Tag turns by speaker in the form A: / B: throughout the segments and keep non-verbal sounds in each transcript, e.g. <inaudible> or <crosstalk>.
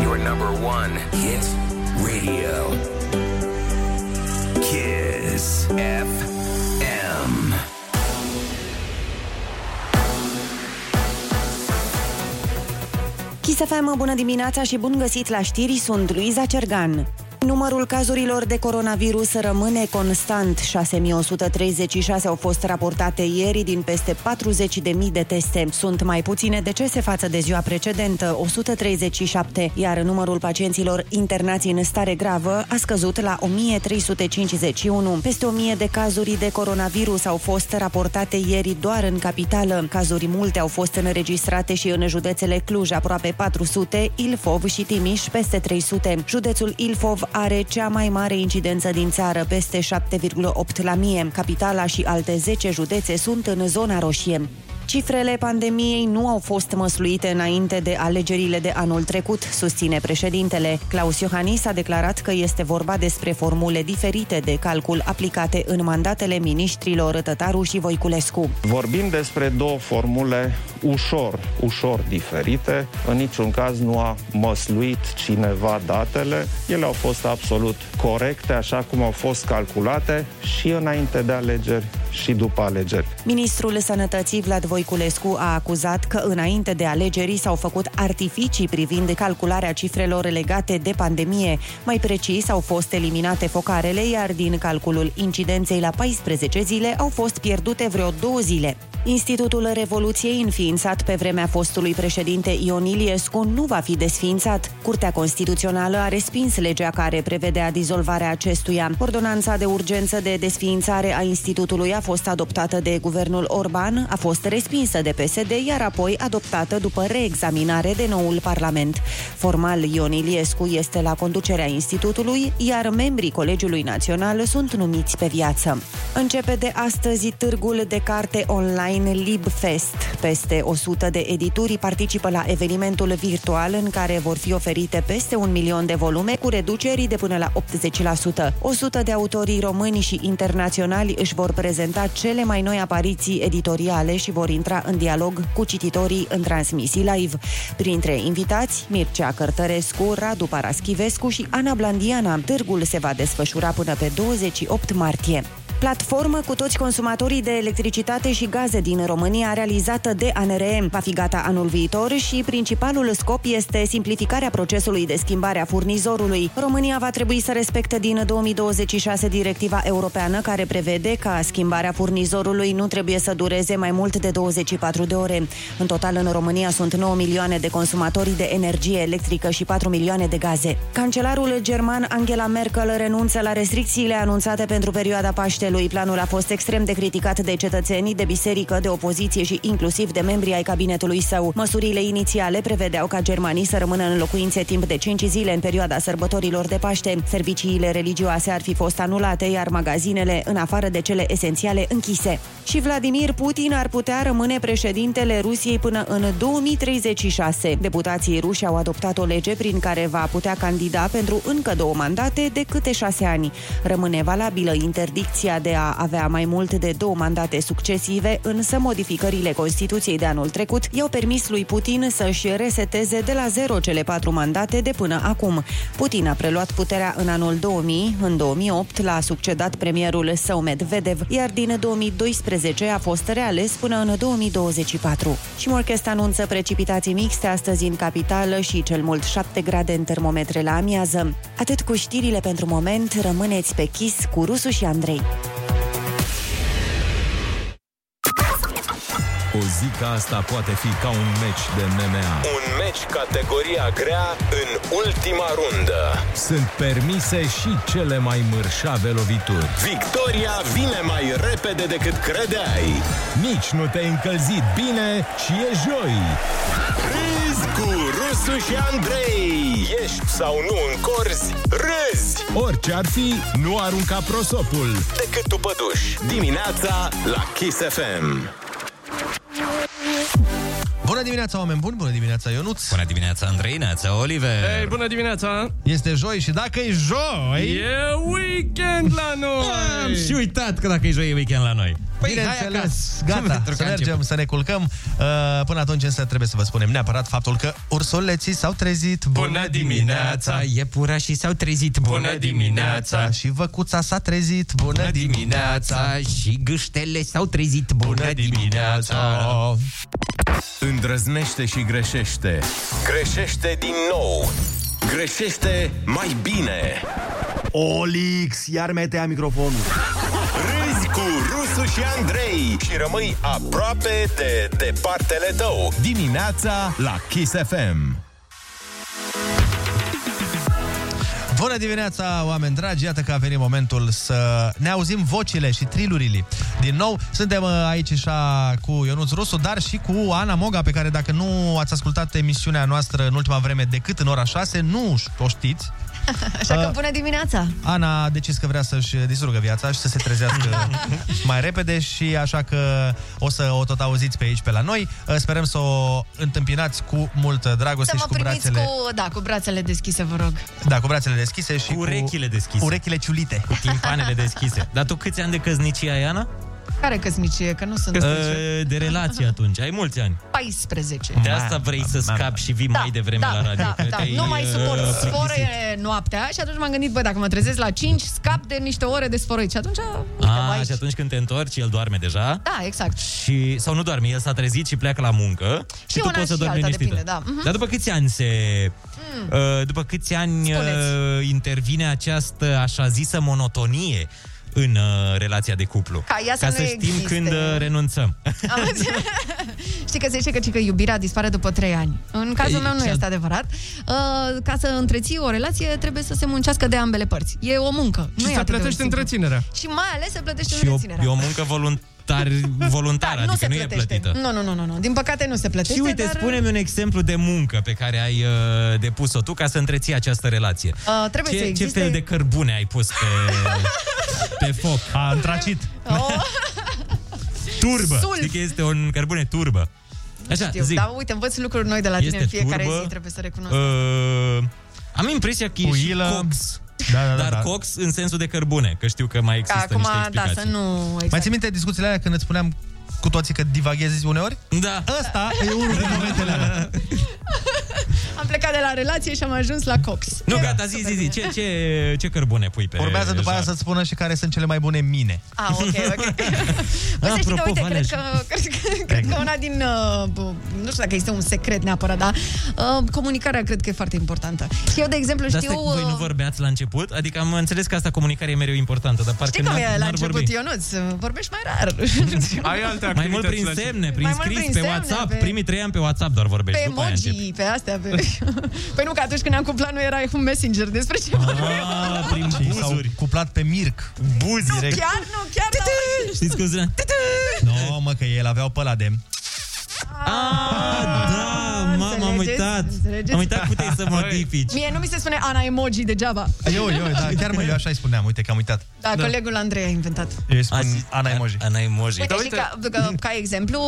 A: Your number one hit radio. Kiss FM.
B: Kiss FM, bună dimineața și bun găsit la știri, sunt Luiza Cergan. Numărul cazurilor de coronavirus rămâne constant. 6136 au fost raportate ieri din peste 40.000 de teste. Sunt mai puține decese față de ziua precedentă, 137, iar numărul pacienților internați în stare gravă a scăzut la 1351. Peste 1000 de cazuri de coronavirus au fost raportate ieri doar în capitală. Cazuri multe au fost înregistrate și în județele Cluj, aproape 400, Ilfov și Timiș, peste 300. Județul Ilfov are cea mai mare incidență din țară, peste 7,8 la mie. Capitala și alte 10 județe sunt în zona roșie. Cifrele pandemiei nu au fost măsluite înainte de alegerile de anul trecut, susține președintele. Claus Iohannis a declarat că este vorba despre formule diferite de calcul aplicate în mandatele miniștrilor Tătaru și Voiculescu.
C: Vorbim despre două formule ușor, ușor diferite. În niciun caz nu a măsluit cineva datele. Ele au fost absolut corecte, așa cum au fost calculate și înainte de alegeri și după alegeri.
B: Ministrul Sănătății Vlad Voiculescu a acuzat că înainte de alegeri s-au făcut artificii privind calcularea cifrelor legate de pandemie. Mai precis, au fost eliminate focarele, iar din calculul incidenței la 14 zile au fost pierdute vreo două zile. Institutul Revoluției, înființat pe vremea fostului președinte Ion Iliescu, nu va fi desființat. Curtea Constituțională a respins legea care prevedea dizolvarea acestuia. Ordonanța de urgență de desființare a institutului a fost adoptată de guvernul Orban, a fost respinsă de PSD, iar apoi adoptată după reexaminare de noul Parlament. Formal, Ion Iliescu este la conducerea institutului, iar membrii Colegiului Național sunt numiți pe viață. Începe de astăzi târgul de carte online LibFest. Peste 100 de edituri participă la evenimentul virtual în care vor fi oferite peste un milion de volume cu reduceri de până la 80%. 100 de autorii români și internaționali își vor prezenta cele mai noi apariții editoriale și vor intra în dialog cu cititorii în transmisii live. Printre invitați, Mircea Cărtărescu, Radu Paraschivescu și Ana Blandiana. Târgul se va desfășura până pe 28 martie. Platformă cu toți consumatorii de electricitate și gaze din România realizată de ANRM va fi gata anul viitor și principalul scop este simplificarea procesului de schimbare a furnizorului. România va trebui să respecte din 2026 directiva europeană care prevede ca schimbarea furnizorului nu trebuie să dureze mai mult de 24 de ore. În total în România sunt 9 milioane de consumatori de energie electrică și 4 milioane de gaze. Cancelarul german Angela Merkel renunță la restricțiile anunțate pentru perioada Paștelui lui. Planul a fost extrem de criticat de cetățenii, de biserică, de opoziție și inclusiv de membrii ai cabinetului său. Măsurile inițiale prevedeau ca germanii să rămână în locuințe timp de 5 zile în perioada sărbătorilor de Paște. Serviciile religioase ar fi fost anulate, iar magazinele, în afară de cele esențiale, închise. Și Vladimir Putin ar putea rămâne președintele Rusiei până în 2036. Deputații ruși au adoptat o lege prin care va putea candida pentru încă două mandate de câte șase ani. Rămâne valabilă interdicția intenția de a avea mai mult de două mandate succesive, însă modificările Constituției de anul trecut i-au permis lui Putin să-și reseteze de la zero cele patru mandate de până acum. Putin a preluat puterea în anul 2000, în 2008 l-a succedat premierul său Medvedev, iar din 2012 a fost reales până în 2024. Și Morchest anunță precipitații mixte astăzi în capitală și cel mult 7 grade în termometre la amiază. Atât cu știrile pentru moment, rămâneți pe chis cu Rusu și Andrei.
D: O zi ca asta poate fi ca un meci de MMA.
A: Un meci categoria grea în ultima rundă.
D: Sunt permise și cele mai mărșave lovituri.
A: Victoria vine mai repede decât credeai.
D: Nici nu te-ai încălzit bine și e joi.
A: Râzi cu Rusu și Andrei. Ești sau nu în corzi, râzi
D: Orice ar fi, nu arunca prosopul.
A: decât tu păduș. Dimineața la Kiss FM.
E: Bună Bună dimineața, oameni buni! Bună dimineața, Ionuț!
F: Bună dimineața, Andrei, neața, Oliver!
G: Ei, bună dimineața!
E: Este joi și dacă e joi...
G: E weekend la noi!
F: Am și uitat că dacă e joi e weekend la noi.
E: Păi Bineînțeles, gata, să mergem, să ne culcăm. Uh, până atunci însă trebuie să vă spunem neapărat faptul că ursuleții s-au trezit.
G: Bună dimineața!
F: Iepurașii s-au trezit.
G: Bună dimineața!
E: Da, Și văcuța s-a trezit. Bună dimineața!
F: Și gâștele s-au trezit.
E: Bună dimineața!
A: Îndrăznește și greșește Greșește din nou Greșește mai bine
H: Olix, iar metea microfonul.
A: Râzi cu Rusu și Andrei Și rămâi aproape de departele tău Dimineața la Kiss FM
E: Bună dimineața, oameni dragi! Iată că a venit momentul să ne auzim vocile și trilurile. Din nou, suntem uh, aici așa cu Ionuț Rusu, dar și cu Ana Moga, pe care dacă nu ați ascultat emisiunea noastră în ultima vreme decât în ora 6, nu o știți.
I: Așa că
E: Uh,
I: bună dimineața!
E: Ana a decis că vrea să-și distrugă viața și să se trezească
I: <laughs>
E: mai repede și așa că o să o tot auziți pe aici, pe la noi. Ă, Sperăm să o întâmpinați cu multă dragoste
I: Să mă
E: și cu
I: primiți
E: brațele...
I: cu, da, cu brațele deschise, vă rog.
E: Da, cu brațele deschise și
F: Cu urechile deschise.
E: Cu urechile ciulite.
F: Cu timpanele deschise. <laughs> Dar tu câți ani de căsnicie ai, Ana?
I: Care căsnicie? Că nu sunt
F: E, uh, De relație atunci. Ai mulți ani.
I: 14.
F: De asta vrei să scapi și vii mai devreme
I: da,
F: la radio.
I: da,
F: că
I: da.
F: te-ai,
I: Nu mai
F: uh,
I: suport
F: plictisit.
I: sfore noaptea și atunci m-am gândit, bă, dacă mă trezesc la 5, scap de niște ore de sforoit. Și atunci, uite, mă
F: A,
I: aici.
F: și atunci când te întorci, el doarme deja.
I: Da, exact.
F: Și, sau nu doarme, el s-a trezit și pleacă la muncă și, tu
I: una
F: poți să
I: și
F: dormi
I: alta,
F: liniștită.
I: depinde, da. Mhm.
F: Dar după câți ani se... Mm. După câți ani
I: Spuneți.
F: uh, intervine această așa zisă monotonie în uh, relația de cuplu?
I: Ca ea să
F: Ca
I: nu
F: să știm
I: existe.
F: când uh, renunțăm. <laughs>
I: Am înțeles. Știi că se zice că, ci că iubirea dispare după 3 ani. În cazul
F: Ei,
I: meu nu
F: ce-
I: este adevărat. Uh, ca să întreții o relație, trebuie să se muncească de ambele părți. E o muncă. nu
G: Și
I: e
G: să
I: atât de
G: plătești
I: simplu.
G: întreținerea.
I: Și mai ales se plătește
F: și o,
I: întreținerea.
F: e o muncă voluntar, voluntară,
I: Da,
F: adică
I: nu se
F: e
I: plătește.
F: plătită.
I: Nu, nu, nu, nu, nu. Din păcate nu se plătește.
F: Și uite,
I: dar... uh,
F: spune-mi un exemplu de muncă pe care ai uh, depus-o tu ca să întreții această relație.
I: Uh, trebuie
F: ce,
I: să
F: ce
I: existe...
F: fel de cărbune ai pus
I: <laughs>
F: pe, pe foc?
E: A întracit.
I: Oh,
F: Turbă.
I: uh, Sulf.
F: Știi că este un cărbune turbă. Așa,
I: știu,
F: zic.
I: dar uite, învăț lucruri noi de la tine
F: este
I: în fiecare
F: turbă.
I: zi, trebuie să recunosc.
F: Uh, am impresia că e și
E: Puilă.
F: cox.
E: Da, da, da,
F: Dar
E: da.
F: cox în sensul de cărbune, că știu că mai
I: Ca
F: există
I: acum,
F: niște
I: da,
F: explicații.
I: să nu... Exact.
E: Mai ții minte discuțiile alea când îți spuneam cu toții că divaghezi uneori?
F: Da.
E: Ăsta e unul din momentele alea.
I: Am plecat de la relație și am ajuns la Cox.
F: Nu,
I: Era
F: gata, zi,
I: super
F: zi, zi.
I: bine.
F: Ce, ce, ce cărbune pui pe
E: Urmează după aia
F: jar?
E: să-ți spună și care sunt cele mai bune mine.
I: Ah, ok,
F: <laughs>
I: ok. Păi să știi
F: Da, Apropo, Exact.
I: că, uite,
F: Valeș.
I: cred că, cred, că, cred că una din... uh, bu- nu știu dacă este un secret neapărat, dar uh, comunicarea cred că e foarte importantă. Și eu, de exemplu,
F: Dar
I: știu...
F: stai, voi nu
I: uh,
F: vorbeați la început? Adică am înțeles că asta comunicare e mereu importantă, dar parcă
I: Știi cum
F: n-ar-
I: e la
F: n-ar
I: început,
F: vorbi.
I: Ionuț? Vorbești mai rar.
G: <laughs>
I: <laughs>
G: Ai alte activități
F: Mai mult prin
G: la-
F: semne, prin
I: Mai mult
F: scris,
I: prin
F: pe
I: semne,
F: WhatsApp.
I: pe-
F: Primii trei ani pe WhatsApp doar
I: pe
F: vorbești. după aia începi.
I: emoji, pe astea. Pe... <laughs> Păi nu, că atunci când ne-am cuplat nu era un messenger despre ce vorbim.
F: Ah, prin
E: Și s-au
F: buzuri.
E: cuplat pe Mirc.
F: Buzi, direct.
I: Chiar nu, chiar nu.
F: Știți cum zicea?
E: Nu, no, mă, că el aveau pe la de...
F: Ah, da, mamă, am
I: înțelegeți?
F: uitat.
I: Înțelegeți?
F: Am uitat, puteai să modifici.
I: Mie nu mi se spune Ana emoji degeaba.
E: Eu, eu, da, chiar mă, eu așa îi spuneam, uite că am uitat.
I: Da, da. colegul Andrei a inventat.
E: Eu îi
F: Azi-
E: spun Ana Emoji.
F: Ana emoji.
I: Uite,
G: Dar
I: și
G: uite-
I: ca, ca, ca exemplu,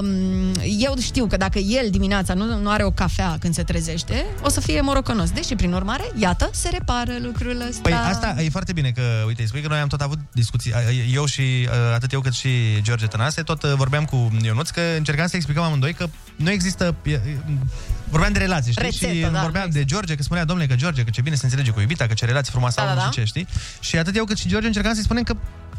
I: um, eu știu că dacă el dimineața nu, nu are o cafea când se trezește, o să fie morocănos. Deși, prin urmare, iată, se repară lucrul ăsta.
E: Păi asta e foarte bine că, uite, îi spui că noi am tot avut discuții, eu și, atât eu cât și George Tănase, tot vorbeam cu Ionuț că încercam să explicăm amândoi că nu există... Vorbeam de relații, știi?
I: Rețetă,
E: și
I: da, nu
E: vorbeam
I: există.
E: de George, că spunea, domnule, că George, că ce bine se înțelege cu iubita, că ce relații frumoase
I: Da,
E: au,
I: da,
E: nu știu
I: da.
E: ce, știi? Și atât eu cât și George încercam să-i spunem că,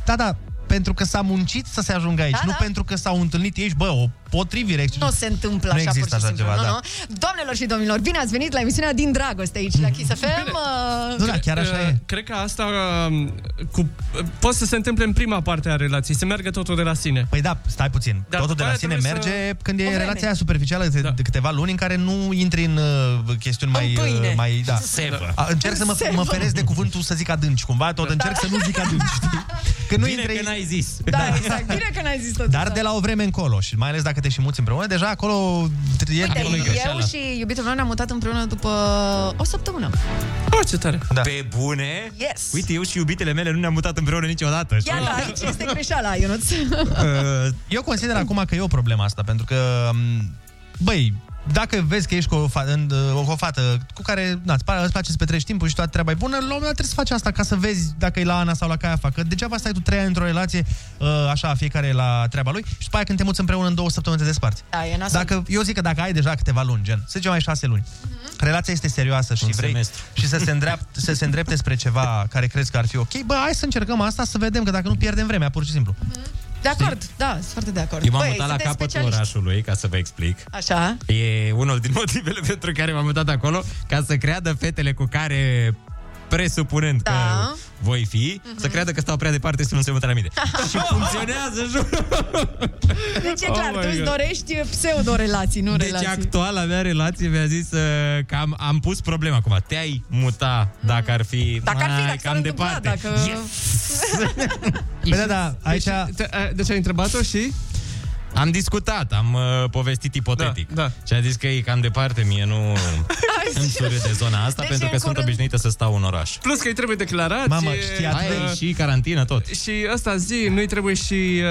E: da, da, pentru că s-a muncit să se ajungă aici,
I: Da,
E: nu
I: da.
E: pentru că s-au întâlnit ei și, bă, o potrivire.
I: Nu se întâmplă
E: Nu
I: așa
E: există
I: pur și
E: așa
I: simplu,
E: ceva,
I: nu,
E: da.
I: nu? Doamnelor și domnilor, bine ați venit la emisiunea Din Dragoste aici la Kiss FM. Uh,
E: Nu, da, chiar așa
G: Uh,
E: e.
G: Cred că asta uh, cu, uh, poate să se întâmple în prima parte a relației, să meargă totul de la sine.
E: Păi da, stai puțin.
G: Dar
E: Dar Totul de
G: după
E: la
G: aia
E: sine
G: trebuie
E: merge să... când
I: O
E: e
I: vreme.
E: relația aia superficială de,
G: Da.
E: de câteva luni în care nu intri în uh, chestiuni mai...
I: pâine.
E: Uh, mai da.
F: Sevă.
E: A, încerc să mă,
I: Se
E: mă
I: va.
E: feresc de cuvântul să zic adânci, cumva, tot încerc să nu zic adânci, știi? Că nu
F: Bine
E: intri...
F: că n-ai zis.
I: Da, exact. Bine că n-ai zis tot
E: Dar de la o vreme încolo și mai ales dacă te și muți împreună, deja acolo e...
I: Uite,
F: Acolo e
I: eu
F: greșeala.
I: și iubitul meu ne-am mutat împreună după o săptămână.
G: Oh, ce tare!
E: Da.
F: Pe bune?
I: Yes.
F: Uite, eu și iubitele mele nu ne-am mutat împreună niciodată. știi?
I: Iată, aici este
E: <laughs>
I: greșeala, Ionuț.
E: Uh, Eu consider acum că e o problemă asta, pentru că m, băi, dacă vezi că ești cu o, fa- în, uh, cu o fată cu care na, îți, pa- îți place să petreci timpul și toată treaba e bună, la un moment dat trebuie să faci asta ca să vezi dacă e la Ana sau la Caiafa. Că degeaba stai tu trei ani într-o relație, uh, așa, fiecare la treaba lui și după aia când te muți împreună în două săptămâni te desparți.
I: Da, e nasol.
E: Dacă, eu zic că dacă ai deja câteva luni, gen, să zicem mai șase luni,
I: Mhm.
E: relația este serioasă și
F: Un
E: vrei
F: semestru.
E: și să se, îndreapt, să se îndrepte spre ceva care crezi că ar fi ok, bă, hai să încercăm asta să vedem că dacă nu pierdem vremea, pur și simplu.
I: De acord, da, sunt foarte de acord.
F: Eu m-am
I: Băi,
F: mutat la
I: sunteți
F: capătul
I: specialiști.
F: orașului, ca să vă explic.
I: Așa.
F: E unul din <laughs> motivele pentru care m-am mutat acolo, ca să creadă fetele cu care presupunând
I: Da. Mhm.
F: că voi fi, să creadă că stau prea departe să nu se mută
I: <laughs>
F: la mine. și funcționează, jur.
I: Deci e
G: Oh
I: clar,
G: my
I: tu îți
G: God.
I: dorești pseudo-relații, nu
F: Deci
I: relații.
F: actuala mea relație mi-a zis uh, că am, am pus problema acum. Te-ai muta dacă ar fi...
I: Dacă ar fi,
F: Ai,
I: dacă s-ar
F: cam
I: întâmpla,
F: departe.
I: dacă-
E: Bine, da, da, aici...
G: Deci, te, a, deci ai întrebat-o și...
F: Deci, Am discutat, am uh, povestit ipotetic.
G: Da, da.
F: Și a zis că e cam departe, mie
I: <laughs>
F: nu îmi surâde zona asta,
I: Deci
F: pentru
I: în
F: că sunt
I: curând-
F: obișnuită să stau în oraș.
G: Plus că îi trebuie declarație.
E: Mamă, știi atât de-
F: Aia e și carantină tot.
G: Și ăsta zi, nu-i trebuie și uh,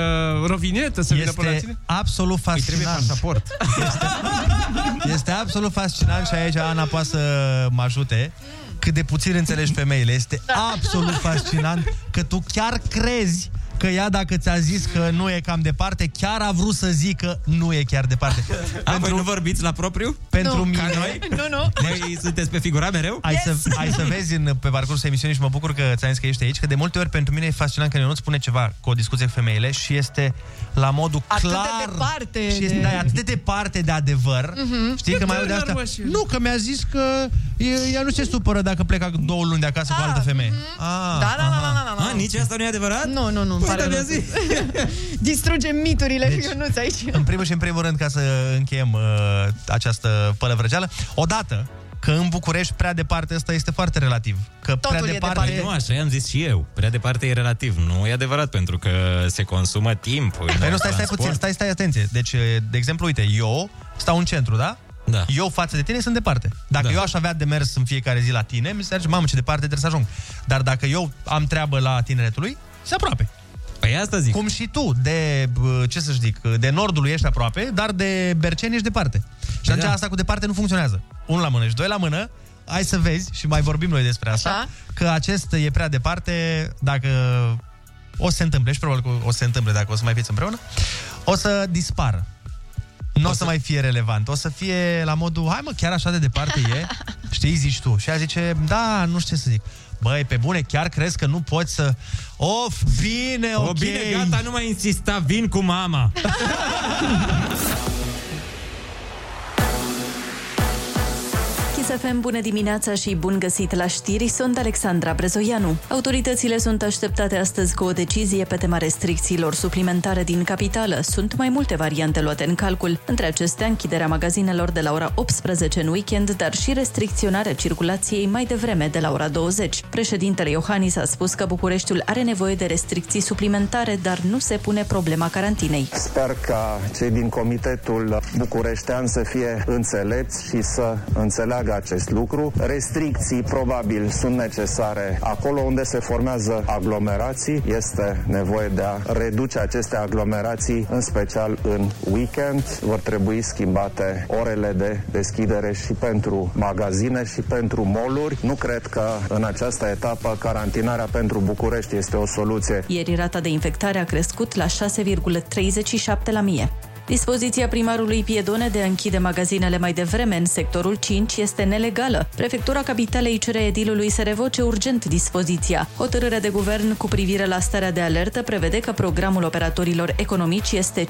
G: rovinetă să vină până la
E: Este
G: tine?
E: absolut fascinant. Este, este absolut fascinant și aici Ana poate să mă ajute cât de puțin înțelegi femeile. Este absolut fascinant că tu chiar crezi că ea, dacă ți-a zis că nu e cam departe, chiar a vrut să zică nu e chiar departe.
F: A, Ah, voi nu vorbiți la propriu?
E: Pentru
I: Nu.
E: mine...
I: <laughs> Nu, nu.
F: Voi sunteți pe figura mereu?
E: Ai, yes. să, ai să vezi în, pe parcursul emisiunii și mă bucur că ți-am zis că ești aici, că de multe ori pentru mine e fascinant că nu spune ceva cu o discuție cu femeile și este la modul
I: Atât de
E: clar.
I: departe
E: Și este
I: de- Mhm.
E: da, e atât de departe de adevăr. Știi că mai
G: tare
E: de
G: n-ar
E: asta.
G: mă și-
E: Nu, că mi-a zis că e- ea nu se supără dacă pleca două luni de acasă cu altă femeie. Ah,
I: Da, da, da, da, da, da, da.
F: A, nici asta nu e adevărat?
I: Nu, nu, nu, îmi
F: Păi,
I: pare
F: dar mi-a
I: rău.
F: zis.
I: <laughs> Distrugem miturile
E: Deci-
I: deci... Ionuț aici.
E: În primul și în primul rând, ca să încheiem uh, această pălăvrăgeală, odată că în București prea departe, asta este foarte relativ. Că prea
I: e
E: departe,
I: departe.
F: Nu, așa i-am zis și eu. Prea departe e relativ. Nu e adevărat, pentru că se consumă timp. în
E: Păi nu, stai, stai
F: transport.
E: puțin, stai, stai, atenție. Deci, de exemplu, uite, eu stau în centru, da?
F: Da.
E: Eu față de tine sunt departe. Dacă
F: Da.
E: eu aș avea de mers în fiecare zi la tine, mi se zice, mamă, ce departe trebuie să ajung. Dar dacă eu am treabă la tineretului, se aproape.
F: Păi asta zic.
E: Cum și tu, de, bă, ce să zic, de nordul ești aproape, dar de Berceni ești departe. Și atunci
F: da.
E: asta cu departe nu funcționează. Unul la mână și doi la mână, hai să vezi, și mai vorbim noi despre asta,
I: Așa.
E: că acest e prea departe, dacă o să se întâmple, și probabil că o să se întâmple dacă o să mai fiți împreună, o să dispară. Nu o să mai fie relevant, o să fie la modul, hai mă, chiar așa de departe e, știi, zici tu. Și ea zice, da, nu știu ce să zic. Băi, pe bune, chiar crezi că nu poți să... Of, bine,
F: O,
E: ok.
F: bine, gata, nu mai insista, vin cu mama.
J: Chisafem, bună dimineața și bun găsit la știri, sunt Alexandra Brezoianu. Autoritățile sunt așteptate astăzi cu o decizie pe tema restricțiilor suplimentare din capitală. Sunt mai multe variante luate în calcul, între acestea închiderea magazinelor de la ora 18 în weekend, dar și restricționarea circulației mai devreme de la ora 20. Președintele Iohannis a spus că Bucureștiul are nevoie de restricții suplimentare, dar nu se pune problema carantinei.
C: Sper ca cei din Comitetul Bucureștean să fie înțelepți și să înțeleagă acest lucru. Restricții probabil sunt necesare acolo unde se formează aglomerații. Este nevoie de a reduce aceste aglomerații, în special în weekend. Vor trebui schimbate orele de deschidere și pentru magazine și pentru moluri. Nu cred că în această etapă carantinarea pentru București este o soluție
J: Ieri rata de infectare a crescut la 6,37 la mie. Dispoziția primarului Piedone de a închide magazinele mai devreme în sectorul 5 este nelegală. Prefectura Capitalei cere edilului să revoce urgent dispoziția. Hotărârea de guvern cu privire la starea de alertă prevede că programul operatorilor economici este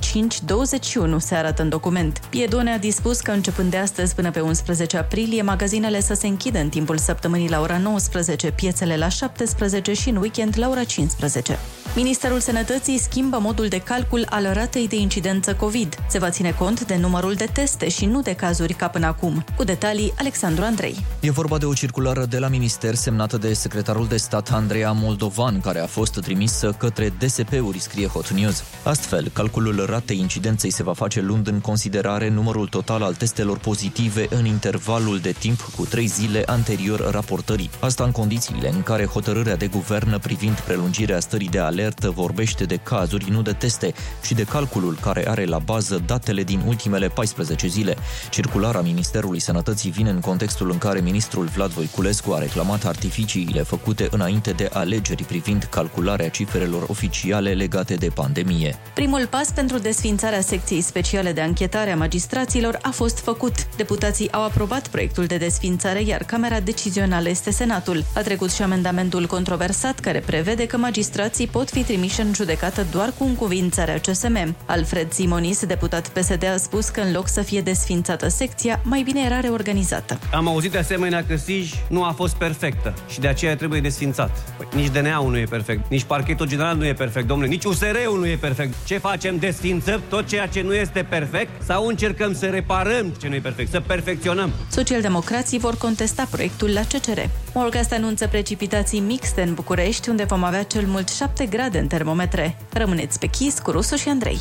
J: 5.21, se arată în document. Piedone a dispus că începând de astăzi până pe 11 aprilie, magazinele să se închidă în timpul săptămânii la ora 19, piețele la 17 și în weekend la ora 15. Ministerul Sănătății schimbă modul de calcul al ratei de incidență COVID. Se va ține cont de numărul de teste și nu de cazuri ca până acum. Cu detalii, Alexandru Andrei.
K: E vorba de o circulară de la minister semnată de secretarul de stat Andreea Moldovan, care a fost trimisă către DSP-uri, scrie Hot News. Astfel, calculul ratei incidenței se va face luând în considerare numărul total al testelor pozitive în intervalul de timp cu 3 zile anterior raportării. Asta în condițiile în care hotărârea de guvern privind prelungirea stării de alertă vorbește de cazuri, nu de teste, și de calculul care are la bază datele din ultimele 14 zile. Circulara Ministerului Sănătății vine în contextul în care ministrul Vlad Voiculescu a reclamat artificiile făcute înainte de alegeri privind calcularea cifrelor oficiale legate de pandemie.
J: Primul pas pentru desfințarea secției speciale de anchetare a magistraților a fost făcut. Deputații au aprobat proiectul de desfințare, iar Camera Decizională este Senatul. A trecut și amendamentul controversat care prevede că magistrații pot fi trimiși în judecată doar cu încuvințarea CSM. Alfred Simonis, deputat PSD, a spus că în loc să fie desfințată secția, mai bine era reorganizată.
L: Am auzit de asemenea că Sij nu a fost perfectă și de aceea trebuie desfințat. Păi, nici DNA-ul nu e perfect, nici parchetul general nu e perfect, domnule, nici USR-ul nu e perfect. Ce facem? Desfințăm tot ceea ce nu este perfect sau încercăm să reparăm ce nu e perfect, să perfecționăm?
J: Socialdemocrații vor contesta proiectul la CCR. Morgast anunță precipitații mixte în București, unde vom avea cel mult 7 grade în termometre. Rămâneți pe chis cu Rusu și Andrei.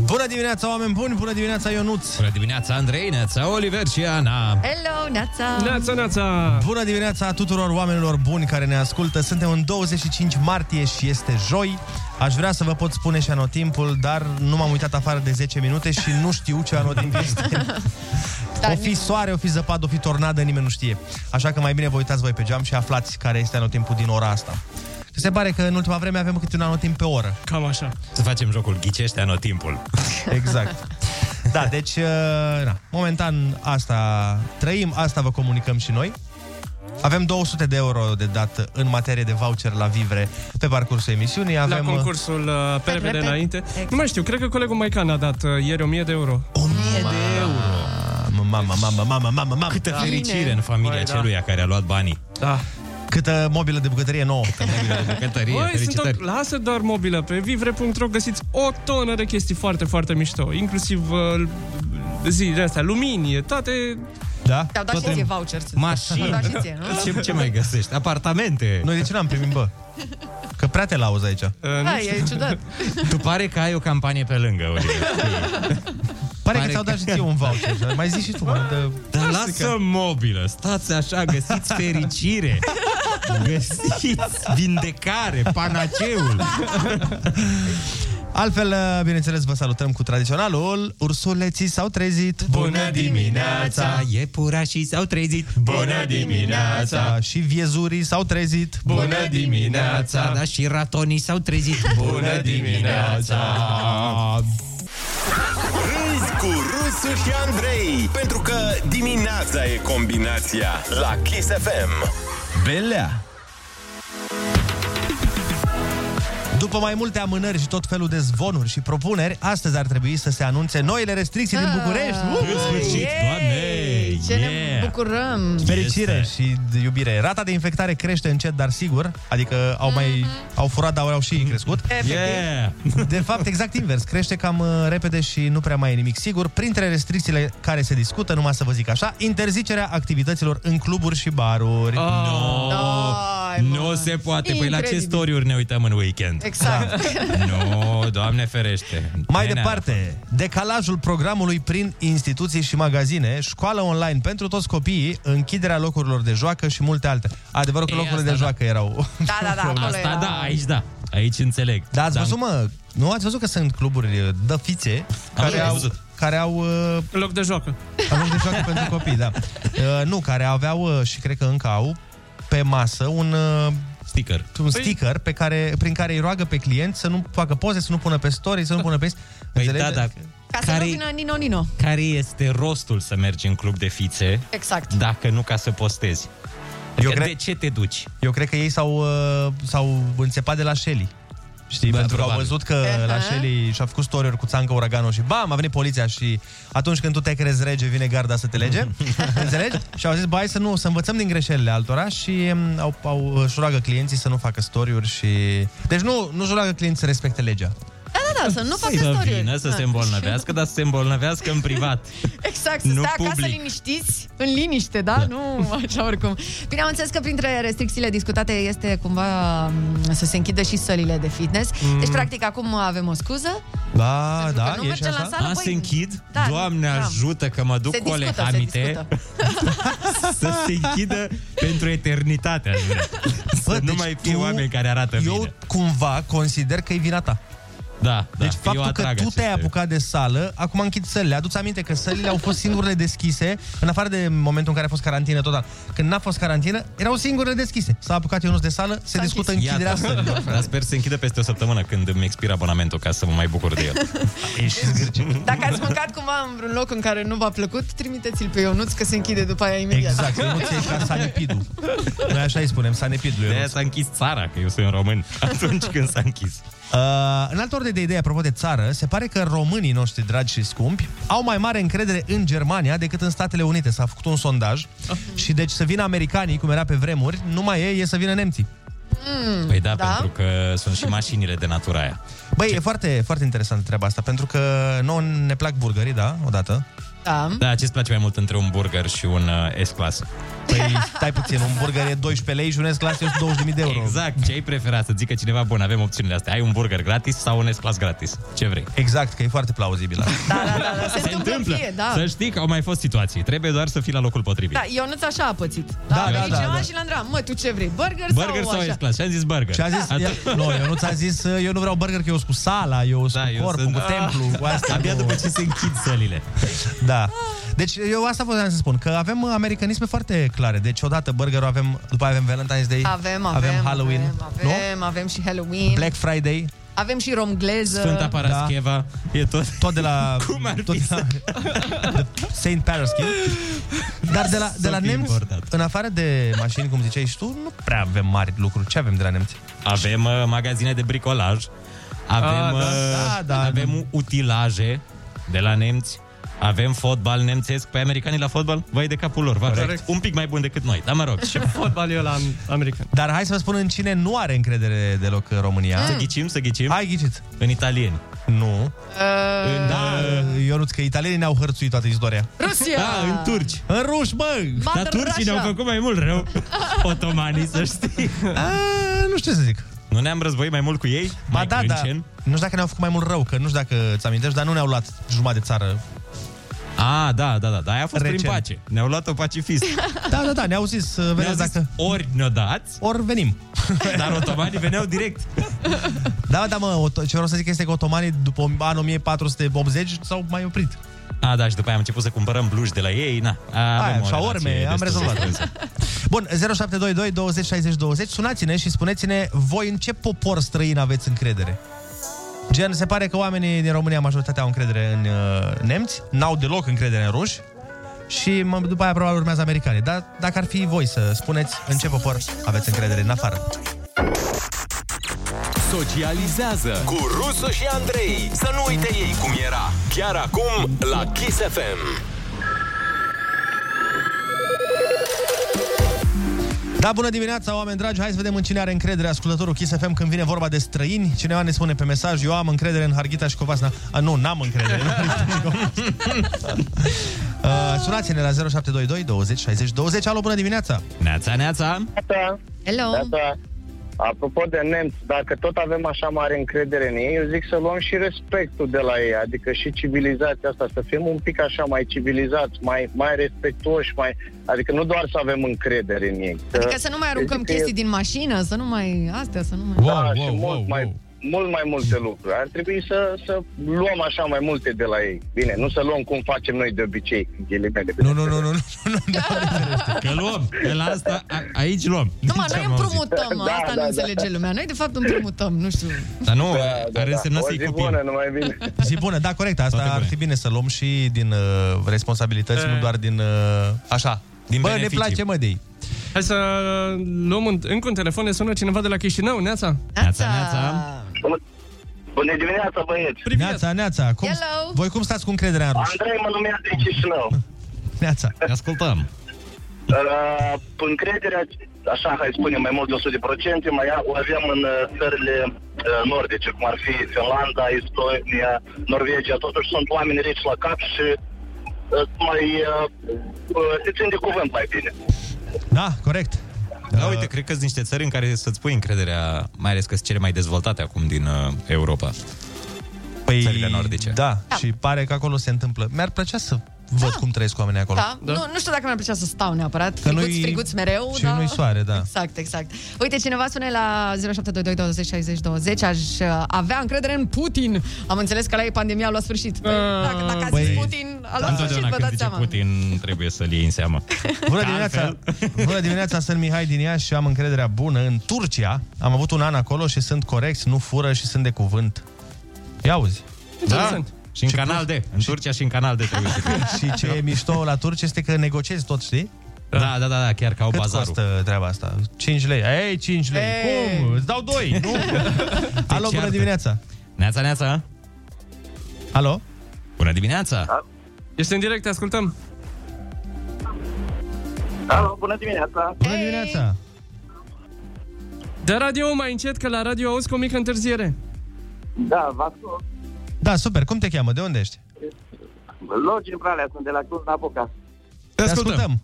E: Bună dimineața, oameni buni! Bună dimineața, Ionuț!
F: Bună dimineața, Andrei, neața, Oliver și Ana!
I: Hello, Neața!
E: Neața! Bună dimineața tuturor oamenilor buni care ne ascultă. Suntem în 25 martie și este joi. Aș vrea să vă pot spune și anotimpul, dar nu m-am uitat afară de 10 minute și nu știu ce anotimp este. O fi soare, o fi zăpadă, o fi tornadă, nimeni nu știe. Așa că mai bine vă uitați voi pe geam și aflați care este anotimpul din ora asta. Că se pare că în ultima vreme avem câte un anotimp pe oră.
G: Cam așa.
F: Să facem jocul ghicește anotimpul.
E: Exact. Da, deci, uh, na, momentan asta trăim, asta vă comunicăm și noi. Avem 200 de euro de dat în materie de voucher la Vivre pe parcursul emisiunii.
G: La
E: Avem uh,
G: concursul uh, pe repede înainte. Nu mai știu, cred că colegul Maican a dat uh, ieri 1000 de euro.
E: 1000 de euro! Mama, mama, mama, mama, mama.
F: Câtă fericire în familia celuia care a luat banii.
E: Da. Câtă mobilă de bucătărie
G: <laughs>
E: nouă.
F: Bucătărie,
G: Băi, sunt
F: felicitări.
G: o, lasă doar mobilă. Pe vivre.ro găsiți o tonă de chestii foarte, foarte mișto. Inclusiv uh, zilele astea, lumini, toate...
E: Da?
I: Te-au dat și ție voucher. să- Te-au dat și ție, nu?
F: <laughs> Ce, ce mai găsești? Apartamente.
E: Noi de ce n-am primit, bă? Că prea te lauzi aici.
I: Da, e
F: <laughs>
I: ciudat.
F: Tu pare că ai o campanie pe lângă, Oliver.
E: Pare că ți-au dat și ție un voucher. da? Mai zici și tu, mă. dă-
F: Dar lasă Da, mobilă, stați așa, găsiți fericire. Găsiți vindecare, panaceul.
E: Altfel, uh, bineînțeles, vă salutăm cu tradiționalul Ursuleții s-au trezit
F: Iepurașii s-au trezit
E: Și viezurii s-au trezit
F: Da, și ratonii s-au trezit
E: Bună dimineața!
A: Râzi cu Rusu și Andrei Pentru că dimineața e combinația La Kiss FM
E: Belea După mai multe amânări și tot felul de zvonuri și propuneri, astăzi ar trebui să se anunțe noile restricții din București.
I: Ah. În
F: Păi
I: sfârșit, Yay! Doamne! Ce ne bucurăm!
E: Fericire și de iubire. Rata de infectare crește încet, dar sigur, adică au mai au furat, dar au și ei crescut.
I: Efectiv. Mhm. Yeah!
E: De fapt, exact invers. Crește cam uh, repede și nu prea mai e nimic sigur. Printre restricțiile care se discută, numai să vă zic așa, interzicerea activităților în cluburi și baruri. Oh.
I: Ah.
F: No. Nu se poate, păi la ce
E: Incredibil.
F: storiuri ne uităm în weekend? Da.
I: Exact.
F: Nu, doamne ferește.
E: Mai
F: Nenea.
E: departe, decalajul programului prin instituții și magazine, școală online pentru toți copiii, închiderea locurilor de joacă și multe alte. Adevărul că
F: E,
E: locurile
F: asta
E: de
F: da.
E: joacă erau... <laughs>
I: Da, da, da, acolo
F: Asta
I: era-
F: da, aici da. Aici înțeleg.
E: Da, ați văzut, mă, nu ați văzut că sunt cluburi uh, dăfițe care au,
F: văzut.
E: care au uh,
G: Loc de joacă.
E: Au loc de joacă <laughs> pentru copii, da. Uh, nu, care aveau uh, și cred că încă au pe masă un uh,
F: Sticker. Păi-
E: un sticker pe care, prin care îi roagă pe client să nu facă poze, să nu pună pe story, să nu pună pe...
F: Păi da, da.
I: Ca să nu
F: Care,
I: vină Nino Nino.
F: care este rostul să mergi în club de fițe
I: Exact.
F: dacă nu ca să postezi?
E: Eu
F: Adică de ce te duci?
E: Eu cred că ei s-au, uh, s-au înțepat de la Shelly. Știi,
F: Bă,
E: pentru că au
F: probabil.
E: văzut că la
F: Aha.
E: Shelly și-a făcut story cu Țancă Uragano și bam, a venit poliția și atunci când tu te crezi rege, vine garda să te lege. înțelegi? Și au zis, bă, hai să nu, să învățăm din greșelile altora și um, au, au își roagă clienții să nu facă story-uri și... Deci nu, nu își roagă clienții să respecte legea.
I: Da, da, da, să nu facă Da.
F: Să
I: story
F: vină să se îmbolnăvească, dar să se îmbolnăvească în privat.
I: Exact, să
F: Nu
I: stai acasă
F: public.
I: liniștiți, în liniște, da? Nu așa oricum. Bine, am înțeles că printre restricțiile discutate este cumva m, să se închidă și sălile de fitness.
F: Mm.
I: Deci, practic, acum avem o scuză.
E: <laughs> Da,
I: Pentru că da, nu e și mergem la așa? sală,
F: A,
I: băi,
F: se închid?
I: da,
F: Doamne
I: da.
F: ajută că mă duc
I: Se
F: cu o
I: discută,
M: <laughs>
I: se
F: lehamite să se închidă pentru eternitate, aș vrea. Să nu mai fie oameni care arată
E: deci eu
F: bine.
E: cumva consider că e vina ta.
F: Da, da.
E: Deci faptul
F: eu
E: că
F: atrag
E: tu
F: aceste-
E: te-ai apucat de sală, acum închid sălile. Aduți aminte că sălile au fost singurele deschise, în afară de momentul în care a fost carantină total. Când n-a fost carantină, erau singurele deschise. S-a apucat Ionuț de sală, se discută închiderea
F: Iată.
E: sălilor.
F: Dar sper să se închidă peste o săptămână când îmi expiră abonamentul ca să mă mai bucur de el.
E: <laughs>
I: Dacă ați mâncat cumva în vreun loc în care nu v-a plăcut, trimiteți-l pe Ionuț că se închide după aia imediat.
E: Exact, nu ți ca sanepidul. Noi așa îi spunem, sanepidul.
F: De aia s-a închis țara, că eu sunt român, <laughs> atunci când s-a închis.
E: Uh, în altă ordine de idei, apropo de țară, se pare că românii noștri dragi și scumpi au mai mare încredere în Germania decât în Statele Unite. S-a făcut un sondaj și deci să vină americanii, cum era pe vremuri, nu mai e, e să vină nemții.
I: Mm,
F: Păi da, da, pentru că sunt și mașinile de natura aia.
E: Băi, e foarte, foarte interesant treaba asta, pentru că nouă ne plac burgării, da, odată.
I: Da.
F: Da, ce-ți place mai mult între un burger și un uh, S-Class?
E: Păi, stai puțin, un burger e 12 lei și un S-Class e 120.000 de euro.
F: Exact, ce ai preferat? Să zică cineva, bun, avem opțiunile astea. Ai un burger gratis sau un S-Class gratis? Ce vrei?
E: Exact, că e foarte plauzibil.
I: <laughs> Se, se întâmplă, fie, da.
F: Să știi că au mai fost situații. Trebuie doar să fii la locul potrivit.
I: Da, Ionuț așa a pățit.
F: Da,
I: a
F: da,
I: venit
F: da,
I: cineva
F: da.
I: și l-a întrebat, mă, tu ce vrei, burger,
F: Burger
I: sau,
F: sau
I: așa?
F: S-Class? Și a zis burger.
E: <laughs> Și a zis,
F: Atunci-
E: ea, nu, eu nu ți-a zis, eu nu vreau burger, că eu sunt cu sala, eu sunt
F: Da,
E: cu
F: eu
E: corpul,
F: sunt-
E: cu templu, cu asta.
F: Abia după ce se închid sălile.
E: Da. Deci eu asta voiam să spun, că avem americanisme foarte clare. Deci odată burgerul avem, după aia avem Valentine's Day,
I: Avem, avem, avem
E: Halloween,
I: avem, avem, avem și Halloween.
E: Black Friday,
I: Avem și romgleză.
E: Sfânta Parascheva,
F: da. e tot...
E: Tot de
F: <laughs>
E: la... Cum ar tot de la, <laughs> Saint Parascheva. Dar de la, de la
F: Să fii
E: nemți, în afară de mașini, cum ziceai și tu, nu prea avem mari lucruri. Ce avem de la nemți?
F: Avem uh, magazine de bricolaj,
E: Ah,
F: avem,
E: da.
F: uh,
E: Da, da.
F: avem utilaje de la nemți, avem fotbal nemțesc. Păi americanii la fotbal, vai de capul lor, va
G: Corect.
F: Un pic mai bun decât noi, dar mă rog.
G: Ce fotbal e la american?
E: Dar hai să vă spun în cine nu are încredere deloc în România.
F: Să ghicim, să ghicim.
E: Ai ghicit.
F: În italieni.
E: Nu.
I: Uh,
E: Da, Ionuț, că italienii ne-au hărțuit toată istoria.
I: Rusia!
F: Da, în turci.
E: În ruși, bă!
I: Mother
F: Dar turcii
I: Russia.
F: ne-au făcut mai mult rău, otomanii, să știi.
E: A, nu știu ce să zic.
F: Nu ne-am războit mai mult cu ei?
E: Ba
F: mai
E: da, da.
F: crânceni?
E: Nu știu dacă ne-au făcut mai mult rău, că nu știu dacă ți amintești, dar nu ne-au luat jumătate de țară.
F: A, da, da, da, da, aia a fost
E: Recent.
F: prin pace. Ne-au luat-o pacifist.
E: Da, da, da, ne-au zis, uh,
F: Ne-au
E: vedeți
F: zis,
E: dacă...
F: ori ne-o dați,
E: ori venim.
F: <laughs> Dar otomanii veneau direct.
E: Da, da, mă, ot- ce vreau să zic este că otomanii după anul 1480 s-au mai oprit.
F: A, da, și după aia am început să cumpărăm bluși de la ei, na.
E: Aia,
F: Avem o
E: șaorme,
F: relație destul
E: am
F: de
E: rezolvat.
F: strânsă.
E: Bun, 0722 20 60 20, sunați-ne și spuneți-ne voi în ce popor străin aveți încredere. Gen, se pare că oamenii din România majoritatea au încredere în uh, nemți, n-au deloc încredere în ruși și mă, după aia probabil urmează americanii. Dar dacă ar fi voi să spuneți în ce popor aveți încredere în afară.
A: Socializează cu Rusu și Andrei. Să nu uite ei cum era. Chiar acum la Kiss FM.
E: Da, bună dimineața, oameni dragi! Hai să vedem în cine are încredere ascultătorul Kiss FM când vine vorba de străini. Cineva ne spune pe mesaj, eu am încredere în Harghita și Covasna. A, nu, n-am încredere. în Harghita și Covasna.
F: <laughs>
E: uh, sunați-ne la 0722 20 60 20. Alo, bună dimineața!
F: Neața, neața!
I: Hello!
N: Data, apropo de nemți, dacă tot avem așa mare încredere în ei, eu zic să luăm și respectul de la ei, adică și civilizația asta, să fim un pic așa mai civilizați, mai, mai respectuoși, mai, adică nu doar să avem încredere în ei. Că-
I: Adică să nu mai aruncăm
N: Adică
I: chestii
N: e-
I: din mașină, să nu mai... Astea, să nu mai...
N: Wow, da, wow, și mult, wow, mai, mult mai multe lucruri. Ar trebui să, să luăm așa mai multe de la ei. Bine, nu să luăm cum facem noi de obicei, în ghilimele.
E: Nu, nu, nu, nu, nu.
F: Că luăm, de la asta, a, aici luăm.
I: Numai
F: Nici
I: noi
F: am auzit.
I: împrumutăm,
N: Da,
I: asta
N: da,
I: nu
N: da.
I: înțelege lumea. Noi, de fapt, împrumutăm, nu știu.
F: Dar nu,
N: da,
F: ar
N: da.
F: însemna
N: O
F: să-i
N: zi
F: copiem.
N: bună, numai bine.
E: <laughs> Zi bună, da, corect, asta ar fi bine să luăm și din uh, responsabilități, nu doar din... Uh, așa.
F: Din
E: Bă,
F: beneficii.
E: ne place, mă, de ei.
G: Hai să uh, luăm un, încă un telefon, ne sună cineva de la Chișinău, Neața.
I: Neața,
E: Neața.
N: Bună dimineața, băieți!
E: Neața, neața. Cum,
I: Hello.
E: voi cum stați cu încrederea în ruși?
N: Andrei mă numea
M: <laughs>
N: din Chișinău.
E: Neața. Ne ascultăm.
N: Uh, încrederea, așa, hai spunem, mai mult de 100%, mai a- o avem în uh, țările uh, nordice, cum ar fi Finlanda, Estonia, Norvegia, totuși sunt oameni reci la cap și uh, mai uh, uh, se țin de cuvânt mai bine.
E: Da, corect. Uh,
F: Da, uite, cred că sunt niște țări în care să-ți pui încrederea, mai ales că sunt cele mai dezvoltate acum din uh, Europa.
E: Păi,
F: Țările nordice.
E: Da, da, și pare că acolo se întâmplă. Mi-ar plăcea să văd cum trăiesc oamenii acolo.
I: Da? da. Nu, nu știu dacă mi-ar plăcea să stau neapărat. Că
E: Că
I: friguț,
E: nu-i-
I: friguț mereu.
E: și
I: da.
E: nu-i soare, da.
I: Exact, exact. Uite, cineva spune la 0722 20 60 20 aș uh, avea încredere în Putin. Am înțeles că la ei pandemia a luat sfârșit. Păi,
E: Ah,
I: Dacă, dacă a zis
F: Băi,
I: Putin, a luat sfârșit, vă
F: când
I: dați
F: zice
I: seama.
F: Putin, trebuie să-l iei în seamă.
E: <laughs> Bună dimineața! Bună dimineața, sunt Mihai din Iași și am încrederea bună în Turcia. Am avut un an acolo și sunt corecți, nu fură și sunt de cuvânt. Ia uzi!
F: Da? Și în canal de. În Turcia și în canal de trebuie să fie.
E: <laughs> Și ce e mișto la turci este că negociezi tot, știi?
F: Da, da, da, da chiar ca o
E: Cât
F: bazarul.
E: costă treaba asta? 5 lei. Ei, 5 lei.
F: Ei.
E: Cum? Îți dau
I: <laughs>
E: 2. Nu? Alo, bună
F: ceartă.
E: dimineața.
F: <laughs> Neața, neața.
E: Alo?
F: Bună
N: Da.
F: dimineața.
G: Este în direct, te ascultăm.
N: Alo, bună dimineața!
E: Bună dimineața!
G: De radio mai încet, că la radio auzi cu o mică întârziere.
N: Da, vă ascult.
E: Da, super. Cum te cheamă? De unde ești?
N: Logi în Pralea, sunt de la Cluj Napoca.
E: Te ascultăm.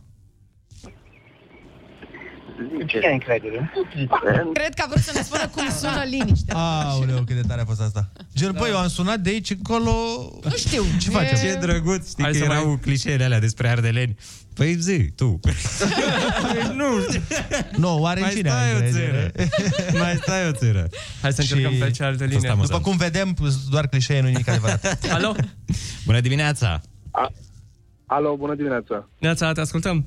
N: Ce ai încredere?
I: Cred că a vrut să ne spună cum sună liniște.
E: Aoleu, cât de tare a fost asta. Gen, păi, eu am sunat de aici încolo...
I: Nu știu.
E: Ce facem?
F: Da. Ce drăguț, știi
E: Hai
F: că
E: să
F: erau clișeele alea despre ardeleni. Păi zi, tu. <laughs> nu știu.
E: Nu, oare în
F: Mai
E: cine
F: stai
E: ai
F: o
E: încredere?
F: țără. Mai stai o țără.
G: Hai să încercăm pe cealaltă linie.
E: După cum vedem, sunt doar clișee, nu nimic adevărat.
F: <laughs>
G: Alo?
F: Bună dimineața.
O: Alo, bună dimineața.
G: Neața, Da, te ascultăm.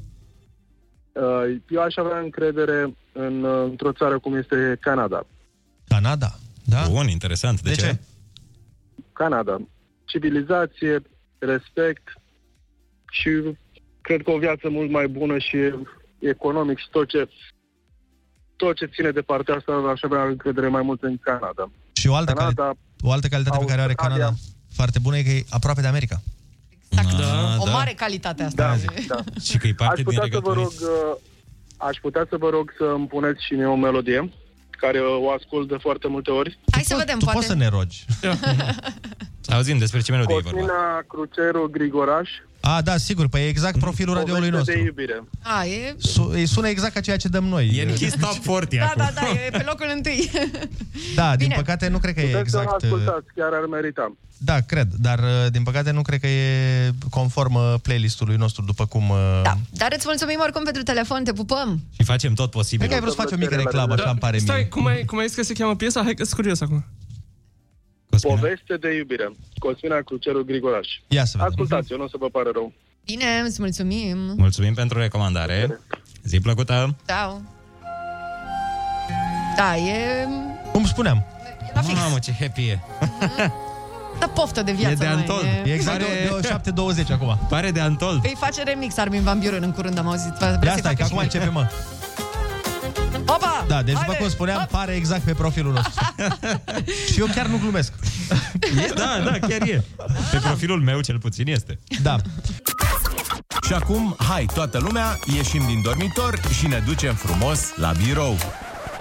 O: Uh, Eu aș avea încredere în, uh, într-o țară cum este Canada.
E: Canada. Da?
F: Bun, interesant. De, de ce?
O: Canada. Civilizație, respect și cred că o viață mult mai bună și economic și tot ce, tot ce ține de partea asta aș avea încredere mai mult în Canada.
E: Și o altă,
O: Canada,
E: cali- o altă calitate pe care o are Canada foarte bună e că e aproape de America.
I: Exact.
E: Da,
I: o
E: da.
I: mare calitate asta.
O: Da, da.
F: <laughs> Și că e
O: Aș putea să vă rog, uh, aș putea să vă rog să îmi puneți și mie o melodie care uh, o ascult de foarte multe ori.
I: Hai să vedem, poate.
E: ne rogi.
F: <laughs> Auzim despre ce melodie e vorba.
O: Cosmina Cruceru Grigoraș,
E: A, da, sigur, păi e exact profilul radioului
O: Poveste
E: nostru.
O: de iubire.
I: A, e...
E: Su- îi sună exact ca ceea ce dăm noi. E
F: închis top 40
I: Da, da, da, e pe locul întâi.
E: <laughs> Da, din
I: Bine.
E: păcate nu cred că e
O: Puteți să
E: exact...
O: nu ascultați, chiar ar merita.
E: Da, cred, dar uh, din păcate nu cred că e conform uh, playlistului nostru, după cum... Da.
I: Dar îți mulțumim oricum pentru telefon, te pupăm.
F: Și facem tot posibil.
E: Cred că ai vrut să faci o mică reclamă, așa îmi pare mie.
G: Da, Stai, cum ai, cum ai zis că se cheamă piesa? Hai că sunt curios
E: <laughs>
G: acum.
O: Poveste de iubire. Cosmina Cruceru Grigoraș.
E: Ia să
O: Ascultați, eu nu o să vă pară rău.
I: Bine, îți mulțumim.
F: Mulțumim pentru recomandare. Zi plăcută.
I: Ciao. Da, e...
E: Cum spuneam?
I: La fix.
F: Mamă, ce happy e.
I: Da, poftă de viață.
F: E de
I: măi,
F: Antol.
I: E...
E: E exact de, de 720 acum.
F: Pare de Antol.
I: Îi face remix Armin Van Buren în curând, am auzit. Vrea
E: De
I: să-i
E: asta e,
I: facă
E: că
I: și
E: acum
I: lui.
E: începe, mă.
I: Opa!
E: Da, deci după
I: Haide!
E: cum spuneam, pare exact pe profilul
I: <laughs>
E: nostru. Și eu chiar nu glumesc.
F: E, da, da, chiar e. Pe profilul meu cel puțin este.
E: Da.
A: Și acum, hai, toată lumea, ieșim din dormitor și ne ducem frumos la birou.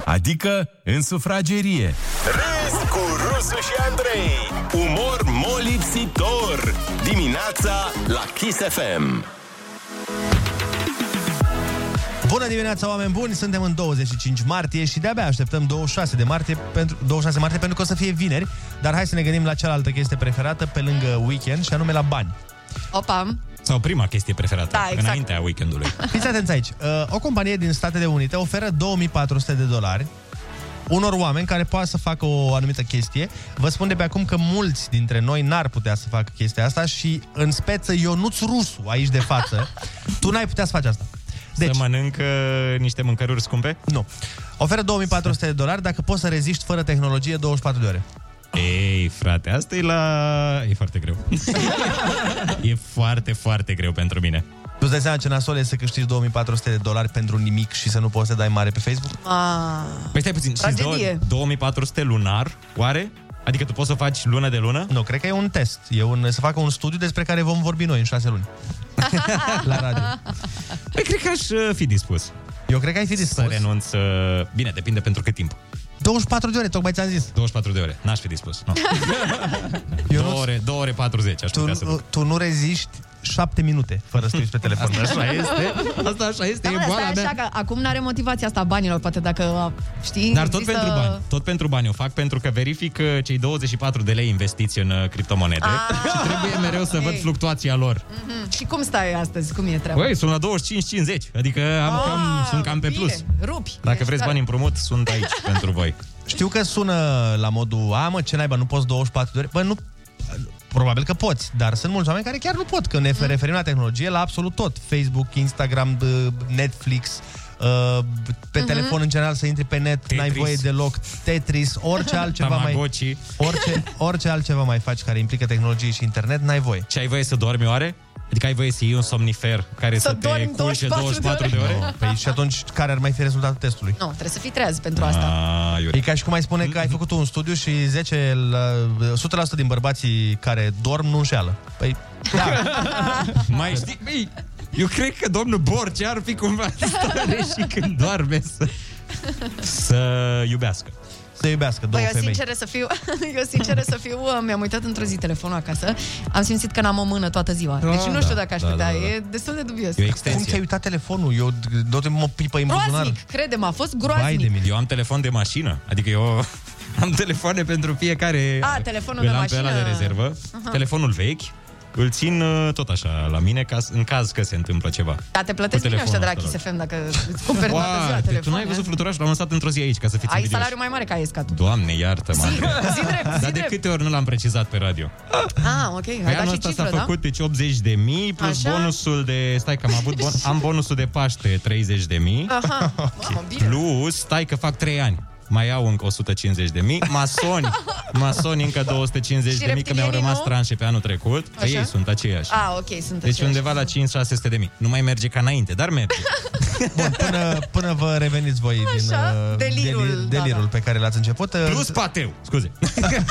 A: Adică în sufragerie. Râs cu Rusu și Andrei. Umor molipsitor. Dimineața la Kiss FM.
E: Bună dimineața, oameni buni! Suntem în 25 martie și de-abia așteptăm 26 de martie pentru, 26 martie pentru că o să fie vineri, dar hai să ne gândim la cealaltă chestie preferată pe lângă weekend și anume la bani.
I: Opa!
F: Sau prima chestie preferată,
I: Da, exact.
F: înaintea weekendului.
E: Fiți atenți aici. Uh, O companie din Statele Unite oferă 2400 de dolari unor oameni care poate să facă o anumită chestie. Vă spun de pe acum că mulți dintre noi n-ar putea să facă chestia asta și în speță Ionuț Rusu aici de
F: <laughs>
E: față. tu n-ai putea să faci asta.
F: Deci, să mănâncă niște mâncăruri scumpe?
E: Nu. Oferă 2400 de dolari dacă poți să reziști fără tehnologie 24 de ore.
F: Ei, frate, asta e la... E foarte greu. e foarte, foarte greu pentru mine.
E: Tu îți dai seama ce nasol e să câștigi 2400 de dolari pentru nimic și să nu poți să dai mare pe Facebook?
I: A,
F: Păi stai puțin, și
I: Tragedie.
F: 2400 lunar, oare? Adică tu poți să o faci lună de lună?
E: Nu, cred că e un test. E un, să facă un studiu despre care vom vorbi noi în șase luni. La radio.
F: Păi cred că aș uh, fi dispus.
E: Eu cred că ai fi
F: dispus. Să renunț... uh, Bine, depinde pentru cât timp.
E: 24 de ore, tocmai ți-am zis.
F: 24 de ore. N-aș fi dispus.
E: <laughs>
F: Nu. două, ore, două ore 40 aș putea să
E: Tu, tu nu reziști șapte minute fără să te uiți pe telefon.
F: Asta este. Asta așa este,
I: da, mă,
F: e
I: dar
F: boala
I: stai
F: mea.
I: așa, că acum nu are motivația asta a banilor, poate dacă, a, știi,
F: Dar tot
I: există-
F: pentru bani. Tot pentru bani o fac pentru că verific uh, cei 24 de lei investiți în uh, criptomonede și trebuie mereu să văd
I: Ah. ok.
F: fluctuația lor.
I: Mhm. Și cum stai astăzi? Cum e treaba?
F: Băi, sunt la 25-50, adică am
I: Ah,
F: cam, sunt cam pe
I: bine,
F: plus.
I: Rupi.
F: Dacă
I: Ești
F: vreți
I: tare.
F: bani împrumut, sunt aici pentru voi.
E: Știu că sună la modul, a, mă, ce naiba, nu poți 24 de ore. Bă, nu, probabil că poți, dar sunt mulți oameni care chiar nu pot, că ne referim la tehnologie, la absolut tot. Facebook, Instagram, b- Netflix, uh, pe
F: Mhm.
E: telefon în general să intri pe net, n-ai voie deloc, Tetris,
F: <laughs>
E: orice altceva mai...
F: Tamagotchi.
E: Orice, orice altceva mai faci care implică tehnologie și internet, n-ai voie.
F: Și ai voie să dormi oare? Adică ai voie să iei un somnifer care să,
I: Să
F: te
I: dormi
F: culce
I: 24
F: 24
I: de
F: de
I: ore?
F: ore?
E: No, păi și atunci care ar mai fi rezultatul testului?
I: Nu, trebuie să fii treaz
F: Ah.
I: pentru asta.
E: E ca și cum ai spune că ai făcut un studiu și 10, la- 100% din bărbații care dorm nu înșeală. Păi, da.
F: Mai știi? Ei, eu cred că domnul Borcea ar fi cumva în stare și când doarme să, să iubească.
E: Să iubească
I: Bă, eu sinceră să fiu, <laughs> eu sinceră să fiu, uh, mi-am uitat într-o zi telefonul acasă, am simțit că n-am o mână toată ziua.
E: Da,
I: Deci nu știu
E: da,
I: dacă aș
E: da,
I: putea,
E: da, da.
I: e destul de dubios.
E: Cum ți-ai uitat telefonul? Eu tot mă pipă în buzunar.
I: Groaznic, crede-mă, a fost groaznic.
F: mine. Eu am telefon de mașină, adică eu <laughs> am telefoane pentru fiecare.
I: A, telefonul
F: Îl
I: de
F: am
I: mașină.
F: Pe ăla de rezervă,
I: Aha.
F: telefonul vechi, îl țin uh, tot așa la mine ca, în caz că se întâmplă ceva.
I: Dar te plătesc
F: Cu
I: bine ăștia de la
F: telefonul
I: Kiss
E: da.
I: FM dacă îți cumperi toată ziua
F: Oarte, tu n-ai
I: telefonul. da?
F: văzut fluturașul? L-am lăsat într-o zi aici ca să fiți
I: Ai
F: invidioși.
I: salariu mai mare ca Escat.
E: <laughs>
F: Doamne, iartă-mă.
I: Zi,
E: Păi
F: Andrei.
I: zi drept, zi
F: Dar de
I: drept.
F: câte ori nu l-am precizat pe radio?
I: Ah, ok, ai
F: Păi
I: dat
F: anul
I: și
F: ăsta
I: cifră,
F: s-a
I: da?
F: făcut, deci 80 de mii, plus
I: Așa.
F: bonusul de... Stai că am avut bon...
I: <laughs>
F: am bonusul de Paște, 30 de mii.
I: Aha, mamă, bine.
F: Plus, stai că fac 3 ani. Mai au încă 150 de
I: <laughs>
F: mii. Masoni, masoni încă 250
I: Și
F: de mii, că mi-au
I: reptilienii
F: rămas
I: nu?
F: tranșe pe anul trecut. Că
I: Așa.
F: ei sunt aceiași.
I: Ah, ok, sunt
F: Deci
I: aceeași.
F: undeva la 5-600 de mii. Nu mai merge ca înainte, dar merge.
E: <laughs> Bun, până, până vă reveniți voi din
I: Așa,
E: uh,
I: delirul,
E: deli-
I: da,
E: delirul pe care l-ați început. uh,
F: Plus pateu, scuze.
E: <laughs>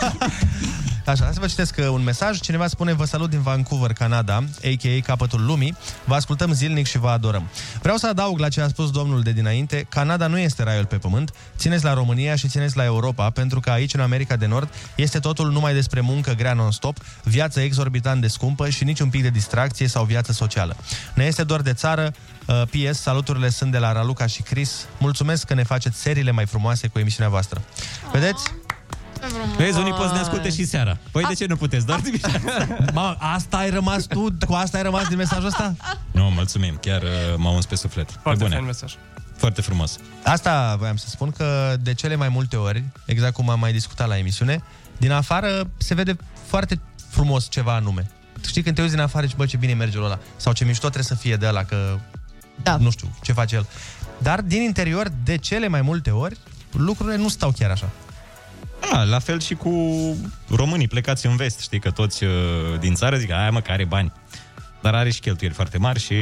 E: Așa, hai să vă citesc uh, un mesaj. Cineva spune, vă salut din Vancouver, Canada, a.k.a. capătul lumii. Vă ascultăm zilnic și vă adorăm. Vreau să adaug la ce a spus domnul de dinainte, Canada nu este raiul pe pământ. Țineți la România și țineți la Europa, pentru că aici, în America de Nord, este totul numai despre muncă grea non-stop, viață exorbitant de scumpă și niciun pic de distracție sau viață socială. Ne este doar de țară, Uh, PS, saluturile sunt de la Raluca și Chris. Mulțumesc că ne faceți seriile mai frumoase cu emisiunea voastră. Vedeți?
F: Vezi, unii pot să ne asculte și seara. Păi de ce nu puteți?
E: <laughs>
F: Doar
E: Mă, asta ai rămas tu? Cu asta ai rămas din mesajul ăsta?
F: Nu, mulțumim. Chiar uh, m-a uns pe suflet. Foarte fain
G: mesaj.
F: Foarte frumos.
E: Asta voiam să spun că de cele mai multe ori, exact cum am mai discutat la emisiune, din afară se vede foarte frumos ceva anume. Știi, când te uiți din afară și bă, ce bine merge ăla. Sau ce mișto trebuie să fie de ăla, că
I: da.
E: nu știu ce face el. Dar din interior, de cele mai multe ori, lucrurile nu stau chiar așa.
F: Da, la fel și cu românii plecați în vest, știi că toți uh, din țară zic, aia mă, că are bani. Dar are și cheltuieli foarte mari și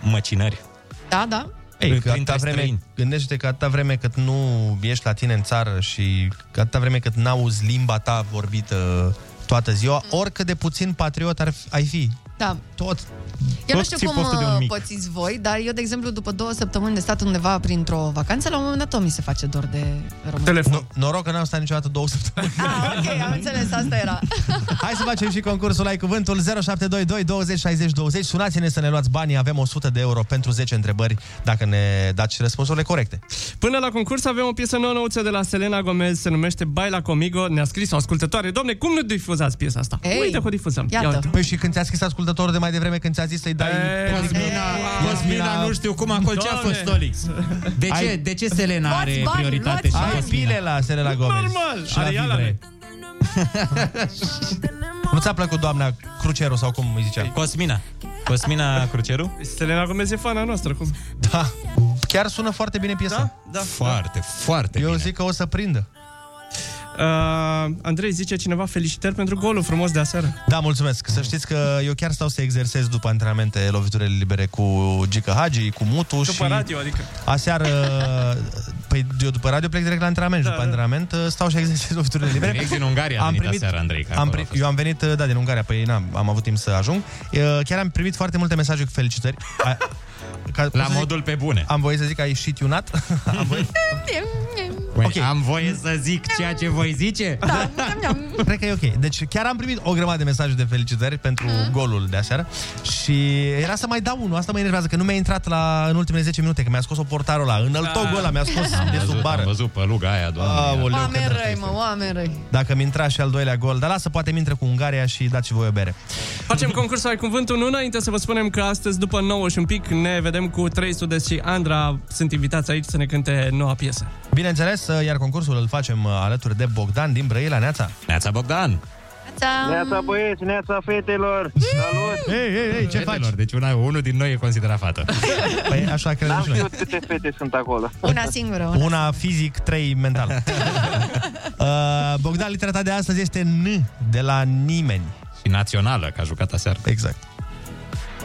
F: măcinări.
I: Da, da.
E: Ei,
F: Printre
E: că atâta vreme,
F: străini.
E: gândește că atâta vreme cât nu ești la tine în țară și că atâta vreme cât n-auzi limba ta vorbită toată ziua, oricât de puțin patriot ar fi, ai fi.
I: Da.
E: Tot.
I: Eu nu
E: Tot ții
I: știu cum
E: postul de un
I: uh,
E: mic.
I: pățiți voi, dar eu, de exemplu, după două săptămâni de stat undeva printr-o vacanță, la un moment dat tot mi se face dor de român.
E: No- noroc că n-am stat niciodată două <laughs> săptămâni.
I: Ah, ok, am înțeles, asta era.
E: Hai să facem și concursul Ai Cuvântul 0722 20 60 20. Sunați-ne să ne luați banii, avem 100 de euro pentru 10 întrebări dacă ne dați și răspunsurile corecte.
G: Până la concurs avem o piesă nouă nouță de la Selena Gomez, se numește Baila Comigo, ne-a scris o ascultătoare. Domne, cum nu difuzați piesa asta?
I: Ei,
G: Uite că o difuzăm. Ia
E: Iată.
G: uite.
E: Păi și când ți-a scris ascultătorul de mai devreme, când ți-a zis să-i dai...
G: Ei, Cosmina,
F: Cosmina, nu știu cum acolo, ce a
E: Doamne.
F: fost Olix? De ce,
E: Ai-
F: de ce Selena
E: Luați
F: are
E: bani,
F: prioritate
E: luați
F: și
E: bani. Ai
F: Cosmina?
E: bile la Selena Gomez.
G: Normal,
E: Și la
G: are ea la
E: Vibre.
F: <laughs>
G: rei.
E: Nu ți-a plăcut doamna Cruceru sau cum îi zicea?
F: Cosmina. Cosmina Cruceru?
G: Selena Gomez e fana noastră, cum?
E: Da. Chiar sună foarte bine piesa.
G: Da,
F: Foarte, foarte
E: Eu zic că o să prindă.
G: Uh, Andrei, zice cineva felicitări pentru golul frumos de aseară.
E: Da, mulțumesc. Să știți că eu chiar stau să exersez după antrenamente loviturile libere cu Gica Hagi, cu Mutu
G: După
E: și...
G: radio, adică.
E: Aseară, păi eu după radio plec direct la antrenament
G: Da,
E: și după antrenament uh, stau și exersez loviturile libere.
F: Direct din Ungaria a venit aseară, Andrei, că
E: am
F: acolo
E: pri- eu am venit, da, din Ungaria, păi n-am, am avut timp să ajung. E, Chiar am primit foarte multe mesaje cu felicitări. A, ca,
F: La
E: pot să
F: modul pe bune.
E: Am voie să zic că ai shit unat? <laughs> am voie... Păi
F: Okay. Am voie să zic ceea ce voi zice?
E: Da, <laughs> Cred că e ok. Deci chiar am primit o grămadă de mesaje de felicitări pentru
F: Mhm.
E: golul de aseară și era să mai dau unul. Asta mă enervează că nu mi-a intrat la, în ultimele 10 minute, că mi-a scos o portarul ăla. Înăltogul
I: Da.
E: ăla mi-a scos
I: Am
E: de sub
F: văzut,
E: bară.
F: am văzut păluga aia, doamne.
E: Aoleu,
I: Oameni
E: cât de
I: răi, mă, oameni răi.
E: Dacă mi intra și al doilea gol, dar lasă, poate mi intre cu Ungaria și dați și voi o bere.
G: Facem concursul Ai Cuvântul nu înainte să vă spunem că astăzi după 9 și un pic ne vedem cu 300 și Andra sunt invitați aici să ne cânte noua piesă.
E: Bineînțeles, iar concursul îl facem uh, alături de Bogdan din Brăila, Neața.
F: Neața Bogdan!
N: Neața băieți, neața fetelor! Salut!
E: Ei, ei, ei, ce faci?
F: Deci una, unul din noi e considerat fată.
E: <laughs> Păi așa credem
N: N-am
E: și noi.
N: știut câte fete sunt acolo.
I: Una singură, una.
E: Una fizic, trei
F: <laughs>
E: mental. uh, Bogdan, litera ta de astăzi este N, de la nimeni.
F: Și națională, că a jucat aseară.
E: Exact.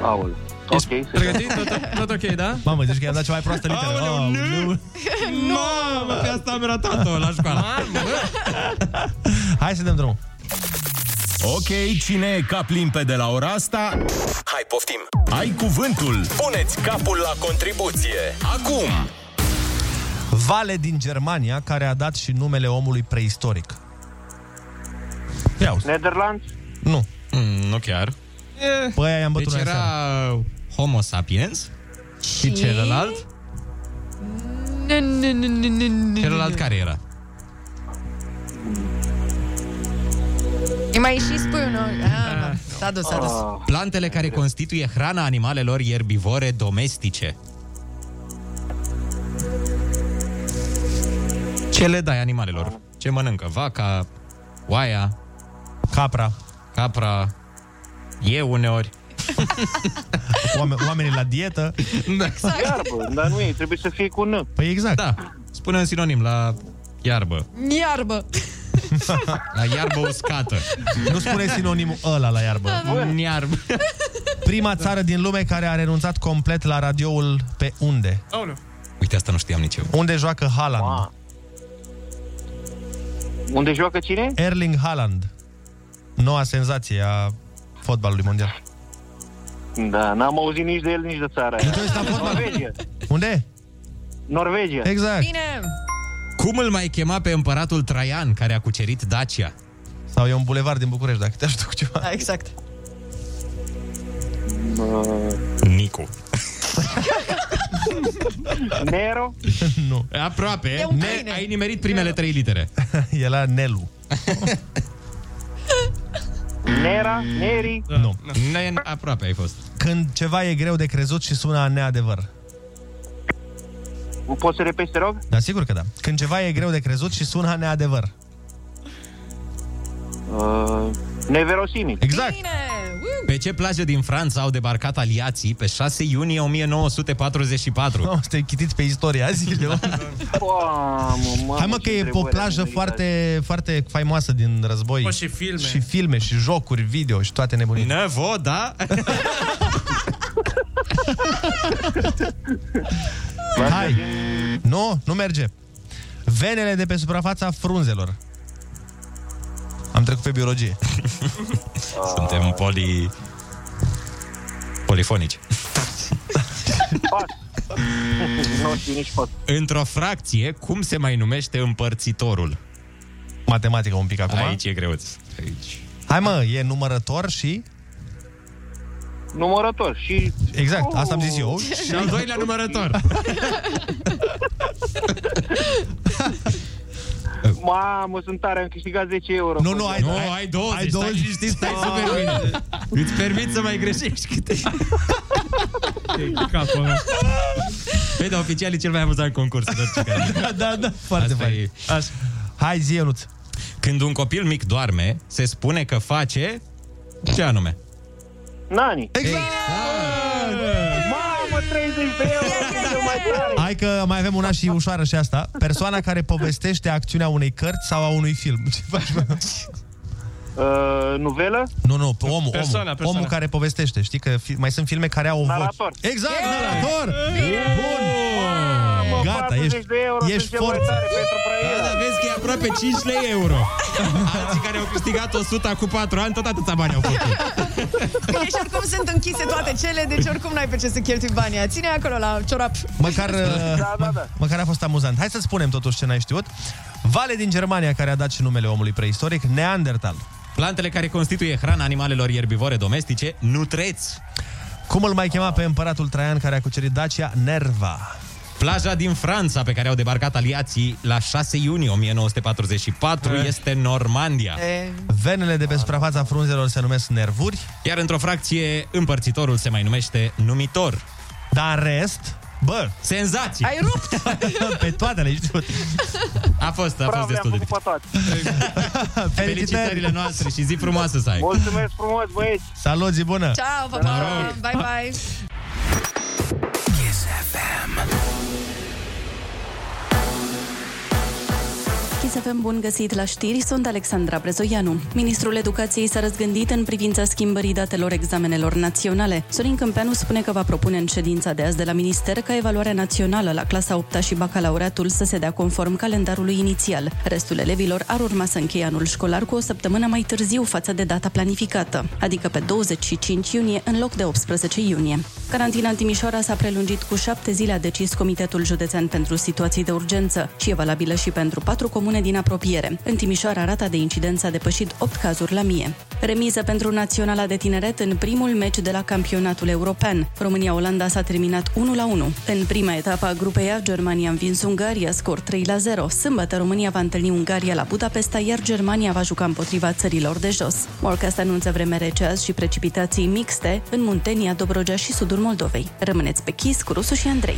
N: Aul. Ok,
G: Pregătit? Tot, tot ok, da?
E: Mamă, zici că i-am dat cea mai proastă literă. Aoleu, nu!
F: Mamă, pe asta am ratat-o la școală.
E: Hai să dăm drumul.
A: Ok, cine e cap limpede la ora asta? Hai, poftim! Ai cuvântul! Puneți capul la contribuție! Acum!
E: Vale din Germania, care a dat și numele omului preistoric. Ia uzi.
N: Netherlands?
E: Nu.
F: Mm, nu chiar.
E: Păi aia am bătut
F: deci
E: noi
F: era Homo sapiens și
I: Și?
F: celălalt?
I: Nu, nu, nu, nu, nu, nu,
F: Celălalt
I: nu.
F: care era?
I: Îi mai și spui un ah, S-a dus, s-a dus.
F: Plantele care constituie hrana animalelor ierbivore domestice. Ce le dai animalelor? Ce mănâncă? Vaca, oaia,
E: capra,
F: capra, eu
E: <laughs>
F: uneori.
E: Oameni, oamenii la dietă.
F: Da.
N: Iarbă, dar nu e, trebuie să fie cu N.
E: Păi exact.
F: Da. Spune un sinonim la
E: <laughs>
F: iarbă.
M: e? <laughs>
I: Iarbă.
F: La iarbă uscată.
E: Nu spune sinonimul ăla la iarbă.
G: da,
F: Iarbă.
E: Prima țară din lume care a renunțat complet la radioul pe unde?
G: Oh, nu.
F: Uite, asta nu știam nici eu.
E: Unde joacă Haaland? Wow.
N: Unde joacă cine?
E: Erling Haaland. Noua senzație a fotbalului mondial.
N: Da, n-am auzit nici de el, nici de țara aia. Norvegia.
E: Unde?
N: Norvegia.
E: Exact.
I: Bine.
F: Cum îl mai chema pe împăratul Traian, care a cucerit Dacia?
E: Sau e un bulevard din București, dacă te ajută cu ceva.
I: Da, exact.
F: Nicu.
N: <laughs>
E: <laughs>
N: Nero?
E: nu.
F: Aproape.
E: E un
F: Ne-
E: câine.
F: ai nimerit primele trei litere.
E: e la Nelu.
N: <laughs> Nera? Neri?
E: Nu.
F: Da, Ne- aproape ai fost.
E: Când ceva e greu de crezut și sună a neadevăr.
N: Poți să repeți, te rog?
E: Da, sigur că da. Când ceva e greu de crezut și sună a neadevăr.
N: Uh, neverosimil.
E: Exact.
F: Pe ce plajă din Franța au debarcat aliații pe 6 iunie 1944?
E: Oh, suntem chitiți pe istoria
F: Da,
E: zilei. Hai mă că e o plajă foarte, foarte faimoasă din război.
F: Bă, și filme.
E: Și filme, și jocuri, video și toate nebunii.
F: Nevo, da?
E: <laughs> Hai! Nu, nu merge. Venele de pe suprafața frunzelor. Am trecut pe biologie.
F: <laughs> Suntem poli... polifonici.
N: Nu știu nici pot.
F: Într-o fracție, cum se mai numește împărțitorul?
E: Matematică un pic acum.
F: Aici e greu. Aici.
E: Hai mă, e numărător și...
N: Numărător și...
E: Exact, asta am zis
N: Oh.
E: eu.
F: Și al doilea numărător.
N: <laughs> Mamă, sunt tare, am câștigat 10 euro.
E: Nu, nu, ai,
F: Nu, ai 20,
E: Ai
F: ai
E: 20.
F: 20. Stai, liniștit, stai super bine. Îți permit să mai greșești câte... Păi, da, oficial e cel mai amuzant concurs.
E: da, da, da, foarte
F: fain.
E: Hai, zi, Ionuț.
F: Când un copil mic doarme, se spune că face... Ce anume?
N: Nani.
E: Exact!
N: Mamă,
P: 30 de euro. Eu mai tare.
E: Hai că mai avem una și ușoară și asta. Persoana care povestește acțiunea unei cărți sau a unui film. Ce faci, bă?
O: Uh, nuvelă?
E: Nu, nu, pe omul,
O: Persoana,
E: omul,
O: persoana.
E: omul care povestește. Știi că fi, mai sunt filme care au o
O: Narator.
E: voce. Exact, narator! Bun! Gata,
P: 40
E: ești,
P: de euro,
E: ești
P: suntem mai
E: forță.
P: tare pentru
F: Da, da, vezi că e aproape 5 lei euro. Alții care au câștigat 100 cu 4 ani, tot atâta bani au făcut.
I: Deci oricum sunt închise toate cele, deci oricum n-ai pe ce să cheltui banii. Ține acolo la ciorap.
E: Măcar,
I: Da,
E: uh, mă- măcar a fost amuzant. Hai să spunem totuși ce n-ai știut. Vale din Germania, care a dat și numele omului preistoric, Neandertal.
F: Plantele care constituie hrana animalelor ierbivore domestice, nutreți.
E: Cum îl mai chema pe împăratul Traian care a cucerit Dacia? Nerva.
F: Plaja din Franța pe care au debarcat aliații la 6 iunie 1944 este Normandia.
E: Eh. Venele de pe suprafața frunzelor se numesc nervuri.
F: Iar într-o fracție, împărțitorul se mai numește numitor.
E: Dar rest, bă...
F: Senzație!
I: Ai rupt!
E: <laughs> pe toate le-ai știut.
F: A fost, a fost destul de dificil.
E: <laughs>
F: Felicitările noastre și zi frumoasă să ai!
O: Mulțumesc frumos, băieți!
E: Salut, zi bună!
I: Ciao, pa, pa. Bye,
E: <laughs>
I: bye.
J: Chisafem, bun găsit la știri, sunt Alexandra Brezoianu. Ministrul Educației s-a răzgândit în privința schimbării datelor examenelor naționale. Sorin Câmpeanu spune că va propune în ședința de azi de la minister ca evaluarea națională la clasa 8 și bacalaureatul să se dea conform calendarului inițial. Restul elevilor ar urma să încheie anul școlar cu o săptămână mai târziu față de data planificată, adică pe 25 iunie în loc de 18 iunie. Carantina în Timișoara s-a prelungit cu șapte zile, a decis Comitetul Județean pentru Situații de Urgență și e valabilă și pentru patru comune din apropiere. În Timișoara, rata de incidență a depășit 8 cazuri la mie. Remiză pentru Naționala de Tineret în primul meci de la campionatul european. România-Olanda s-a terminat 1 la 1. În prima etapă a grupei A, Germania a învins Ungaria, scor 3 la 0. Sâmbătă România va întâlni Ungaria la Budapesta, iar Germania va juca împotriva țărilor de jos. Morcast anunță vreme rece azi și precipitații mixte în Muntenia, Dobrogea și sudul Moldovei. Rămâneți pe chis cu Rusu și Andrei.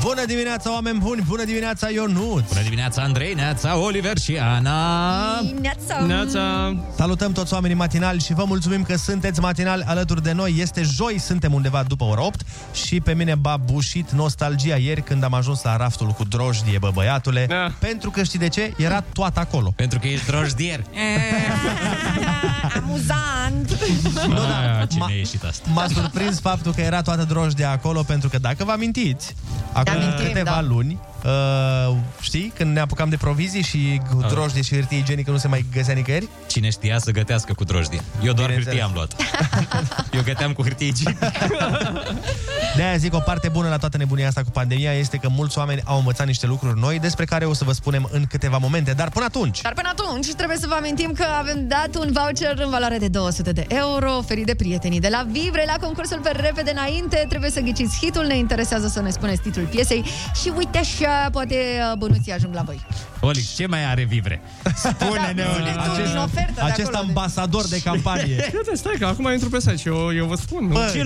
E: Bună dimineața, oameni buni! Bună dimineața, Ionuț!
F: Bună dimineața, Andrei, Neața, Oliver și Ana!
I: Neața!
E: Salutăm toți oamenii matinali și vă mulțumim că sunteți matinali alături de noi. Este joi, suntem undeva după ora 8 și pe mine b-a bușit nostalgia ieri când am ajuns la raftul cu drojdie, bă băiatule, pentru că știi de ce? Era toată acolo.
F: Pentru că ești drojdier.
I: Eh, Amuzant!
E: Nu, da,
F: Cine
E: ma-
F: a ieșit asta? Da.
E: M-a surprins faptul că era toată drojdia acolo, pentru că dacă vă amintiți, acum
I: amintim,
E: câteva
I: da.
E: luni, uh, știi, când ne apucam de provizii și cu
F: Ah.
E: drojdie și hârtie igienică nu se mai găsea nicăieri,
F: Cine știa să gătească cu drojdie? Eu doar hârtie am
E: <laughs>
F: luat. Eu găteam cu hârtie igienică.
E: De aia zic, o parte bună la toată nebunia asta cu pandemia este că mulți oameni au învățat niște lucruri noi despre care o să vă spunem în câteva momente, dar până atunci...
I: Dar până atunci trebuie să vă amintim că avem dat un voucher în valoare de 200 de euro oferit de prietenii de la Vivre la concursul pe repede înainte. Trebuie să ghiciți hitul, ne interesează să ne spuneți titlul piesei și uite așa, poate uh, bănuții ajung la voi.
F: Olic, ce mai are vivre? Spune-ne, <laughs> Olic.
I: Acest- din ofertă
G: Da,
I: de acest acolo,
E: ambasador de
G: <laughs>
E: campanie.
G: Gata, stai că acum intru pe site și eu, eu vă spun.
E: Bă, se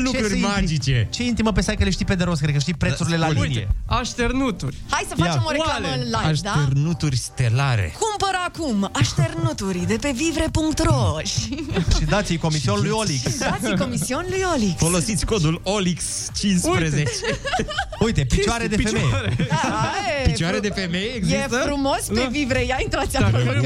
E: inti- Ce intimă pe site că le știi pe de rost, cred că știi prețurile la
G: Uite,
E: linie.
G: Așternuturi.
I: Hai să facem o reclamă în live, da?
F: Așternuturi stelare.
I: Cumpără acum așternuturi de pe
F: <laughs>
I: vivre.ro și
E: Și dați-i comision lui Olix.
I: dați comision lui Oli.
F: Folosiți codul
I: <laughs>
F: OLIX15.
E: Uite, picioare de femeie. Da,
F: Picioare de femeie există?
I: Da, E frumos pe
G: Da.
I: Vivre, ia intrați
G: Dacă
I: acolo. că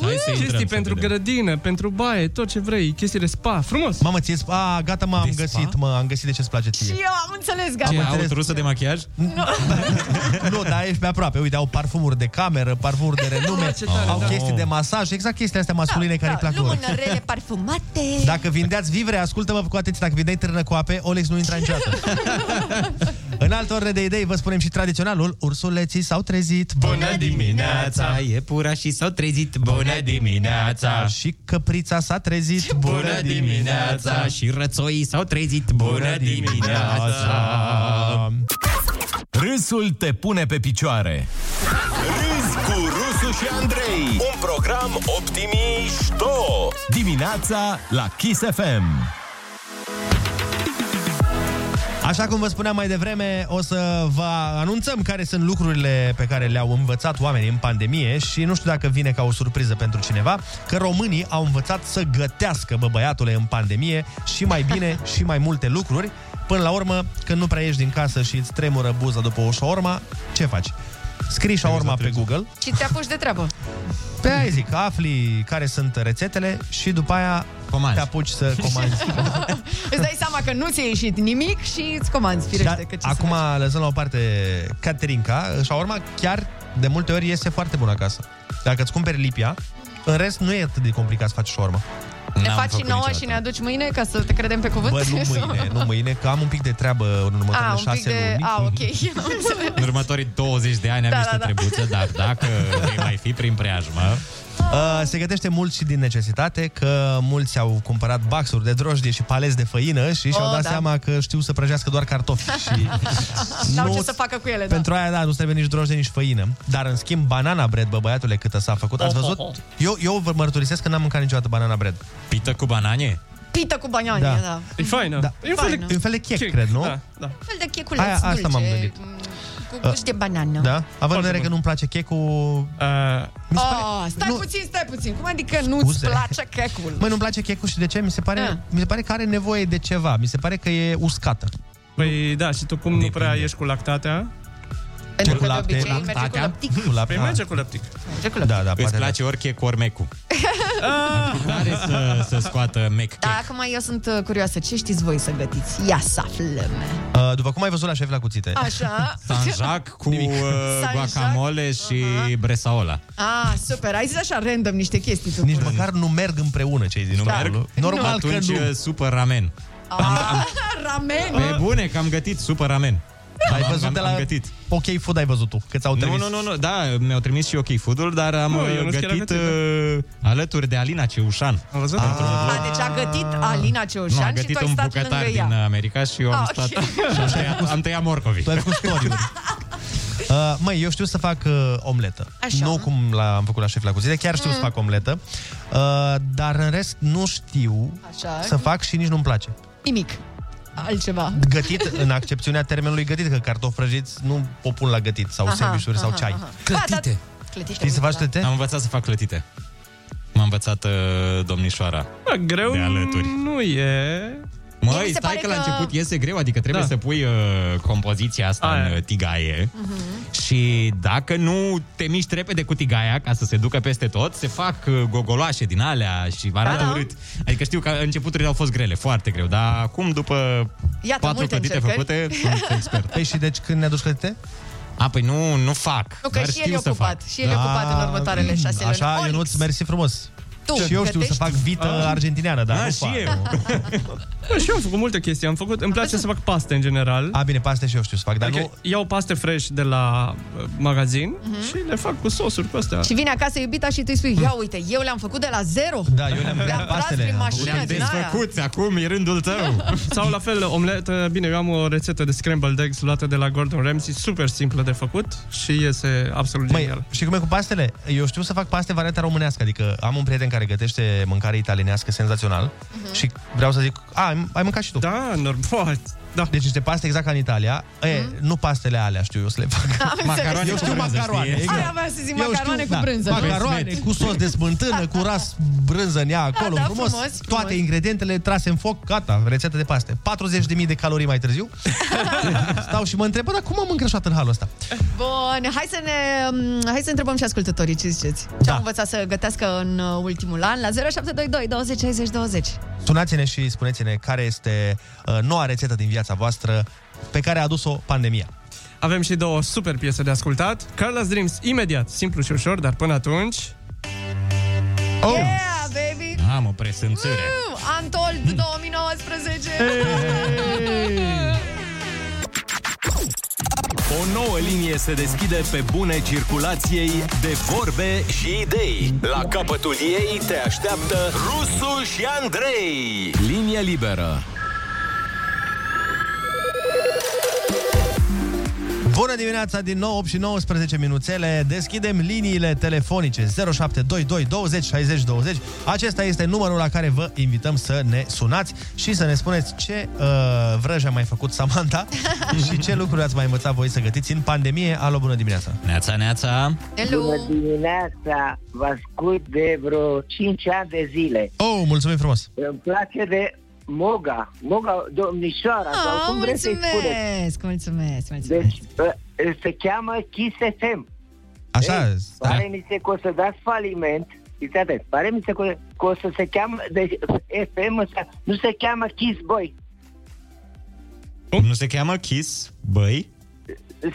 G: vrei.
I: e-
G: Chestii pentru grădină, pentru baie, tot ce vrei, chestii de spa, frumos.
E: Mamă, ție spa, gata mă, am găsit, mă, am găsit de ce-ți place ție.
I: Și eu am înțeles, gata.
F: Ce, au trusă de machiaj?
E: nu, dar ești pe aproape. Uite, au parfumuri de cameră, parfumuri de renume,
I: Ce tare,
E: au
I: da.
E: chestii de masaj, exact chestiile astea masculine care îi plac lor.
I: Lumânărele parfumate.
E: Dacă vindeați vivre, ascultă-mă cu atenție, dacă vindeai târnă cu ape, Olex nu
I: <laughs>
E: intra niciodată. În altă ordine de idei, vă spunem și tradiționalul, ursuleții s-au trezit.
F: Bună dimineața, iepurașii s-au trezit Bună dimineața
E: Și căprița s-a trezit
F: Bună dimineața Și rățoii s-au trezit Bună dimineața
A: Râsul te pune pe picioare.
Q: Râzi cu Rusu și Andrei. Un program optimișto.
A: Dimineața la Kiss FM.
E: Așa cum vă spuneam mai devreme, o să vă anunțăm care sunt lucrurile pe care le-au învățat oamenii în pandemie și nu știu dacă vine ca o surpriză pentru cineva, că românii au învățat să gătească, bă băiatule, în pandemie și mai bine și mai multe lucruri. Până la urmă, când nu prea ieși din casă și îți tremură buza după o șaorma, ce faci? Scrii șaorma pe Google,
I: Și te apuci de treabă.
E: pe aia zic, afli care sunt rețetele și după aia Comanzi. te apuci să comanzi.
I: Îți dai seama că nu ți-a ieșit nimic și îți comanzi, firește. Că ce să
E: Acum
I: faci?
E: lăsăm la o parte Caterinca, și urma chiar de multe ori iese foarte bună acasă. Dacă îți cumperi lipia, în rest nu e atât de complicat să faci șaorma.
I: ne faci și nouă și ne aduci mâine ca să te credem pe cuvânt?
E: Bă, nu
I: <laughs>
E: mâine, nu mâine, că am un pic de treabă în următoarele
I: A, un pic
E: șase
I: de...
E: luni.
I: A, ok. <laughs> am înțeles.
F: În următorii 20 de ani am
I: Da,
F: niște
I: da, da.
F: trebuțe, dar
I: <laughs>
F: dacă vei mai fi prin preajmă...
E: Uh, se gătește mult și din necesitate, că mulți au cumpărat baxuri de drojdie și paleți de făină și și-au
I: Oh,
E: dat
I: da.
E: seama că știu să prăjească doar
I: <laughs>
E: cartofi. Și
I: N-au
E: nu-
I: ce să facă cu ele, da.
E: Pentru aia, da, nu trebuie nici drojdie, nici făină. Dar, în schimb, banana bread, bă, băiatule, câtă s-a făcut. Ați
I: Oh,
E: văzut?
I: oh, oh.
E: Eu, eu vă mărturisesc că n-am mâncat niciodată banana bread. Pită cu banane?
I: Pită cu baniani,
E: Da.
I: da. da.
E: E faină. Da.
I: E un fel de-
E: E un fel de chec, cred, nu?
I: Da, Un fel de checuleț
E: Aia, asta
I: dulce, mm,
E: m-am gândit.
I: Cu gust de banană.
E: Da? Având în vedere că nu-mi place checul... Uh,
I: Oh, stai puțin, stai puțin. Cum adică nu-ți
E: Scuze.
I: place checul?
E: <laughs> Măi, nu-mi place checul și de ce? Mi se, pare,
I: Da.
E: mi se pare că are nevoie de ceva. Mi se pare că e uscată.
G: Păi da, și tu cum nu prea ești cu lactatea?
I: Pentru
E: că de lapte, obicei merge cu lactatea? lăptic. Cu lapte,
G: Păi
E: ah.
G: merge cu lăptic.
I: Da,
E: da, poate
F: Îți place ori chec, ori mecu.
E: Ah!
F: Tare să, să scoată mec.
I: Da, acum eu sunt uh, curioasă. Ce știți voi să gătiți? Ia să aflăm.
E: Uh, după cum ai văzut la șef la cuțite.
I: Așa. <laughs>
F: Sanjac cu uh,
I: Sanjac.
F: guacamole și bresaola.
I: Ah, super. Ai zis așa random niște chestii tu.
E: Nici măcar nu merg împreună, ce ai zis.
F: Nu
E: tu
F: merg?
E: acolo. Normal
F: Atunci uh,
E: că nu.
F: super ramen.
I: Ah, ramen.
F: Pe bune că am gătit super ramen.
E: Ai
F: Am-
E: văzut
F: am,
E: de la
F: am gătit.
E: OK Food ai văzut tu, că ți-au
F: Nu,
E: trimis.
F: nu, nu, nu, da, mi-au trimis și OK Food-ul, dar am
E: Nu,
F: nu,
E: Ionuț chiar a
F: gătit
E: gătit,
F: uh, alături de Alina Ceușan. Am văzut?
I: A, deci a gătit Alina
F: Nu,
I: Ceușan
F: a
I: și
F: gătit
I: tu ai
F: un
I: stat
F: bucătar
I: lângă
F: din
I: ea.
F: uh, America și eu am
I: Ah, ok.
F: stat și am
I: <laughs>
F: tăiat, am tăiat morcovi.
E: Tu ai făcut story Uh, măi, eu știu să fac uh, omletă.
I: Așa. Mm.
E: Nu cum la, am făcut la șef la cuțite, chiar știu să fac omletă. Uh, dar în rest nu știu
I: Așa.
E: să fac și nici nu-mi place.
I: Nimic. Altceva.
F: Da.
E: Gătit, în accepțiunea termenului gătit, că cartofi prăjiți nu o pun la gătit, sau
I: Aha,
E: aha, sandvișuri, sau
I: aha,
E: ceai.
I: aha. Clătite. Clătite. da.
F: Am învățat să fac clătite. M-a învățat uh, domnișoara.
G: Bă, greu
F: De alături.
G: nu e...
I: Mie mi
F: Măi,
I: se
F: stai
I: pare
F: că, la
I: că-
F: început iese greu, adică trebuie
G: Da.
F: să pui uh, compoziția asta în uh, tigaie.
I: Mhm.
F: Și dacă nu te miști repede cu tigaia ca să se ducă peste tot, se fac uh, gogoloașe din alea și vă arată
I: Da.
F: urât. Adică știu că începuturile au fost grele, foarte greu, dar acum după
I: Iată,
F: patru
I: multe
F: clătite
I: încercări.
F: făcute, sunt
I: <laughs>
F: expert.
E: Păi și deci când ne aduci clătite?
F: A, păi nu, nu fac.
I: Nu, că
F: dar
I: și el
F: știu
I: e
F: să
I: ocupat.
F: fac. Da.
I: Și el e ocupat în următoarele șase luni.
E: Așa,
I: Olix.
E: Ionuț, mersi frumos.
I: Tu
E: și eu știu
I: gătești?
E: să fac vită
G: Ah.
E: argentiniană, dar
G: Ah,
E: nu
G: și
E: fac.
G: eu. Bă, și eu am făcut multe chestii. Am făcut, îmi place să fac paste în general.
E: A, bine, paste și eu știu să fac, dar
G: Adică
E: nu...
G: Iau paste fresh de la uh, magazin
E: Mhm.
G: și le fac cu sosuri pe astea.
I: Și vine acasă iubita și tu îi spui, ia uite, eu le-am făcut de la zero.
E: Da, eu le-am
I: Le-am tras prin mașină din aia.
F: acum e rândul tău.
G: <laughs> Sau la fel, omletă, bine, eu am o rețetă de scrambled eggs luată de la Gordon Ramsay, super simplă de făcut și iese absolut genial.
E: Și cum e cu pastele? Eu știu să fac paste varianta românească, adică am un prieten care gătește mâncare italienească senzațional și vreau să zic, a, ai- ai mâncat și tu.
G: Da, normal. Da.
E: Deci niște paste exact ca în Italia. E, nu pastele alea știu eu să le fac.
I: Mhm. Am înțeles.
E: eu știu macaroane. exact.
I: Aia vreau să zic
E: Eu știu,
I: macaroane cu
E: da,
I: brânză.
E: Macaroane cu sos de smântână, cu ras brânză în ea acolo,
I: da,
E: frumos,
I: frumos, frumos.
E: Toate ingredientele trase în foc, gata, rețetă de paste. 40.000 de calorii mai
G: <laughs>
E: târziu. Stau și mă întreb, "Bă, dar cum am îngrășat în halul ăsta?
I: Bun, hai să ne m, hai să întrebăm și ascultătorii ce ziceți. Ce
F: Da.
I: au învățat să gătească în uh, ultimul an la 0722 20 60 20.
E: Sunați-ne și spuneți-ne care este uh, noua rețetă din viața voastră pe care a adus-o pandemia.
G: Avem și două super piese de ascultat. Carla's Dreams imediat, simplu și ușor, dar până atunci...
F: Oh.
I: Yeah, baby!
F: Am o presânțire.
I: Woo!
F: Mm.
I: Antold 2019!
A: O nouă linie se deschide pe bune circulației de vorbe și idei. La capătul ei te așteaptă Rusu și Andrei. Linie liberă.
E: Bună dimineața din nou, 8 și 19 minuțele. Deschidem liniile telefonice 0722 20 60 20. Acesta este numărul la care vă invităm să ne sunați și să ne spuneți ce uh, vrăj a mai făcut Samantha și ce lucruri ați mai învățat voi să gătiți în pandemie. Alo, bună dimineața!
R: Neața, neața!
S: Hello. Bună dimineața, vă ascult de vreo 5 ani de zile.
E: Oh, mulțumim frumos!
S: Îmi place de Moga, Moga domnișoara,
I: Ah,
S: sau cum vreți să-i spuneți.
I: mulțumesc, mulțumesc, mulțumesc.
S: Deci, uh, se cheamă Kiss FM.
E: Așa,
S: Pare mi se că o să dați faliment. Fiți atenți. Pare mi se că, că o să se cheamă... Deci, FM ăsta nu se cheamă Kiss Boy.
R: Nu se cheamă Kiss, băi?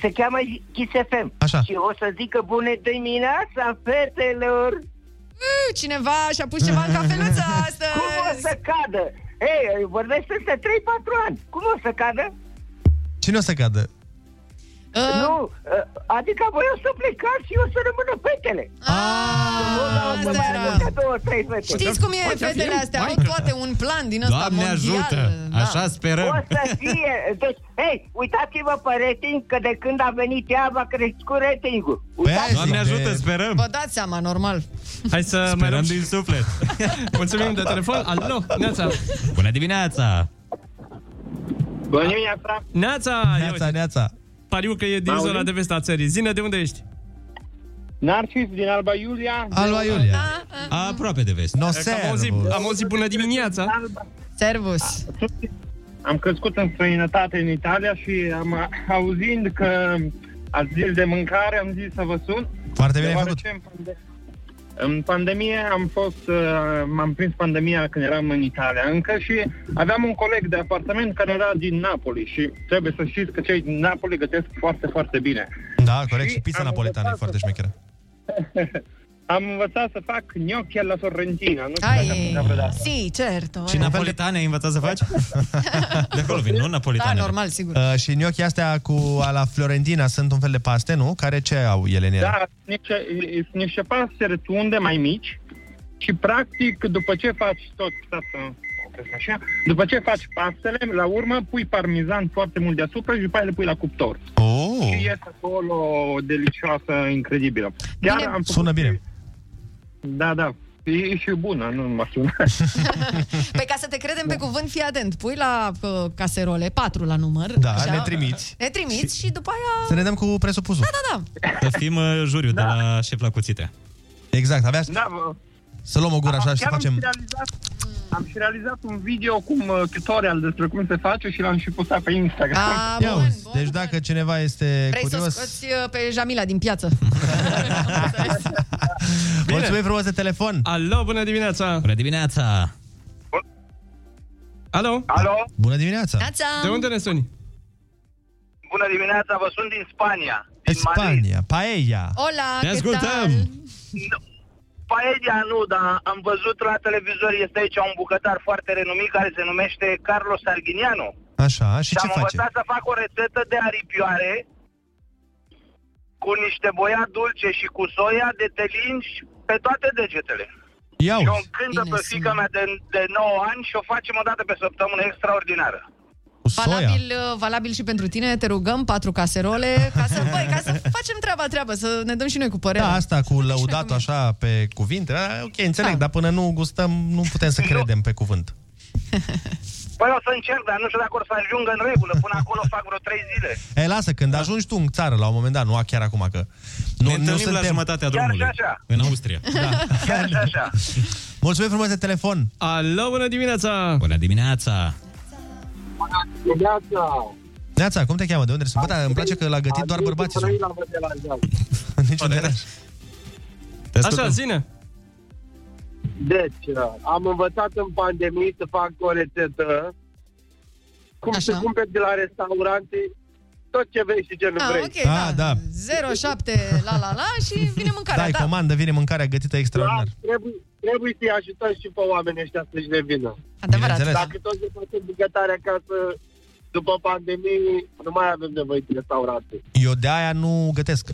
S: Se cheamă Kiss FM.
R: Așa.
S: Și o să zică bună dimineața, fetelor!
I: Mm, Cineva și-a pus ceva în
S: <laughs>
I: cafeluță astăzi!
S: Cum o să cadă? Ei, vorbesc peste 3-4 ani. Cum o să cadă?
E: Cine o să cadă?
I: Uh.
S: Nu, uh, adică voi o să plecați și o să rămână fetele. Ah,
I: asta era.
S: Două, trei fete.
I: Știți cum e fetele astea? Au toate un plan din ăsta
R: Doamne
I: mondial.
R: ajută! Așa sperăm.
S: O să fie. Deci, hei, uitați-vă pe rating, că de când a venit ea, a crescut ratingul. Uitați-vă.
R: Doamne ajută, sperăm!
I: Vă dați seama, normal.
G: Hai să
R: Sperăm
G: mai luăm
R: din suflet.
G: <laughs>
E: Da,
G: Mulțumim de telefon. Alo, Neața.
R: Bună dimineața!
G: Bună dimineața. Neața. Neața,
E: Neața.
G: Pariu că e din
E: M-auzim?
G: zona de vest a țării. Zine de unde ești?
P: Narcis din Alba Iulia.
E: Alba Iulia.
R: Aproape de vest.
E: No,
G: am, auzit, am auzit bună dimineața.
I: Servus.
P: Am crescut în străinătate în Italia și am auzind că ați zis de mâncare, am zis să vă sun.
E: Foarte bine ai Mm.
P: Deoarece În, pande- în pandemie am fost, uh, m-am prins pandemia când eram în Italia încă și aveam un coleg de apartament care era din Napoli și trebuie să știți că cei din Napoli gătesc foarte, foarte bine.
E: Da, corect, și pizza napoletană e foarte șmecheră.
P: <laughs> Am învățat să fac gnocchi alla sorrentina. Nu știu dacă ați
I: Ai,
P: făcut vreodată.
I: si, certo.
R: Și napolitane ai învățat să
E: <laughs>
R: faci? De acolo vin, nu? Napolitane.
I: Da, normal, sigur.
E: Uh, și gnocchi astea cu ala Florentina sunt un fel de paste, nu? Care ce au ele în ele?
P: Da, niște, niște paste retunde mai mici și practic după ce faci tot, stați să opresc așa, după ce faci pastele, la urmă pui parmizan foarte mult deasupra și după aia le pui la cuptor.
E: Oh.
P: Și iese acolo delicioasă, incredibilă.
I: Bine.
E: Sună bine.
P: Da, da. E și bună, nu mă sună.
E: <laughs>
I: Pe Păi ca să te credem pe cuvânt, fii atent. Pui la uh, caserole, patru la număr.
E: Da, ne trimiți.
I: Ne trimiți și după aia...
E: Să ne dăm cu presupusul. Da.
I: Da, da, da.
R: Să fim uh, juriu de la șef la cuțite.
E: Exact, avea
P: Da, vă-
E: să luăm o gură așa și să
P: Chiar Am
E: facem...
P: și, realizat, am și realizat un video cum uh, tutorial despre cum se face și l-am și postat pe Instagram.
I: A,
E: Ia uzi, deci dacă cineva este
I: Vrei să o
E: curios...
I: scoți uh, pe Jamila din piață.
E: Mulțumim frumos de telefon!
G: Alo, bună dimineața!
R: Bună dimineața!
G: Alo?
T: Alo?
E: Bună dimineața!
G: De unde ne suni?
T: Bună dimineața, vă sunt din Spania.
E: Din Spania, Paella!
I: Hola,
E: Te
T: ¿qué
E: ascultăm!
T: tal? Nu, Paella nu, dar am văzut la televizor, este aici un bucătar foarte renumit care se numește Carlos Sarghinianu.
E: Așa, și ce
T: am
E: face?
T: învățat să fac o rețetă de aripioare cu niște boia dulce și cu soia de telinci pe toate degetele.
E: Ia
T: Și o
E: uzi,
T: cântă pe fica mea de, de 9 ani și o facem o dată pe săptămână extraordinară.
I: Valabil, uh, valabil și pentru tine, te rugăm, patru caserole, ca să, băi, ca să
E: <laughs>
I: facem treaba, treabă, să ne dăm și noi cu părere.
E: da, asta cu lăudatul așa pe cuvinte, a, ok, înțeleg,
I: Da.
E: dar până nu gustăm, nu putem să credem pe cuvânt.
T: Păi o să încerc, dar nu știu dacă o să ajungă în regulă. Până acolo fac vreo 3 zile.
E: E, lasă, când ajungi tu în țară la un moment dat, nu a chiar acum, că... Nu, Da.
R: Ne întâlnim la jumătatea drumului.
T: Chiar și așa.
R: În Austria.
T: <laughs> Chiar și așa.
E: Mulțumim frumos de telefon!
G: Alo, bună dimineața!
R: Bună dimineața!
O: Dimineața!
E: Neața, cum te cheamă? De unde ești? Bă, da, îmi place că l-a gătit
P: Adică
E: doar bărbații. sunt. <laughs> Deci Niciun deraj.
G: Așa, zine!
O: Deci, uh, am învățat în pandemie să fac o rețetă cum să cumperi de la restaurante tot ce vrei și ce nu
I: Ah,
O: vrei.
I: ok, da.
E: da.
I: 07 la la la și vine mâncarea,
E: Dai,
I: da.
E: comandă, vine mâncarea
T: Da.
E: gătită extraordinar.
O: Trebuie, trebuie să-i ajutăm și pe oamenii ăștia să-și revină.
I: Adevărat.
E: Bineînțeles.
O: Dacă toți ne facem bucătare acasă, după pandemie, nu mai avem nevoie de restaurante.
E: Eu de aia nu gătesc.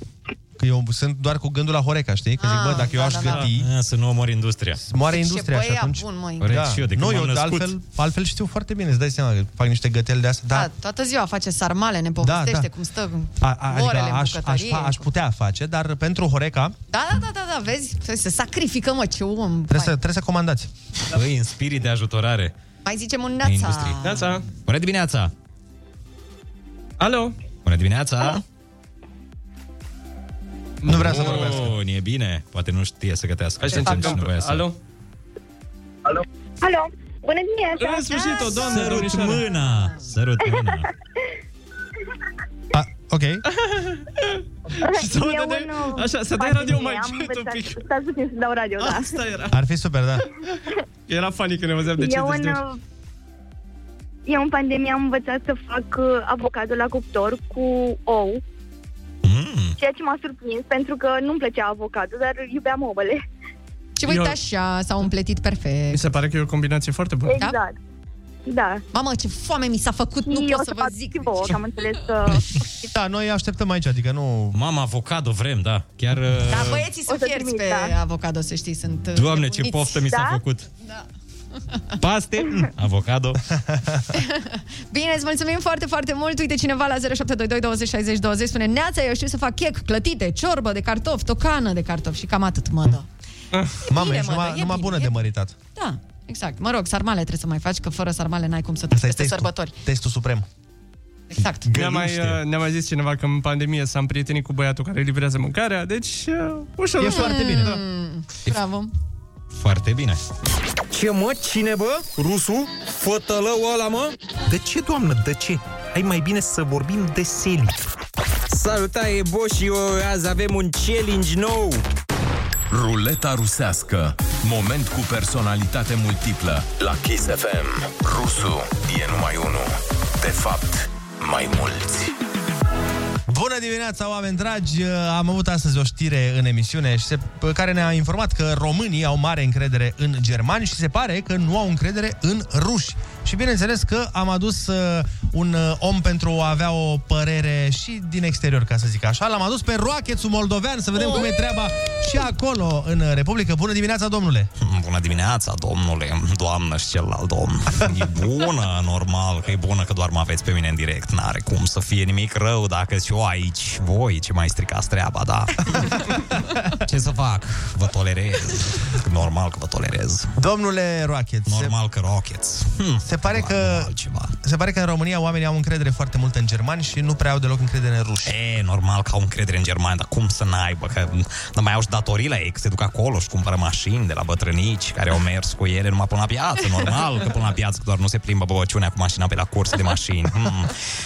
E: Că eu sunt doar cu gândul la Horeca, știi? Că zic,
I: Ah,
E: bă, dacă eu
I: da,
E: aș
I: da, da.
E: găti...
F: Să nu omori industria.
E: Moare
I: Ce
E: industria și
I: băiat
E: atunci... Da.
I: bun, măi.
F: Corect, și eu, de
E: nu,
F: când
E: eu
F: m-am
E: de
F: născut.
E: altfel, altfel știu foarte bine, îți dai seama că fac niște gătele de astea, da,
I: Da, toată ziua face sarmale, ne povestește
E: Da, da.
I: cum stă
E: a, a, adică
I: orele
E: aș,
I: în
E: aș,
I: bucătărie.
E: fa- aș putea face, dar pentru Horeca
I: Da, da, da, da, da, vezi? Trebuie să sacrifică, mă, ce om.
E: trebuie să, trebuie să comandați.
P: Da.
R: Păi,
F: Băi, în spirit de ajutorare.
I: Mai zicem un
F: în
I: neața.
F: industrie. Neața. Bună dimineața! Alo! Bună dimineața!
E: Nu vrea
F: să vorbească. e bine. Poate nu știe să gătească.
G: Hai să
F: Poate
G: încercăm.
F: nici nu voia să-
G: Alo?
S: Alo, bună dimineața!
G: În sfârșit, o doamnă,
F: Sărut
G: domnișoară.
S: <laughs>
F: mâna! Sărut mâna!
E: Ok?
G: să mă
S: Eu
G: dădeai-
S: în,
G: așa, să dai
S: pandemie
G: radio mai
S: am
G: încet un
S: învățat-
G: pic.
S: Stați puțin să dau radio, da.
G: Asta era.
E: Ar fi super, da.
G: Era funny când ne văzeam de ce
S: eu, în, uh,
G: te
S: eu în pandemie am învățat să fac uh, avocado la cuptor cu ou. Ceea ce m-a surprins, pentru că nu-mi plăcea avocado, dar iubeam ouăle. <laughs>
I: Și uite așa, s-au împletit perfect.
G: Mi se pare că e o combinație foarte bună.
I: Exact.
S: Da.
I: Mamă, ce foame mi s-a făcut, nu pot să vă zic. Și vouă,
S: că am înțeles
I: <laughs>
S: că...
E: <laughs> Da, noi așteptăm aici, adică nu...
F: Mama, avocado vrem, da. Chiar...
I: Da,
F: uh,
I: băieții sunt fierți pe
S: da.
I: avocado, să știi, sunt uh,
F: Doamne,
I: nebuniți.
F: ce poftă mi s-a
E: da?
F: făcut. Paste, mm,
E: <laughs>
F: avocado.
I: Bine, îți mulțumim foarte, foarte mult. Uite, cineva la 0722 20 60 20 spune Neața, eu știu să fac chec, clătite, ciorbă de cartofi, tocană de cartofi și cam atât, mă, da.
E: Mamă,
I: bine,
E: ești
I: mă,
E: numai,
I: da, e bine,
E: numai bună
I: e
E: de măritat.
I: Da, exact. Mă rog, sarmale trebuie să mai faci, că fără sarmale n-ai cum să treci peste sărbători.
E: Testul suprem.
I: Exact.
G: Ne-a mai, uh, ne-a mai zis cineva că în pandemie s-am prietenit cu băiatul care livrează mâncarea, deci uh, ușor. ușor. Da.
I: Mm, Bravo.
F: Foarte bine.
P: Ce mă? Cine bă? Rusu? Fătălău ăla mă? De ce, doamnă, de ce? Hai mai bine să vorbim de seli. Salutare, Bo și eu, azi avem un challenge nou.
U: Ruleta rusească. Moment cu personalitate multiplă. La Kiss FM. Rusu e numai unul. De fapt, mai mulți.
E: Bună dimineața, oameni dragi! Uh, Am avut astăzi o știre în emisiune și se, uh, care ne-a informat că românii au mare încredere în germani și se pare că nu au încredere în ruși. Și bineînțeles că am adus uh, un uh, om pentru a avea o părere și din exterior, ca să zic așa. L-am adus pe roachețul moldovean să vedem cum e treaba și acolo, în Republică. Bună dimineața, domnule!
F: Bună dimineața, domnule, doamnă și celălalt domn. E bună, <laughs> normal, că e bună că doar mă aveți pe mine în direct. N-are cum să fie nimic rău dacă și eu aici. Voi ce mai stricați treaba, da? <laughs> ce să fac? Vă tolerez. Normal că vă tolerez.
E: Domnule Roachet,
F: Normal că Rockets.
E: se pare că se pare că în România oamenii au încredere foarte mult în germani și nu prea au deloc încredere în ruși.
F: E, normal că au încredere în germani, dar cum să n-aibă? Că dar mai au și datorii la ei, că se duc acolo și cumpără mașini de la bătrânici care au mers cu ele numai până la piață. Normal că până la piață că doar nu se plimbă băbăciunea cu mașina pe la curse de mașini. Hmm.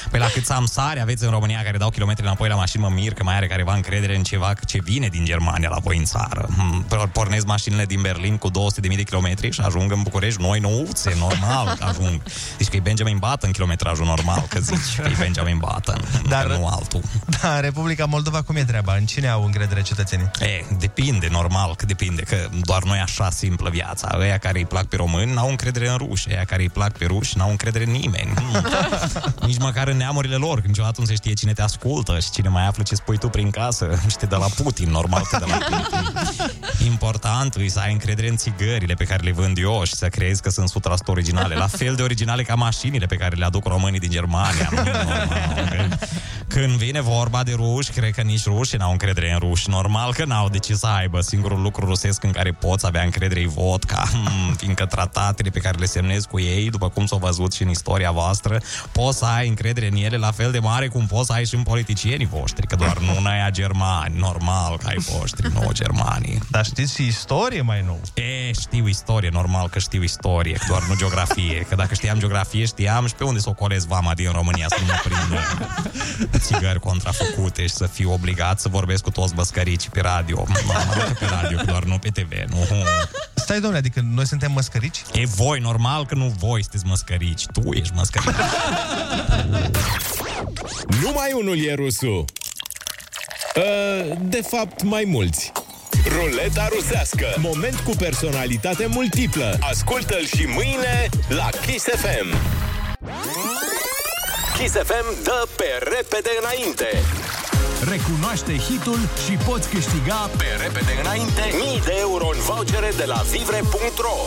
F: Păi la câți amsari aveți în România care dau kilometri înapoi la mașini, mă mir că mai are careva încredere în ceva ce vine din Germania la voi în țară. Hmm. Por- Pornesc mașinile din Berlin cu 200.000 de kilometri și ajung în București noi nouțe,
E: <laughs>
F: normal că ajung. Deci că e Benjamin Button kilometrajul normal, că zici că e Benjamin
E: <laughs>
F: Button, Dar... nu altul.
E: Da, în Republica Moldova cum e treaba? În cine au încredere cetățenii?
F: E, depinde, normal că depinde, că doar noi așa simplă viața. Ăia care îi plac pe români n-au încredere în ruși, ăia care îi plac pe ruși n-au încredere în nimeni. Mm. <laughs> Nici măcar în neamurile lor, că niciodată nu se știe cine te ascultă și cine mai află ce spui tu prin casă. <laughs> Și te de la Putin, normal că de la Putin. Important e să ai încredere în țigările pe care le vând eu și să crezi că sunt 100% originale. La fel de originale ca mașinile pe care le aduc românii din Germania. Mm, normal, că- Când vine vorba de ruși, cred că nici rușii n-au încredere în ruși. Normal că n-au de ce să aibă. Singurul lucru rusesc în care poți avea încredere e vodka, Mm, fiindcă tratatele pe care le semnezi cu ei, după cum s-au văzut și în istoria voastră, poți să ai încredere în ele la fel de mare cum poți să ai și în politicienii voștri, că doar nu în aia germani. Normal că ai voștri, nu germanii.
E: Dar știți și istorie mai nou.
F: E, știu istorie, normal că știu istorie, doar nu geografie. Că dacă știam geografie, știam și pe unde să o colez vama din România să nu mă prind țigări contrafăcute și să fiu obligat să vorbesc cu toți băscăricii pe radio. Normal, pe radio, că doar nu pe TV, nu.
E: Stai, domnule, adică noi suntem măscărici?
F: E voi, normal că nu voi sunteți măscărici, tu ești măscărici.
A: Numai unul e rusul. Uh, De fapt, mai mulți. Ruleta rusească. Moment cu personalitate multiplă. Ascultă-l și mâine la Kiss FM. Kiss FM dă pe repede înainte. Recunoaște hitul și poți câștiga pe repede înainte mii de euro în vouchere de la vivre.ro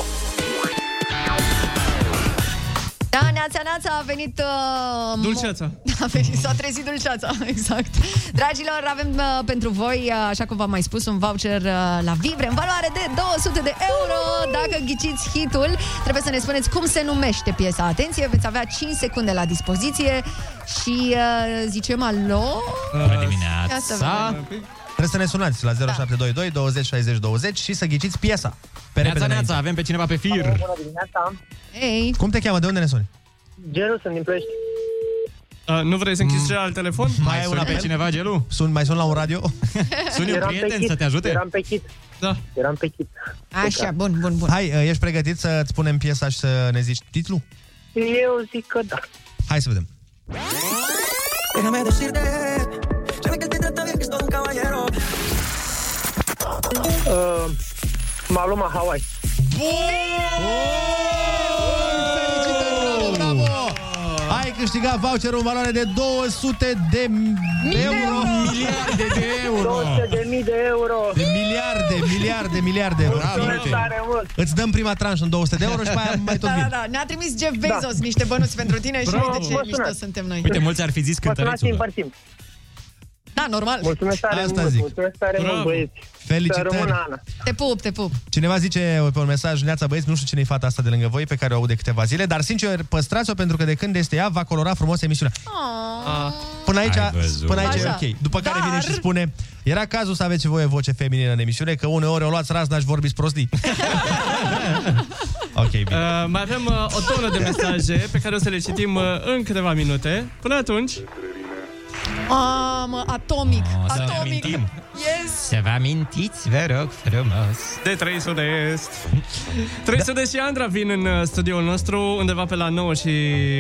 I: Da, Neața Neața a venit... Uh,
G: Dulceața.
I: <laughs> A venit, s-a trezit dulceața, <laughs> exact. Dragilor, avem uh, pentru voi, uh, așa cum v-am mai spus, un voucher uh, la Vibre în valoare de 200 de euro. Dacă ghiciți hitul, trebuie să ne spuneți cum se numește piesa. Atenție, veți avea 5 secunde la dispoziție și uh, zicem alo...
F: Bună
I: Ia să vedem
F: dimineața!
I: un pic.
E: uh, Trebuie să ne sunați la 0722 20 60 20 și să ghiciți piesa. Pe
F: Neața,
E: repede
F: neața,
E: avem pe cineva pe
F: fir.
B: Bună dimineața!
I: Hey.
E: Cum te cheamă? De unde ne suni?
B: Geru, sunt din Ploiești.
G: Uh, nu vrei să închizi celălalt telefon?
E: Mm. Mai ai una pe cineva, Gelu? Sun, mai sun la un radio?
B: Eram pe chit, Eram pe chit.
G: Da.
B: Eram pe chit.
I: Așa, bun, bun, bun.
E: Hai, uh, ești pregătit să-ți punem piesa și să ne zici titlul?
B: Eu zic că da.
E: Hai să vedem.
M: Déjame decirte, sabe que él te trata bien, que es todo un caballero.
B: Uh, Maluma Hawaii.
E: Felicitări, bravo, bravo! Ai câștigat voucherul în valoare de 200 de euro. Miliarde de euro.
B: 200 de mii de euro.
E: De miliarde, miliarde, miliarde.
B: Mulțumesc tare mult.
E: Îți dăm prima tranșă în 200 de euro și mai aia mai tot
I: Da, da,
E: vin.
I: da, ne-a trimis Jeff Bezos da. niște bănuți pentru tine și
E: Bravo.
I: uite ce
E: Vă
I: mișto suntem noi.
F: Uite, mulți ar fi zis cântărețul.
B: împărțim.
I: Da, normal.
B: Mulțumesc tare
E: Asta
B: mult,
E: zic.
B: mulțumesc tare mult,
E: Bravo.
B: băieți.
E: Felicitări.
B: Să rămână Ana.
I: Te pup, te pup.
E: Cineva zice pe un mesaj, Neața băieți, nu știu cine e fata asta de lângă voi, pe care o aud de câteva zile, dar sincer, păstrați-o pentru că de când este ea, va colora frumos emisiunea.
G: Ah.
E: Până aici,
F: Ai văzut.
E: până aici e
F: Așa.
E: ok. După care vine și spune, era cazul să aveți voie voce feminină în emisiune, că uneori o luați razna și vorbiți prostii. ok, bine.
G: Uh, mai avem uh, o tonă de mesaje pe care o să le citim uh, în câteva minute. Până atunci,
I: Mamă, atomic,
F: să ne
I: atomic.
F: amintim.
I: Yes.
F: Să vă amintiți, vă rog frumos.
G: de 300 de est. 300 de și Andra vin în uh, studioul nostru undeva pe la 9 și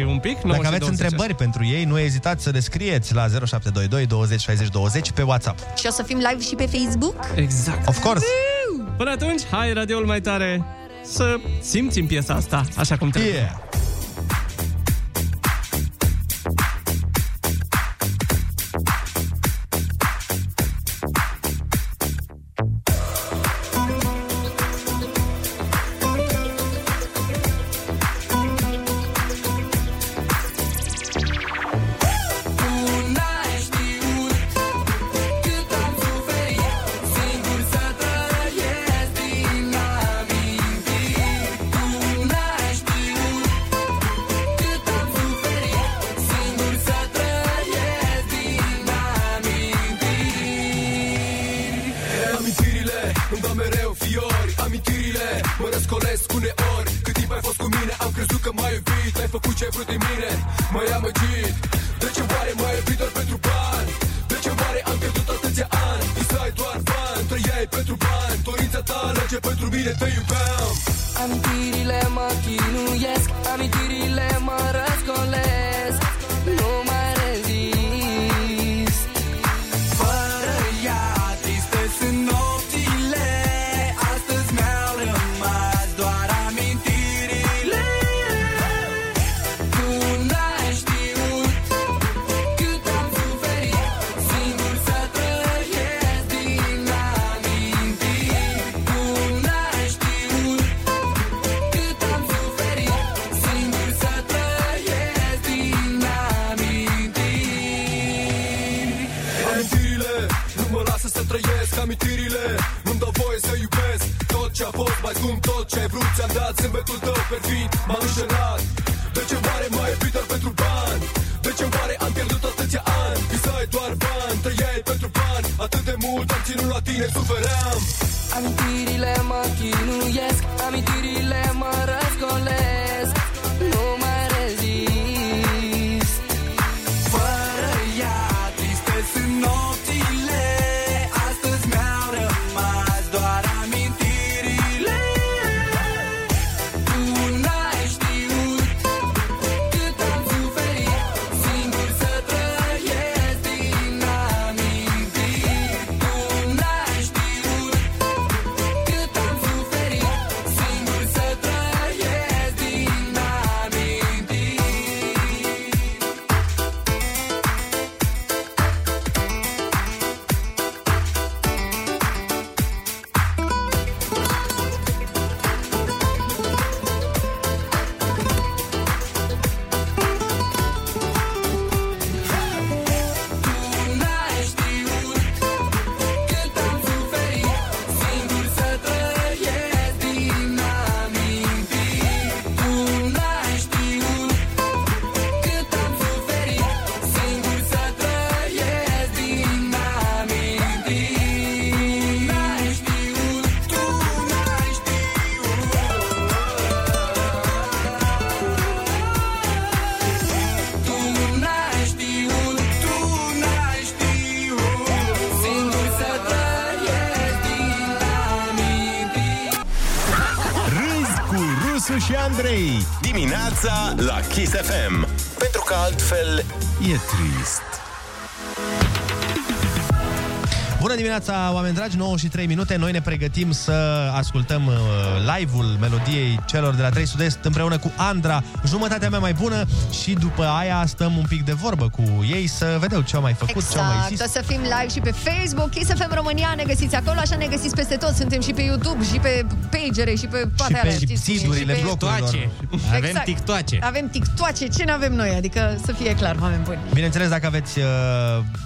G: un pic. 9
E: Dacă
G: și
E: aveți
G: 20.
E: întrebări pentru ei, nu ezitați să le scrieți la 0722 20 60 20 pe WhatsApp.
I: Și o să fim live și pe Facebook?
G: Exact.
E: Of course.
G: Până atunci, hai radioul mai tare să simțim piesa asta așa cum trebuie.
E: Yeah.
M: Tu n-ai știut cât am suferit, singur să trăiesc din amintiri. Tu n-ai știut cât am suferit, singur să trăiesc din amintiri.
V: Amintirile îmi dau mereu fiori Amintirile mă răscolesc uneori Cât timp ai fost cu mine Am crezut că m-ai iubit Ai făcut ce ai vrut din mine M-ai amăgit De ce oare m-ai iubit doar pentru bani? De ce oare am pierdut atâția ani? Visai doar bani Trăiai pentru bani Dorința ta alege pentru mine Te iubeam
M: Amintirile mă chinuiesc Amintirile mă răscolesc Nu mai rezist Fără ea triste sunt nopțile Astăzi mi-au rămas doar amintirile Tu n-ai știut cât am suferit Singur să trăiesc din amintiri Tu n-ai știut cât am suferit Singur să trăiesc din amintiri
V: Amintirile nu mă lasă să trăiesc Amintirile îmi dau voie să iubesc Tot ce a fost mai scump, tot ce ai vrut Ți-am dat zâmbetul tău perfid M-am înșelat De ce oare m-ai iubit doar pentru bani? De ce oare am pierdut atâția ani? Visai doar bani, trăiai pentru bani Atât de mult am ținut la tine, sufeream
M: Amintirile mă chinuiesc Amintirile mă răscolesc Nu mai rezist Fără ea triste sunt nopțile Astăzi mi-au rămas doar amintirile Tu n-ai știut cât am suferit Singur să trăiesc din amintiri Tu n-ai știut cât am suferit Singur să trăiesc din
W: Andrei
A: Dimineața la Kiss FM Pentru că altfel
W: E trist
E: Bună dimineața, oameni dragi, 9 și 3 minute. Noi ne pregătim să ascultăm uh, live-ul melodiei celor de la 3 Sud-Est împreună cu Andra, jumătatea mea mai bună și după aia stăm un pic de vorbă cu ei să vedem ce au mai făcut, ce au mai
I: Exact,
E: zis.
I: o să fim live și pe Facebook, Kiss FM România, ne găsiți acolo, așa ne găsiți peste tot. Suntem și pe YouTube, și pe pagere, și pe toate
E: Și
I: alea,
E: pe
I: știți?
E: zidurile
I: Și pe-
E: blocurilor.
I: Exact. Avem TikToace, ce n-avem noi? Adică să fie clar, oameni buni.
E: Bineînțeles, dacă aveți uh,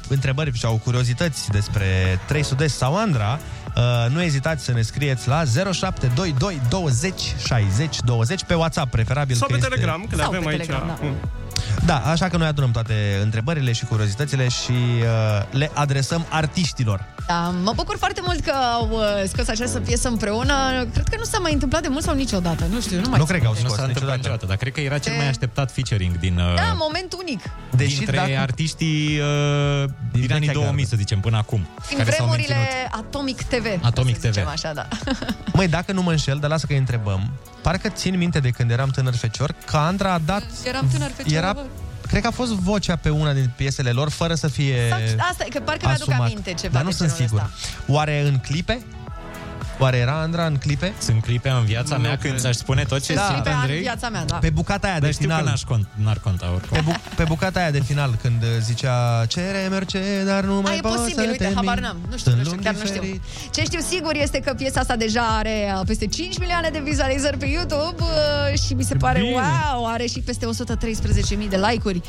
E: întrebări sau curiozități despre 3 Sud-Est sau Andra, uh, nu ezitați să ne scrieți la 0722 20 60 20 pe WhatsApp, preferabil
G: Sau
E: că
G: pe
E: este...
G: Telegram, că le Sau avem pe aici. Telegram, <laughs> da.
E: Da, așa că noi adunăm toate întrebările și curiozitățile și uh, le adresăm artiștilor.
I: Da, mă bucur foarte mult că au uh, scos această piesă împreună. Cred că nu s-a mai întâmplat de mult sau niciodată. Nu știu, nu mai știu.
E: au
F: scos niciodată. niciodată, dar cred că era cel mai așteptat featuring din uh,
I: Da, moment unic.
F: Deși dintre dacă... artiștii uh, din, din anii 2000, să zicem, până acum.
I: Din vremurile Atomic TV.
F: Atomic
I: să zicem
F: TV.
I: Așa, da.
E: Măi, dacă nu mă înșel, dar lasă că îi întrebăm, parcă țin minte de când eram tânăr fecior, că Andra a dat...
I: <laughs> Eram tânăr fecior,
E: Era,
I: bă.
E: cred că a fost vocea pe una din piesele lor, fără să fie
I: Asta e, că parcă mi-aduc
E: asumat.
I: aminte ceva
E: Dar nu
I: de
E: sunt
I: genul
E: sigur.
I: ăsta.
E: Oare în clipe? Oare era Andra în clipe?
F: Sunt clipe în viața mea când ți-aș spune tot ce
I: Da.
F: simt,
I: Clipe în
F: Andrei.
I: viața mea, da.
E: Pe bucata aia
F: Dar
E: de
F: știu
E: final.
F: că n-aș cont, n-ar conta oricum.
E: Pe, bu- pe bucata aia de final, când uh, zicea Cere, merge, dar nu mai
I: Ah, e
E: pot
I: posibil,
E: să
I: uite,
E: te
I: habar
E: mint
I: n-am. Nu știu,
E: în
I: nu știu,
E: luni
I: chiar nu știu.
E: diferite."
I: Ce știu sigur este că piesa asta deja are uh, peste 5 milioane de vizualizări pe YouTube uh, și mi se pare
E: Bine.
I: wow, are și peste 113.000 de like-uri.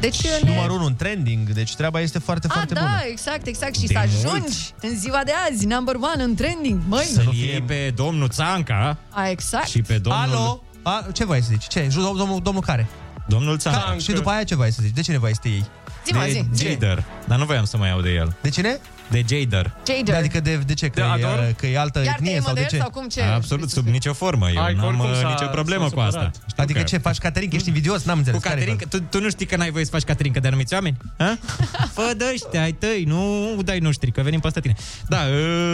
I: Deci uh, ne...
E: Numărul 1 în trending, deci treaba este foarte,
I: A,
E: foarte
I: da,
E: bună.
I: exact, exact. Și
E: De
I: să
E: mult.
I: ajungi în ziua de azi, number one, în trending. Măi,
F: Să-l iei pe domnul Țanca
I: a, exact.
F: și pe domnul...
E: Alo? A, ce vrei să zici? Ce? Ju- Domnul, domnul care?
F: Domnul
E: Ca-
F: Țanca.
E: și după aia ce vrei să zici? De cine vrei să te iei?
I: Zi-mă,
F: de
I: zi, zi.
F: Jader. Dar nu voiam să mai iau de el.
E: De cine?
F: De Jader.
I: Jader.
E: Adică de, de ce? Că, e, uh, că e altă
I: Iar
E: etnie
I: te-ai
E: sau de
I: model
E: ce?
I: sau cum ce?
F: Absolut, sub nicio formă. Eu
E: Hai, că
F: n-am
E: oricum
F: uh,
E: s-a-
F: nicio problemă
E: s-a
F: cu asta.
E: supărat. Adică ce faci, Caterin, că ești invidios? N-am înțeles.
F: Cu
E: Care-i
F: Caterin, tu, tu nu știi că n-ai voie să faci Caterin, că de anumiți oameni? Ha? Fă de ăștia, ai tăi, nu dai noștri, că venim peste tine. Da,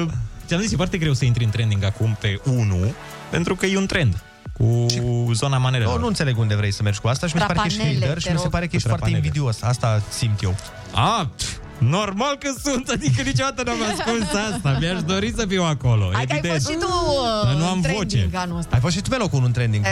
F: uh, ți-am zis, e foarte greu să intri în trending acum pe 1, pentru că e un trend cu zona manelelor.
E: Nu, nu înțeleg unde vrei să mergi cu asta și mi se pare că ești
F: Trapanele,
E: lider și
F: te
E: mi se
F: rog.
E: pare că ești foarte
F: Trapanele.
E: invidios. Asta simt eu.
F: A, pf, normal că sunt, adică niciodată n-am ascuns asta. Mi-aș dori să fiu acolo,
I: Hai că ai
F: evident.
I: fost și tu uh,
F: Dar nu am
I: în trending
F: voce.
I: anul ăsta.
E: Ai fost și tu pe locul 1 în trending.
I: E,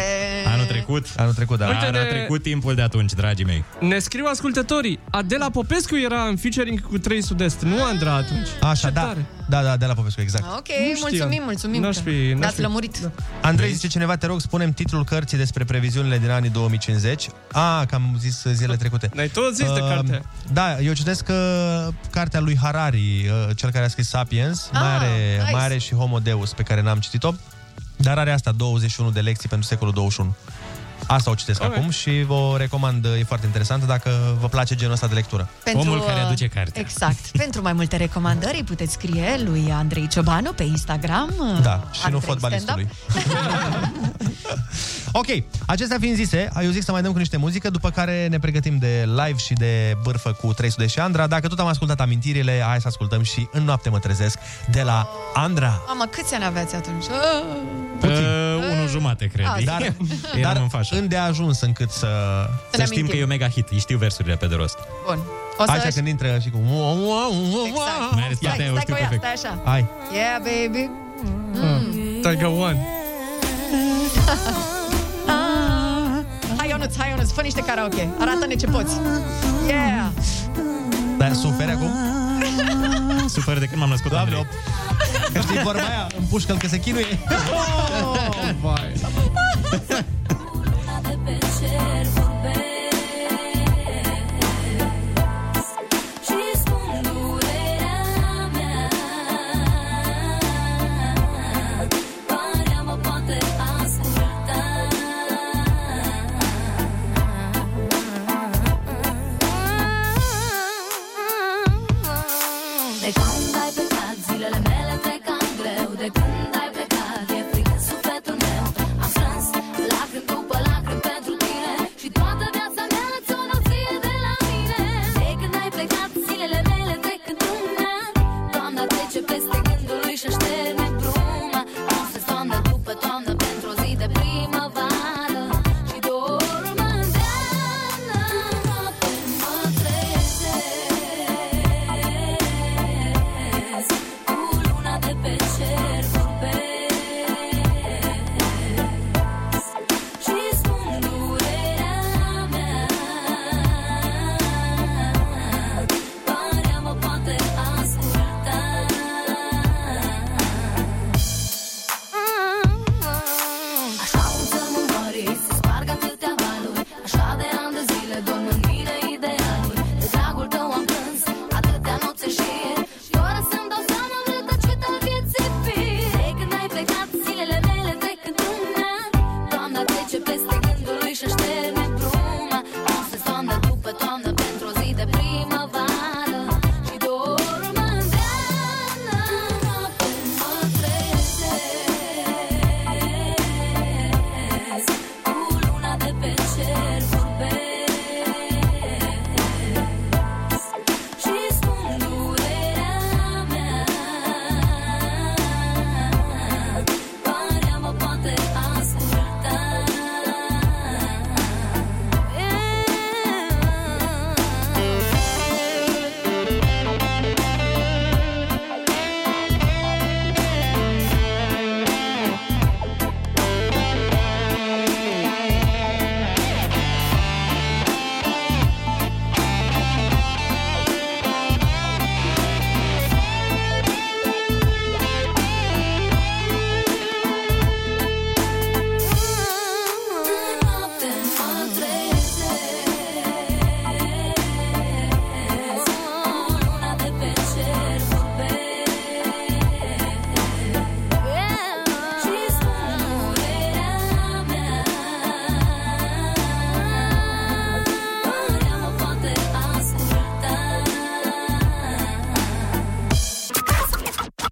F: Anul trecut?
E: Anul trecut, da.
F: Anul
G: Uite de-
F: trecut timpul de atunci, dragii mei.
G: Ne scriu ascultătorii. Adela Popescu era în featuring cu 3 Sud-Est, nu Andra atunci.
E: Așa, da. Da, da, de la Popescu, exact.
I: Ah, ok,
G: Nu știam.
I: mulțumim, mulțumim.
G: N-aș fi-
I: că
G: n-aș
I: Ne-ați
G: fi. da.
I: lămurit.
E: Andrei zice cineva, te rog, spunem titlul cărții despre previziunile din anii 2050. A, că am zis uh, zilele trecute.
G: Ne-ai tot zis de
E: Uh,
G: carte.
E: Da, eu citesc că cartea lui Harari, uh, cel care a scris Sapiens, mai, are,
G: nice.
E: mai are și Homo Deus, pe care n-am citit-o, dar are asta, 21 de lecții pentru secolul 21. Asta o citesc
G: Alright.
E: acum și vă recomand, e foarte interesantă dacă vă place genul ăsta de lectură.
I: uh,
E: <laughs>
I: Exact. Pentru mai multe recomandări puteți scrie lui Andrei Ciobanu pe Instagram. uh,
E: Da, și nu
I: Andrei
E: fotbalistului.
I: Stand-up.
E: Ok, acestea fiind zise, eu zic să mai dăm cu niște muzică, după care ne pregătim de live și de bârfă cu 300 și Andra. Dacă tot am ascultat amintirile, hai să ascultăm și În noapte mă trezesc de la Andra.
I: Mamă, câți ani aveți atunci? Ah!
E: Puțin.
F: Uh, unul jumate, cred.
I: Azi.
F: Dar,
E: Ă, Dar
F: Eram în fașă.
E: îndeajuns încât să...
I: ne
F: Să știm
I: amintim.
F: că e un mega hit. Îi știu versurile pe de rost.
I: Bun. O să...
E: Aici când intră și cu...
I: Exact.
F: Mai ales
I: Stai,
F: partea aia, o
I: stai
F: știu
I: cu ea,
F: perfect.
I: stai așa.
E: Hai.
I: Yeah, baby. Mm.
G: Take a one.
I: Ah. <laughs> Hai, Ionuț, hai, Ionuț, fă niște karaoke. Arată-ne ce poți. Yeah. <laughs>
E: Dar suferi acum?
F: Suferi de când m-am născut, Doamne,
E: Că știi vorba aia, împușcă-l că se chinuie.
G: Vai.
X: De când ai plecat, zilele mele trec cam greu De când ai plecat, e frică în sufletul meu Am strâns lacrimi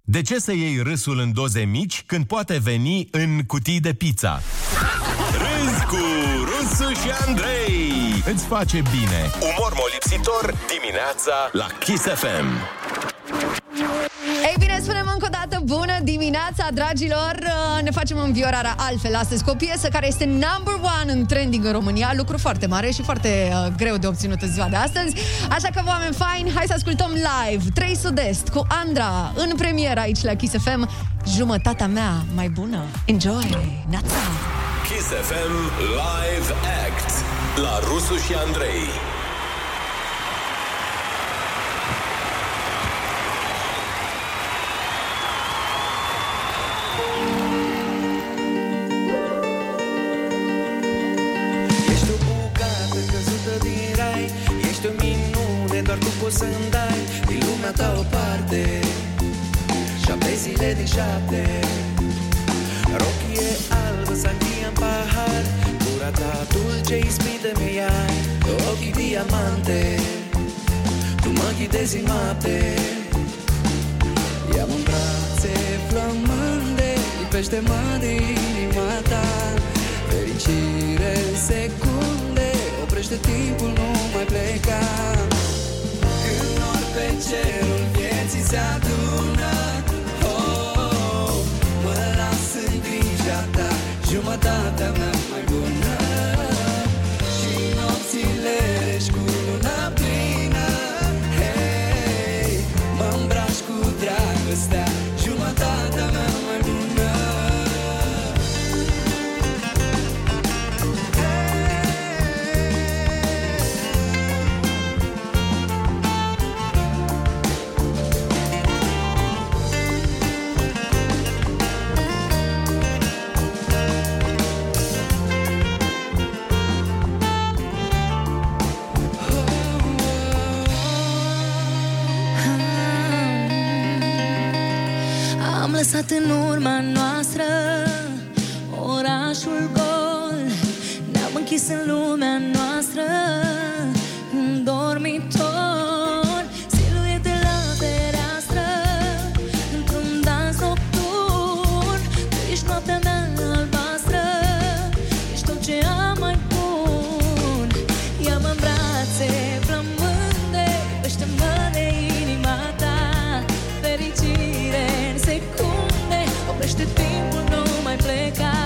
A: De ce să iei râsul în doze mici când poate veni în cutii de pizza?
Y: Râzi cu Rusu și Andrei.
A: Îți face bine. Umor molipsitor dimineața la Kiss FM.
I: Ei bine, spunem încă o dată bună dimineața, dragilor! Uh, Ne facem înviorarea altfel astăzi cu o piesă care este number one în trending în România, lucru foarte mare și foarte uh, greu de obținut în ziua de astăzi. Așa că, oameni faini, hai să ascultăm live 3 Sud-Est cu Andra în premieră aici la Kiss FM. Jumătatea mea mai bună. Enjoy! Nața!
Y: Kiss FM Live Act la Rusu și Andrei.
M: Ești o bucată căzută din rai Ești o minune, doar tu poți să-mi dai Din lumea ta o parte Șapte zile din șapte Rochie albă, sangria în pahar Gura ta dulce, ispită mi ai Ochii diamante Tu mă ghidezi în noapte Ia-mă în brațe, flămânde Lipește-mă din inima ta Fericire în secunde Oprește timpul, nu mai pleca Când nor pe cerul vieții se adună oh, oh, oh, Mă las în grija ta Jumătatea mea mai bună Și nopțile reși cu luna plină Hei, mă îmbraci cu dragostea Jumătatea mea mai bună
C: Am lăsat în urma noastră orașul gol Ne-am închis în lumea noastră în dormitor Siluete la fereastră într-un dans nocturn Tu ești noaptea mea albastră Ești tot ce am mai bun Ia-mă în brațe, flămânde Pește-mă de inima ta Fericire în secunde Oprește timpul, nu mai pleca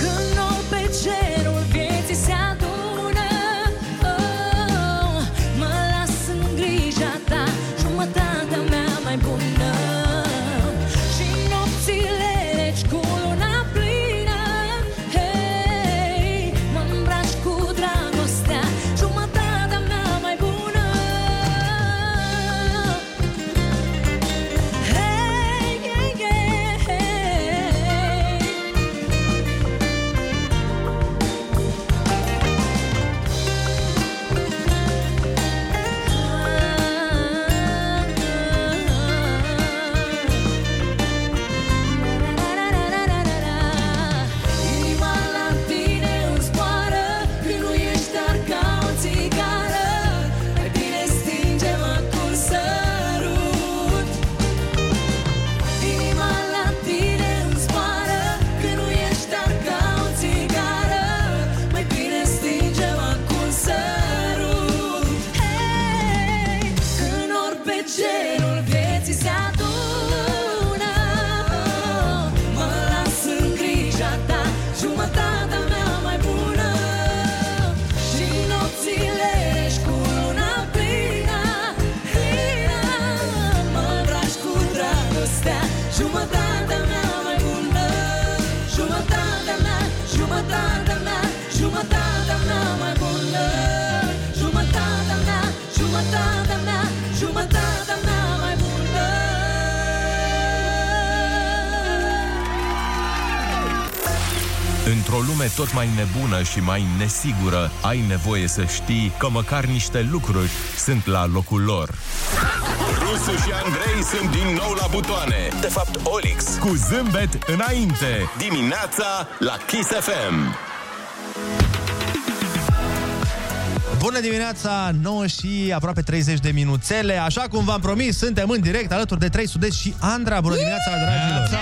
C: Când nou pe cerul vieții se adună oh, Mă las în grija ta Jumătatea mea mai bună Și nopțile reci cu luna plină Hei, mă îmbraci cu dragostea Jumătatea mea mai bună Hei, hei, hei Inima la tine îmi zboară Când nu ești dar ca o țigară Mai bine stinge-mă cu un sărut Inima la tine îmi zboară Când nu ești dar ca o țigară Mai bine stinge-mă cu un sărut Hei, când ori pe cerul vieții se adună Mă las în grija ta Jumătatea mea mai bună Și nopțile ești cu luna plină Plină Mă îmbraci cu dragostea Jumătatea mea mai bună Jumătatea mea, jumătatea mea Jumătatea mea mai bună Jumătatea mea, jumătatea mea Jumătatea mea mai bună
A: Într-o lume tot mai nebună și mai nesigură, ai nevoie să știi că măcar niște lucruri sunt la locul lor.
Y: Rusu și Andrei sunt din nou la butoane. De fapt, Olix.
A: Cu zâmbet înainte!
Y: Dimineața la Kiss FM.
E: Bună dimineața, 9 și aproape 30 de minuțele. Așa cum v-am promis, suntem în direct alături de 3 sudeci și Andra. Bună dimineața, dragilor!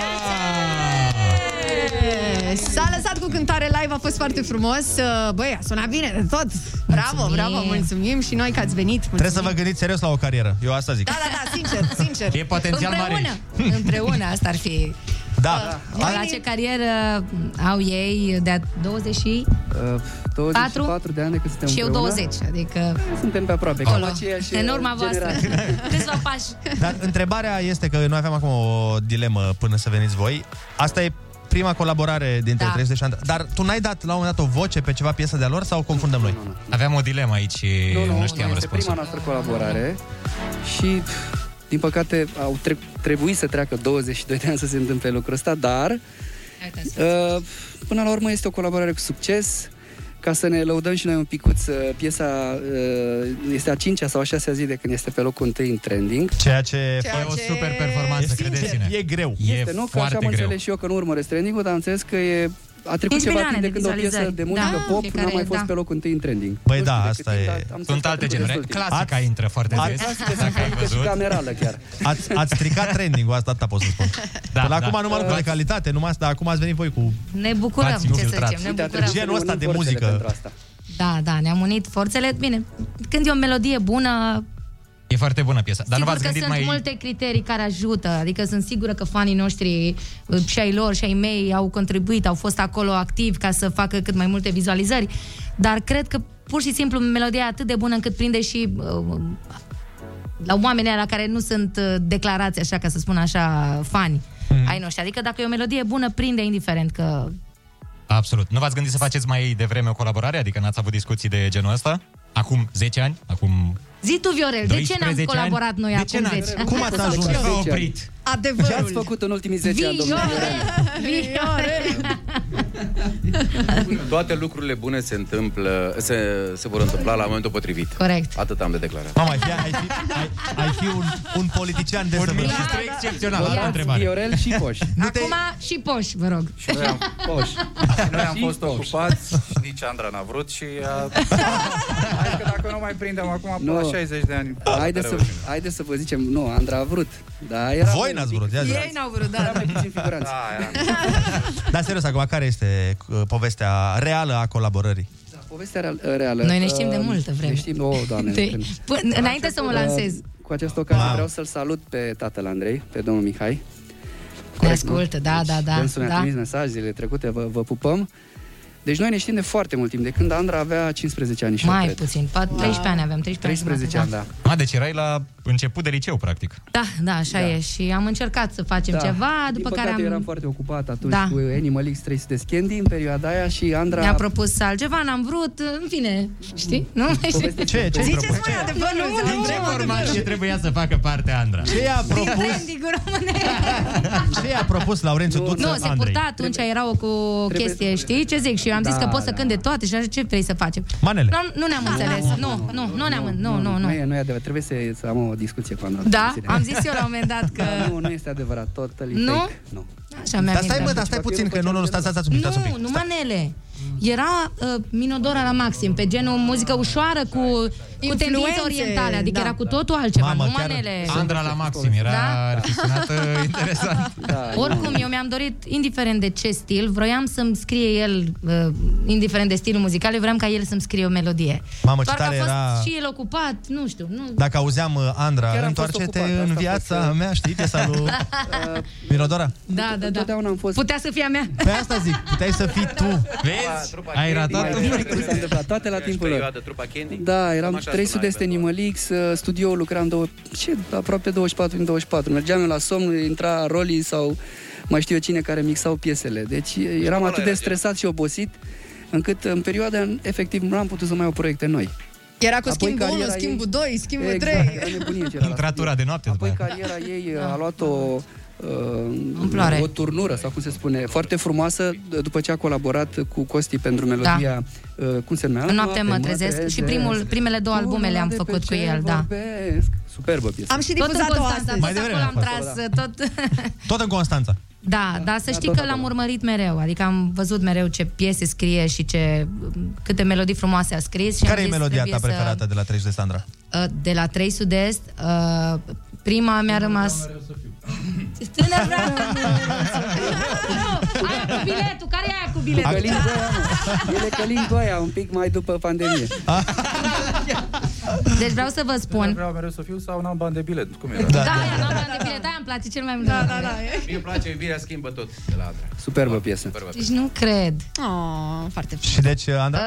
I: S-a lăsat cu cântare live, a fost foarte frumos. Uh, Băi, a sunat bine de tot. Bravo, mulțumim. bravo, mulțumim și noi că ați venit. Mulțumim.
E: Trebuie să vă gândiți serios la o carieră. Eu asta zic.
I: Da, da, da, sincer, sincer.
E: E potențial mare
I: Împreună.
D: Împreună, împreună asta ar fi.
E: Da.
D: Dar la ce carieră au ei de 24
H: Uh, 24 de ani de când suntem
D: și eu
H: împreună.
D: 20, adică
H: Suntem pe aproape.
D: acolo,
H: cam aceeași,
D: în urma
H: uh,
D: voastră.
H: generație.
D: Câțiva pași.
E: Dar întrebarea este că noi aveam acum o dilemă până să veniți voi. Asta e prima colaborare dintre
D: Da.
E: da. 30 de ani. Dar tu n-ai dat la un moment dat o voce pe ceva piesă de-a lor sau confundăm noi?
F: da.
R: Aveam Păi o dilemă aici,
H: Nu, nu,
R: nu, știam
H: este
R: răspunsul.
H: prima noastră colaborare și, din păcate, au tre- trebuit să treacă 22 de ani să se întâmple lucrul ăsta, dar uh, până la urmă este o colaborare cu succes. Ca să ne lăudăm și noi un picuț, uh, piesa uh, este a cincea sau a șasea zi de când este pe locul întâi în trending.
E: Ceea ce,
H: Ceea
R: Păi e o super performanță, credeți-ne.
E: E greu.
H: Este, nu? Că așa am înțeles și eu că nu urmăresc trending-ul, dar am înțeles că e a trecut
E: 5
H: ceva
E: milioane
H: timp de
E: de
H: când o piesă
E: vizualizări.
H: de muzică
E: Da,
H: pop
E: fiecare,
H: n-a mai fost
E: da.
H: pe locul întâi în trending.
E: Băi, da, asta e...
R: Sunt alte genere. Clasica
E: Ați-
R: intră foarte
E: Ați-
R: des.
E: Clasica
R: Dacă ai
H: Și
R: văzut.
H: camerală chiar.
E: Ați, ați stricat trending-ul, asta atâta pot să spun. Da, Până
R: da.
E: acum numai lucruri de calitate, numai asta, acum ați venit voi cu
D: Ne bucurăm,
E: V-ați
D: ce să
E: infiltrat.
D: zicem, ne bucurăm.
E: Genul ăsta de muzică.
D: Da, da, ne-am unit forțele. Bine, când e o melodie bună,
R: E foarte bună piesa. Dar nu
D: sigur
R: v-ați
D: că
R: gândit
D: Adică sunt
R: mai...
D: multe criterii care ajută. Adică sunt sigură că fanii noștri uh, și ai lor și ai mei au contribuit, au fost acolo activi ca să facă cât mai multe vizualizări. Dar cred că pur și simplu melodia e atât de bună încât prinde și uh, la oamenii la care nu sunt uh, declarați așa, ca să spun așa, fani
R: Mhm.
D: ai noștri. Adică dacă e o melodie bună, prinde indiferent că
R: Absolut. Nu v-ați gândit să faceți mai devreme o colaborare? Adică n-ați avut discuții de genul ăsta? Acum 10 ani? Acum...
D: Zi tu, Viorel, de ce
R: 12
D: n-am
R: ani?
D: colaborat noi
R: De
D: acum
R: ce n-ați-
D: 10?
R: Cum ați ajuns?
H: Ce
R: Cine v-a
H: zece ani?
R: oprit?
H: Ce ați făcut în ultimii 10 ani, domnule?
R: <laughs>
K: Toate lucrurile bune se întâmplă, se, se vor întâmpla la momentul potrivit.
D: Corect.
K: Atât am de declarat.
E: Mamă, ai fi, ai fi, ai, ai fi un, un politician de Un
H: ministru
R: excepțional,
H: Doar Viorel și
E: <laughs>
H: Poș.
D: Acum și poș, vă rog. Și
K: noi am-
H: Poș.
K: <laughs>
D: <laughs>
K: Noi am fost ocupați, nici Andra n-a vrut și... A... <laughs> Hai că dacă nu mai prindem acum, până la
H: Nu.
K: 60 de ani.
H: Haideți să, haideți să vă zicem, nu, Andra a vrut. Da, era Deci,
E: Voi n-ați vrut, ia zi.
H: Ei
D: n-au vrut, da.
H: mai puțin figuranți.
E: Dar serios, acum, care este uh, povestea reală a colaborării?
H: Povestea real- reală.
D: Da. Noi ne știm
H: Uh,
D: de multă vreme.
H: Ne știm, o, doamne.
D: Te-
H: ne vrem.
D: Până- înainte să mă lansez.
H: Uh, Cu această ocazie vreau să-l salut pe tatăl Andrei, pe domnul Mihai.
D: Ne ascultă,
H: Deci,
D: da, da, da.
H: Dânsul ne-a
D: da.
H: trimis mesaj zilele trecute, vă, vă pupăm. Deci noi ne știm de foarte mult timp, de când Andra avea 15 ani și eu,
D: Mai
H: cred. da.
D: puțin, da. pa- 13 ani aveam, 13, ani. jumate,
R: A, deci erai la început de liceu, practic.
D: Da, da, da așa e și am încercat să facem
H: Da.
D: ceva, după care
H: Din păcate,
D: am...
H: eu eram foarte ocupat atunci
D: Da.
H: cu Animal X 300 Scandi în perioada aia și Andra...
D: Ne-a propus altceva, n-am vrut, în fine, știi? Nu?
H: Poveste- Ce- ce-i
D: Ziceți
H: propus?
D: mai adevărul, nu, nu,
R: Din ce
D: nu,
R: formație trebuia să facă parte Andra?
E: Ce i-a
D: Din trending-ul românesc.
E: Ce i-a propus Laurențiu Duță
D: Nu, se
E: Andrei?
D: purta atunci, era o cu chestie, știi ce zic? Și eu am zis
E: Da,
D: că poți să
E: da.
D: cânte toate și așa, ce vrei să facem?
E: Manele.
D: Nu, nu ne-am înțeles, nu, nu, nu ne-am, nu, nu,
H: Nu
D: nu.
H: e, nu e adevărat, trebuie să, să am o discuție cu Andra. Da,
D: Da, am zis eu la un moment dat
H: <laughs>
D: că...
H: Nu, nu este adevărat, totally
D: Nu?
H: fake. Păi Nu?
D: Așa mi-am
E: Dar stai,
D: intrat.
E: mă, dar stai puțin, că nu, nu, nu, stați, stați, stați, stați un pic.
D: Nu, nu manele. Era uh, Minodora la maxim, pe genul muzică ușoară cu, cu tendințe
I: Influențe,
D: orientale, adică
I: da.
D: era cu totul altceva, nu manele.
R: Andra la maxim era
D: Da?
R: da?
H: <laughs>
R: reficționată, interesant. Da,
D: Oricum, eu mi-am dorit, indiferent de ce stil, vroiam să-mi scrie el, uh, indiferent de stilul muzical, eu vreau ca el să-mi scrie o melodie.
E: Mamă, ce
D: Doar că
E: tare
D: a fost
E: era-
D: și el ocupat, nu știu, <laughs> nu...
E: Dacă auzeam uh, Andra,
H: Chiar am fost
E: întoarce-te
H: ocupat, asta
E: în
H: a
E: viața
H: fost, uh,
E: mea, știi, piesa
H: <laughs>
E: lui Mirodora.
D: Da, da, da.
H: am fost...
D: Putea să fie a mea.
E: Pe Păi asta zic, puteai să fii tu.
R: Vezi?
H: Ai ratat cum s-a întâmplat, toate la timpul lor.
K: Perioadă, trupa Candy?
H: Da,
K: Cam
H: eram
K: așa
H: 300 de
K: suna
H: Animalix, uh, studioul lucram două, ce, aproape 24 din 24. Mergeam eu la somn, intra Roli sau mai știu eu cine care mixau piesele. Deci eram
K: ăla
H: atât de
K: era
H: stresat și obosit încât în perioada aia, efectiv nu am putut să mai au proiecte noi.
I: Era cu
H: Apoi
I: schimbul 1,
H: cariera ei-
I: schimbul 2, schimbul
H: Exact,
I: 3.
H: era nebunie ce era la
R: Intratura de noapte.
H: Apoi cariera
R: <laughs>
H: ei
D: Da.
H: a luat o
D: Amploare.
H: uh, o turnură, sau cum se spune, foarte frumoasă d- după ce a colaborat cu Costi pentru melodia, uh, cum se numea?
D: Da. În noapte mă trezesc și primul, primele două albume le-am făcut cu el, da.
H: Superbă piesă.
I: Am și
D: Tot în
I: difuzat-o
D: Constanța,
I: astăzi.
H: uh,
D: tot acolo am tras tot...
E: Tot în Constanța.
D: Da, da, dar să
I: da,
D: știi
I: tot
D: că
I: acolo.
D: l-am urmărit mereu, adică am văzut mereu ce piese scrie și ce câte melodii frumoase a scris. Și am
E: Care e
D: zis,
E: melodia
D: trebuie
E: ta preferată de la 30 de Sandra?
D: Să, uh, de la 3 Sud-Est, uh, prima mi-a rămas... Tânăr vreau Nu, aia cu biletul, care e aia cu
H: Călin
D: biletul?
H: Goia, mă. Ele Călin Goia, un pic mai după pandemie.
D: Deci vreau să vă spun...
P: Vreau mereu să fiu sau n-am bani de bilet? Cum e?
D: Da, aia, n-am bani de bilet, aia îmi place cel mai mult. Da, da, da.
P: Mie îmi place iubirea schimbă tot de la Andra.
H: Superbă piesă.
P: Superbă.
D: Deci nu cred.
I: Oh, foarte
E: Și deci, Andra?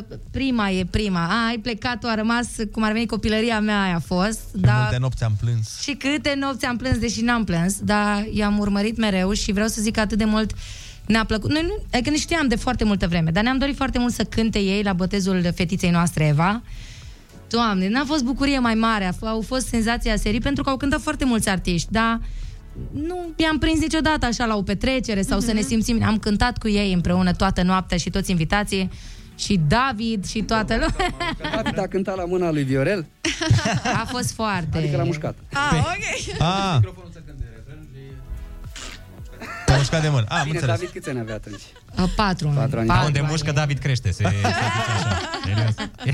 D: Uh, prima e prima. A, ai plecat, tu a rămas, cum ar veni copilăria mea aia a fost.
E: Da.
D: Dar
E: Multe nopți am plâns.
D: Și câte nopți am plâns, deși n-am plâns, dar i-am urmărit mereu și vreau să zic că atât de mult ne-a plăcut. Noi nu, adică ne știam de foarte multă vreme, dar ne-am dorit foarte mult să cânte ei la botezul fetiței noastre, Eva. Doamne, n-a fost bucurie mai mare, a f- au fost senzația serii pentru că au cântat foarte mulți artiști, dar nu i-am prins niciodată așa la o petrecere sau mm-hmm. să ne simțim. Am cântat cu ei împreună toată noaptea și toți invitații și David și toată lumea.
H: David a cântat la mâna lui Viorel,
D: A fost foarte...
H: adică l-a mușcat.
I: Ah, ok.
E: Ah. Te-a mușcat de mână. Ah, am
H: Bine,
E: înțeles.
H: David câți ani avea atunci?
D: A, patru.
H: Patru ani.
F: Da, unde mușcă David crește. Se...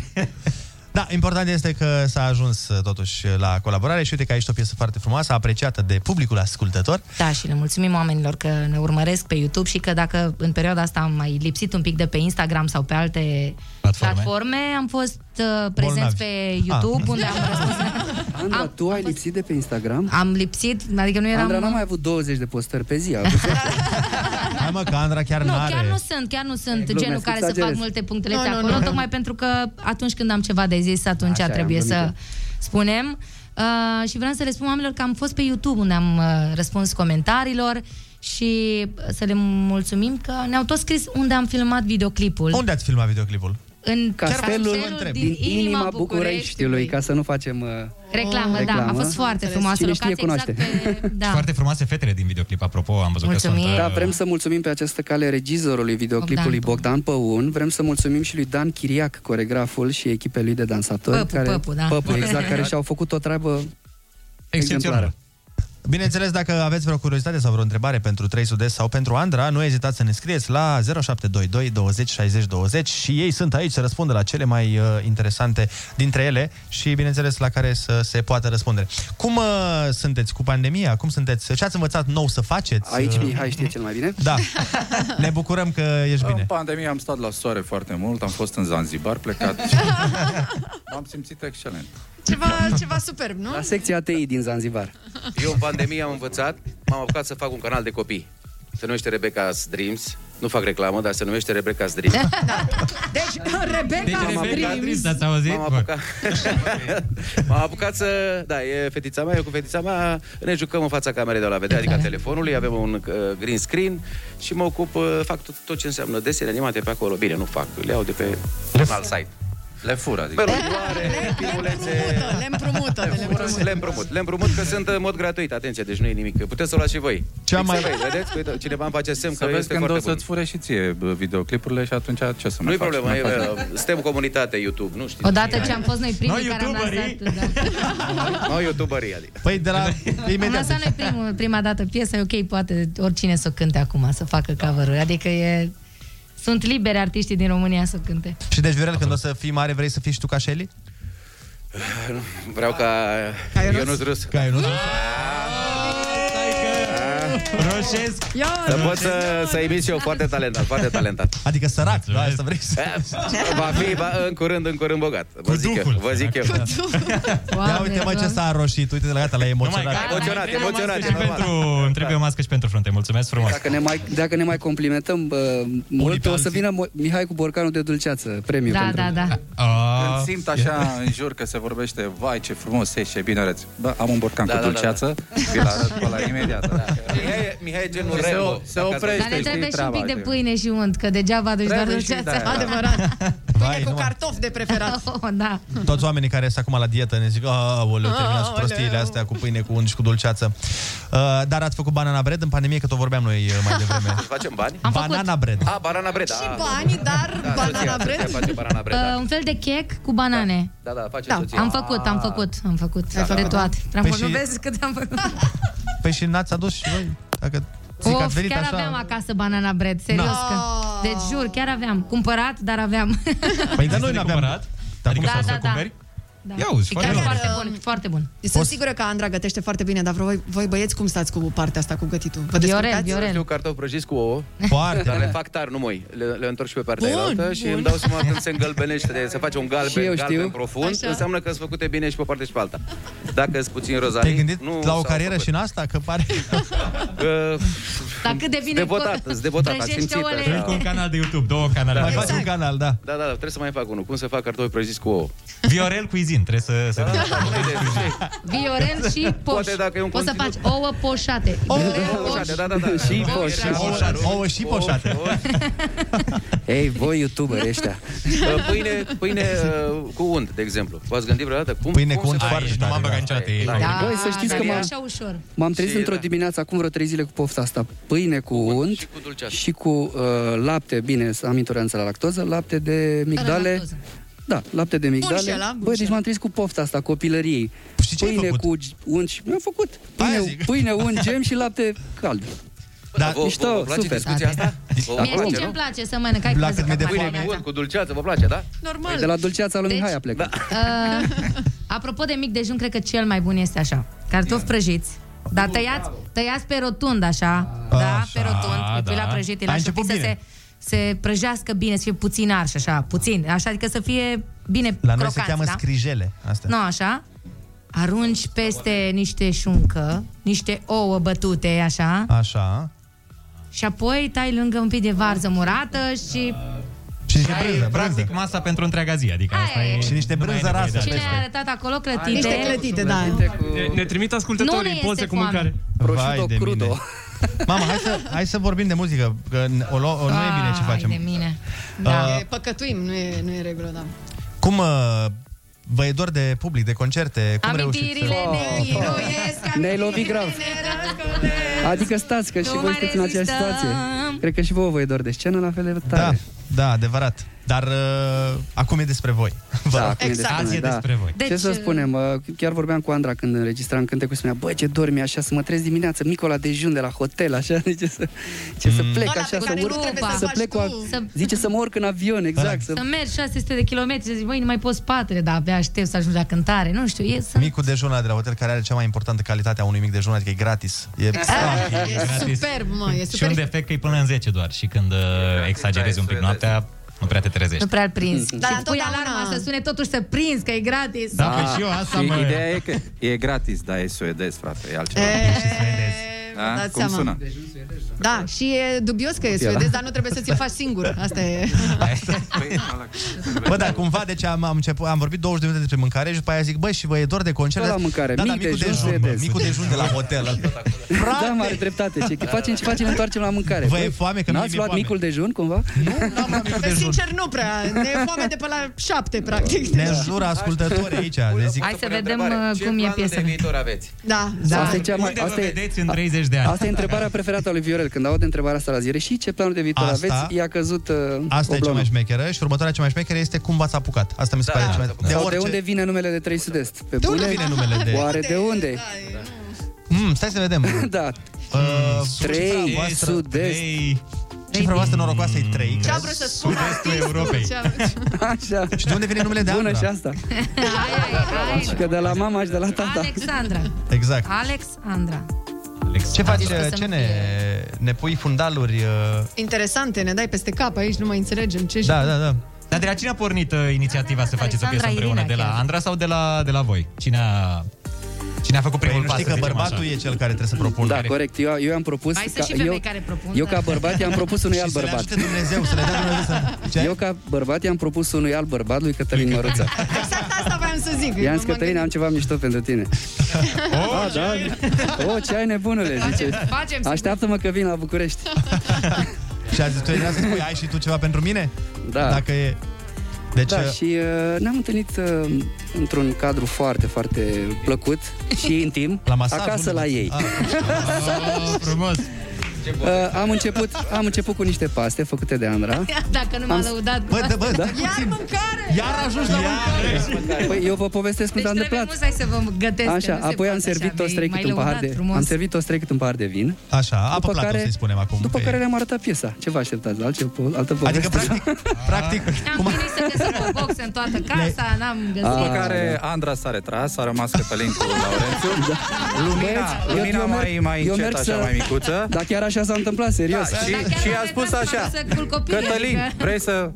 E: <laughs> Da, important este că s-a ajuns uh, totuși la colaborare și uite că aici o piesă foarte frumoasă, apreciată de publicul ascultător.
D: Da, și le mulțumim oamenilor că ne urmăresc pe YouTube și că dacă în perioada asta am mai lipsit un pic de pe Instagram sau pe alte platforme, platforme am fost uh, prezenți
H: Bolnavi.
D: pe YouTube,
H: Ah.
D: ah. unde am
H: <laughs>
D: răspuns.
H: Andra, tu ai lipsit de pe Instagram?
D: Am lipsit, adică nu eram...
H: Andra n-a mai avut 20 de postări pe zi. a avut zece.
E: <laughs> Hai mă, că Andra chiar
D: Nu,
E: n-are.
D: chiar nu sunt, chiar nu sunt
H: glumesc,
D: genul care să
H: exagerez.
D: fac multe punctele
I: Nu,
D: no,
I: nu,
D: acolo,
I: nu.
D: tocmai pentru că atunci când am ceva de zis, atunci
I: Așa e, am
D: trebuie să
I: glumit
D: spunem. Uh, și vreau să le spun oamenilor că am fost pe YouTube unde am uh, răspuns comentariilor și să le mulțumim că ne-au tot scris unde am filmat videoclipul.
E: Unde ați filmat videoclipul?
D: În
H: Castelul din inima Bucureștiului, ca să nu facem uh,
D: Reclamă, da, a
H: reclamă.
D: fost foarte frumoasă
H: Cine
D: locație,
H: știe,
D: exact
H: cunoaște.
D: pe... Da.
F: Foarte frumoase fetele din videoclip, apropo, am văzut că sunt...
H: Da,
F: uh,
H: vrem să mulțumim pe această cale regizorului videoclipului Bogdan Păun, vrem să mulțumim și lui Dan Chiriac, coregraful și echipei lui de dansatori.
D: Păpu,
H: care,
D: Păpu, da.
H: Păpu, exact, care și-au făcut o treabă exemplară.
E: Bineînțeles, dacă aveți vreo curiozitate sau vreo întrebare pentru 3 Sud-Est sau pentru Andra, nu ezitați să ne scrieți la 0722 20 60 20 și ei sunt aici să răspundă la cele mai uh, interesante dintre ele și, bineînțeles, la care să se poată răspunde. Cum uh, sunteți cu pandemia? Cum sunteți? Ce ați învățat nou să faceți? Uh,
P: Aici
H: Mihai știe cel mai bine.
E: Da. Ne bucurăm că ești bine.
P: În pandemie am stat la soare foarte mult, am fost în Zanzibar, <laughs> plecat. am simțit excelent.
I: Ceva, ceva superb, nu?
H: La secția ATI din Zanzibar.
R: Eu în pandemie am învățat, m-am apucat să fac un canal de copii. Se numește Rebecca's Dreams. Nu fac reclamă, dar se numește Rebecca's Dreams.
I: Deci, Rebecca,
R: Deci, Rebecca Dreams,
I: Dreams.
F: ați auzit?
R: M-am apucat, m-am apucat să... Da, e fetița mea, eu cu fetița mea ne jucăm în fața camerei de la vedere, adică a telefonului, avem un uh, green screen și mă ocup, uh, fac tot, tot ce înseamnă desene animate pe acolo. Bine, nu fac, le iau de pe un alt site.
P: Le fură, adică.
R: Melodoare, filmulețe...
I: Le împrumută, le împrumută.
R: Le împrumut, le împrumut că sunt în mod gratuit, atenție, deci nu e nimic. Puteți să o luați și voi.
E: Cea
R: Fix
E: mai-
R: să vezi, vedeți? Uite, cineva îmi face semn
P: Să
R: că
P: vezi
R: este
P: când o
R: foarte bun.
P: să-ți fure și ție bă, videoclipurile și atunci ce să mai
R: Nu-i
P: faci?
R: problemă,
P: Mai
R: e,
P: faci. <laughs>
R: uh, suntem comunitate YouTube, nu știți.
D: Odată ce am fost noi primii
R: Noi,
D: care am
R: youtuberii.
D: lansat... Da.
R: Noi youtuberii, adică.
E: Păi de la...
D: Am lăsat noi primul, prima dată piesa, e ok, poate oricine să o cânte acum, să facă cover Adică e... Sunt liberi artiștii din România să cânte.
E: Și deci, Viorel, când o să fii mare, vrei să fii și tu ca Shelly?
R: Vreau ca Ionuț Rus.
E: Ca Ionuț Rus.
F: Roșesc.
R: Să pot să, să imit și eu, foarte talentat, foarte talentat. Eh,
E: Adică sărac, da, asta vrei să...
R: Va fi va, în curând, în curând bogat. Vă zic eu, vă zic eu.
E: Ia uite mă ce s-a roșit, uite de la gata, la emoționat.
R: Emoționat, emoționat. Exact.
F: Și pentru, îmi trebuie o mască și pentru frunte. Mulțumesc frumos.
H: Dacă ne mai, dacă ne mai complimentăm uh, mult, o să vină Mo- Mihai cu borcanul de dulceață, premiu
D: Da,
H: pentru...
D: da, da.
P: Când simt așa în jur că se vorbește Vai ce frumos ești, ce bine arăți Bă, am un borcan
R: Da,
P: cu
R: da, da,
P: dulceață <laughs> Vi-l arăt pe ăla imediat da.
R: Mihai, e- Mihai e genul
P: Și se-
R: Rambo.
P: se
R: Dacă-
P: oprește.
D: Dar ne
P: știi
D: trebuie și un
P: treaba,
D: pic de
P: știi.
D: pâine și unt, că degeaba duci doar
P: Trebuie și
D: dulceața.
P: de-aia.
I: Adevărat.
E: Vai,
I: Cu
E: nu,
I: cartofi de preferat.
D: Oh, da.
E: toți oamenii care sunt acum la dietă ne zic Aoleu, terminați
I: Aoleu."
E: prostiile astea cu pâine, cu unt și cu dulceață. Uh, dar ați făcut banana bread în pandemie, că tot vorbeam noi uh, mai devreme.
R: <laughs> Facem bani?
E: banana bread.
R: A, banana bread, da.
I: Și banii, dar
R: Da,
I: banana
R: soția,
I: bread.
R: soția face banana bread,
D: Uh,
R: da.
D: un fel de chec cu banane.
R: Da, da, face
D: Da,
R: soția.
D: am făcut, am făcut, am făcut.
R: Da, da,
D: de
R: da.
D: toate.
E: Păi
D: Păi
E: și-
D: nu vezi cât am făcut.
E: Păi și n-ați adus și voi? Dacă Zic, ați
D: Of,
E: venit
D: chiar
E: așa-
D: aveam acasă banana bread, serios
E: Na.
D: că. Deci jur, chiar aveam. Cumpărat, dar aveam. <laughs>
E: Păi, dar noi n-aveam... Dar
F: Adică
D: Da,
E: cum să-
D: da,
E: să
D: da.
E: cumperi?
D: Da.
E: Ia uzi,
D: E
E: foarte
D: chiar
E: bine.
D: foarte bun, foarte bun.
I: Sunt sigură că Andra gătește foarte bine, dar voi, voi băieți cum stați cu partea asta cu gătitul? Vă descurcați?
R: Știu cartofi prăjiți cu ouă.
E: Foarte
R: Dar le fac tar, nu moi. Le, le întorc și pe partea
I: Bun,
R: aia și
I: bun.
R: îmi dau seama când se îngălbenește, de- se face un
I: Și eu
R: galben,
I: știu.
R: galben profund,
I: Așa.
R: Așa. înseamnă că sunt făcute bine și pe o parte și pe alta. Dacă sunt puțin rozari,
E: Te-ai gândit
R: nu
E: la o
R: s-au
E: carieră
R: făcut.
E: și în asta? Că pare...
R: Că-
D: Dar cât de bine
R: Devotat,
D: co-
R: sunt devotat, am
D: prăjește
R: simțit.
D: ouăle.
R: așa.
D: Încă un
F: canal de YouTube, două canale.
E: Mai faci un canal, da.
R: Da, da, da, trebuie să mai fac unul. Cum să fac cartofi prăjiți cu ouă? Da,
F: Viorel Cuizin, trebuie să... să...
D: Viorel și poș.
R: Poate dacă e un
D: Poți să faci
R: conținut-
D: ouă poșate. Viorel, poș.
R: Da, da, da.
H: Și
R: Ouă
H: poșate.
R: poșate.
E: Ouă și poșate.
H: Ei, voi youtuberi ăștia.
R: Uh, Pâine, pâine uh, cu unt, de exemplu. V-ați gândit vreodată? Cum, pâine
E: cu unt foarte
R: Nu m-am băgat
F: niciodată.
D: Da,
H: Băi, să știți
D: dar
H: că
D: e
H: m-am-
D: așa ușor.
H: M-am trezit
R: Și-
H: într-o
R: da.
H: dimineață, acum vreo trei zile, cu pofta asta. Pâine cu unt și cu, uh, lapte, bine, am intoleranță la lactoză, lapte de migdale.
I: lactoză.
H: Da, lapte de migdale.
I: și ăla, bun
H: Băi, deci m-am trezit cu pofta asta, copilăriei. pâine cu g- unt și... Mi-am făcut. Pâine, pâine,
I: <laughs>
H: unt, gem și lapte cald.
R: Da, vă,
H: mișto,
R: vă, vă place
H: super.
R: discuția asta? Vă
D: Mie știi
R: place,
D: ce-mi
R: nu?
D: place să mănânc? Hai că vă zic acum
R: Pâine cu
D: dimineața.
R: unt, cu dulceață, vă place, da?
I: Normal.
H: Păi De la dulceața lui
D: Deci-
H: Mihai a plecat.
D: Uh, apropo de mic dejun, cred că cel mai bun este așa. Cartofi prăjiți, dar tăiați, tăiați pe rotund așa, da, pe
M: Ah,
D: rotund, da. la prăjit, îi
E: Ai
D: lași un pic
E: început
D: să se,
E: bine.
D: se prăjească bine, să fie puțin arș, așa, puțin, așa, adică să fie bine
E: La noi
D: crocanți,
E: se cheamă
D: da?
E: scrijele. Asta.
D: Nu, așa? Arunci peste niște șuncă, niște ouă bătute, așa,
E: Așa.
D: și apoi tai lângă un pic de varză murată și...
E: Și niște brânză,
F: Practic masa pentru întreaga zi, adică asta e...
E: Și niște brânză rasă.
D: Cine a arătat acolo clătite?
I: Niște clătite, da.
Z: Ne, ne trimit
D: Nu ne
Z: ascultătorii
D: este
Z: poze cu
D: foame.
Z: mâncare.
E: Vai de crudo. Mine. Mama, hai să, hai să vorbim de muzică, că n- o, lu- o, oh, nu e bine ce
D: Vai
E: facem.
D: de mine.
I: Da,
E: Uh,
I: e păcătuim, nu e, nu e regulă, da.
E: Cum uh, vă e dor de public, de concerte? Cum reușiți
D: Amintirile
E: să...
D: ne biruiesc,
H: Oh. Ne-ai lovit grav. Adică stați, că și
D: Nu
H: voi
D: mai
H: sunteți în aceeași
D: rezistăm.
H: situație. Cred că și vouă vă e dor de scenă la fel de
E: Da,
H: tare.
E: da, adevărat. Dar uh, acum e despre voi. Vă
H: Da,
E: rog.
H: acum e despre
E: Azi
H: noi,
E: e
H: da.
E: despre voi.
D: Exact. Deci,
H: ce să spunem, uh, chiar vorbeam cu Andra când înregistram cântecul, spunea, băi, ce dormi așa, să mă trezi dimineața, micul la dejun de la hotel, așa, <laughs> zice să, ce
E: Mm.
H: să plec,
I: Ăla
H: așa,
I: pe
H: să
I: care nu
H: urc,
I: trebuie să
H: să
I: faci
H: plec cu,
I: tu.
D: Să-
H: zice să mă urc în avion, exact, să,
D: Să mergi 600 de kilometri, să zici, băi, nu mai poți spatele, dar abia aștept să ajungi la cântare. Nu știu, e să...
E: Micul dejun ăla de la hotel, care are cea mai importantă calitate a unui mic dejun, adică e gratis. <laughs> E...
I: E superb, mă, e
F: Și un
I: superb.
F: defect că e până în 10 doar și când uh, exagerezi un pic noaptea, nu prea te trezești.
D: Nu prea-l
Z: Mm-hmm.
D: prinzi.
E: Da,
I: Dar
D: și pui
I: Da, întotdeauna-
D: alarma să sune totuși să prinzi, că e gratis.
F: Da, păi și eu asta, mă.
P: Ideea e că e gratis, dar e suedez, frate, e altceva.
I: vă
P: da?
I: dați
P: Cum
I: seama.
P: sună?
I: Da, și e dubios că e
P: Copil, da.
I: suedez, dar nu trebuie să ți-l faci singur. Asta
E: <laughs>
I: e.
E: Bă, Păi, dar cumva, deci am, am, început, am vorbit 20 de minute despre mâncare și după aia zic, băi, și vă e dor de concert.
H: Da, la mâncare,
E: da, da,
H: mic
E: micul
H: dejun
E: dejun, bă,
H: suedez.
E: micul dejun de la hotel.
H: <laughs> da, mare dreptate, ce facem, ce facem, ne întoarcem la mâncare.
E: Vă e foame, că mie
H: N-ați
E: mi-e
H: luat
E: foame.
H: micul dejun, cumva?
I: Sincer, nu prea. Ne e foame de pe la șapte, practic.
E: Ne înjură ascultătorii aici. Le zic,
D: Hai să vedem uh, cum e piesa.
R: Viitor aveți.
I: Da,
H: Da.
I: da.
H: Asta e cea mai,
F: Unde vă
H: asta e,
F: vedeți în 30 de ani?
H: Asta e întrebarea preferată a lui Viorel. Când aud întrebarea asta la ziere și ce planuri de viitor
E: Asta-
H: aveți, i-a căzut uh,
E: Asta e cea
H: oblonul.
E: mai șmecheră și următoarea cea mai șmecheră este cum v-ați apucat. Asta mi se pare cea mai...
H: Sau de unde vine numele de 3 sud-est? Pe
E: Da. De unde
H: bune?
E: vine numele de-
H: Oare de unde?
E: Mm, stai să vedem.
H: <laughs> da.
E: Uh,
H: Trei,
E: cifra voastră-
H: sud-est.
E: trei- Cifra voastră norocoasă e 3,
I: Ce-a vrut să spun?
F: Sud-estul Europei.
I: Ce-a vrut să-
H: Așa.
E: Și de unde vine numele de
H: Bună
E: Andra?
H: și asta.
D: Hai,
H: Și
D: hai,
H: că de la mama și de la
D: hai.
H: tata.
D: Alexandra.
E: Exact.
D: Alexandra.
E: Ce faci?
D: Adică să
E: Ce
D: nu
E: ne, ne pui fundaluri? uh,
I: Interesante, ne dai peste cap aici, nu mai înțelegem ce
E: Da, da, da.
F: Dar de la cine a pornit uh, inițiativa să faceți o piesă
D: Alexandra,
F: împreună?
D: Irina
F: De la
D: chiar.
F: Andra sau de la, de la voi? Cine a, cine a făcut primul
E: Păi, nu
F: pas?
E: știi
F: să
E: că
F: zicem
E: bărbatul
F: așa?
E: e cel care trebuie să propună.
H: Da, corect. Eu, eu am propus...
D: Mai sunt
H: ca-
D: și femei
H: eu-
D: care propun. da.
H: Eu
D: dar-
H: ca bărbat i-am propus
E: <laughs>
H: unui alt
E: Să le
H: bărbat.
E: ajute Dumnezeu, să le dea Dumnezeu să... Ce?
H: Eu ca bărbat i-am propus unui alt bărbat lui Cătălin Măruță.
I: Exact asta voiam să zic.
H: I-am
I: Mă
H: zis, Cătălin, am ceva mișto pentru
E: <laughs>
H: tine. Oh, da. Oh, ce ai nebunule,
E: <laughs>
H: zice.
D: Facem
H: Așteaptă-mă că vin la București.
E: Și a zis, tu Irina, să spui, ai și tu ceva pentru mine?
H: Da.
E: Dacă e... Deci,
H: Da,
E: uh,
H: și uh, ne-am întâlnit uh, într-un cadru foarte, foarte plăcut și intim.
E: La masaj,
H: acasă <laughs>
E: unde?
H: la ei.
E: Ah, Oh, frumos.
H: Uh, am, început, am început cu niște paste făcute de Andra.
D: Dacă nu m-a lăudat cu
H: da,
D: asta.
I: Iar mâncare!
E: Iar ajungi la
H: mâncare! Păi eu vă povestesc cum
D: Deci
H: s-a
D: trebuie
H: întâmplat.
D: mult să- să vă gătesc. că
H: Așa,
D: nu se
H: apoi am
D: poate
H: servit
D: așa.
H: toți
D: Mi-ai-
H: trei
D: mi-ai
H: câte un pahar
D: lăudat
H: de,
D: frumos.
H: am servit toți trei câte un pahar de vin.
E: Așa, apă platou, să-i spunem acum.
H: După
E: că
H: care
E: e.
H: le-am arătat piesa. Ce vă așteptați? La altce, altă poveste?
E: Adică, practic, practic
D: Am chinuit să găsesc o box în toată casa, n-am găsit.
P: După care Andra s-a retras, a rămas Cătălin cu Laurențiu. Lumina,
H: Da. Băieți,
P: lumina Da, mai, mai
H: eu
P: încet,
H: merg
P: așa, mai micuță.
H: Dar chiar așa s-a întâmplat, serios.
P: Da, și, și a spus așa,
D: să culc copiii,
P: Cătălin,
D: adică-
P: vrei să...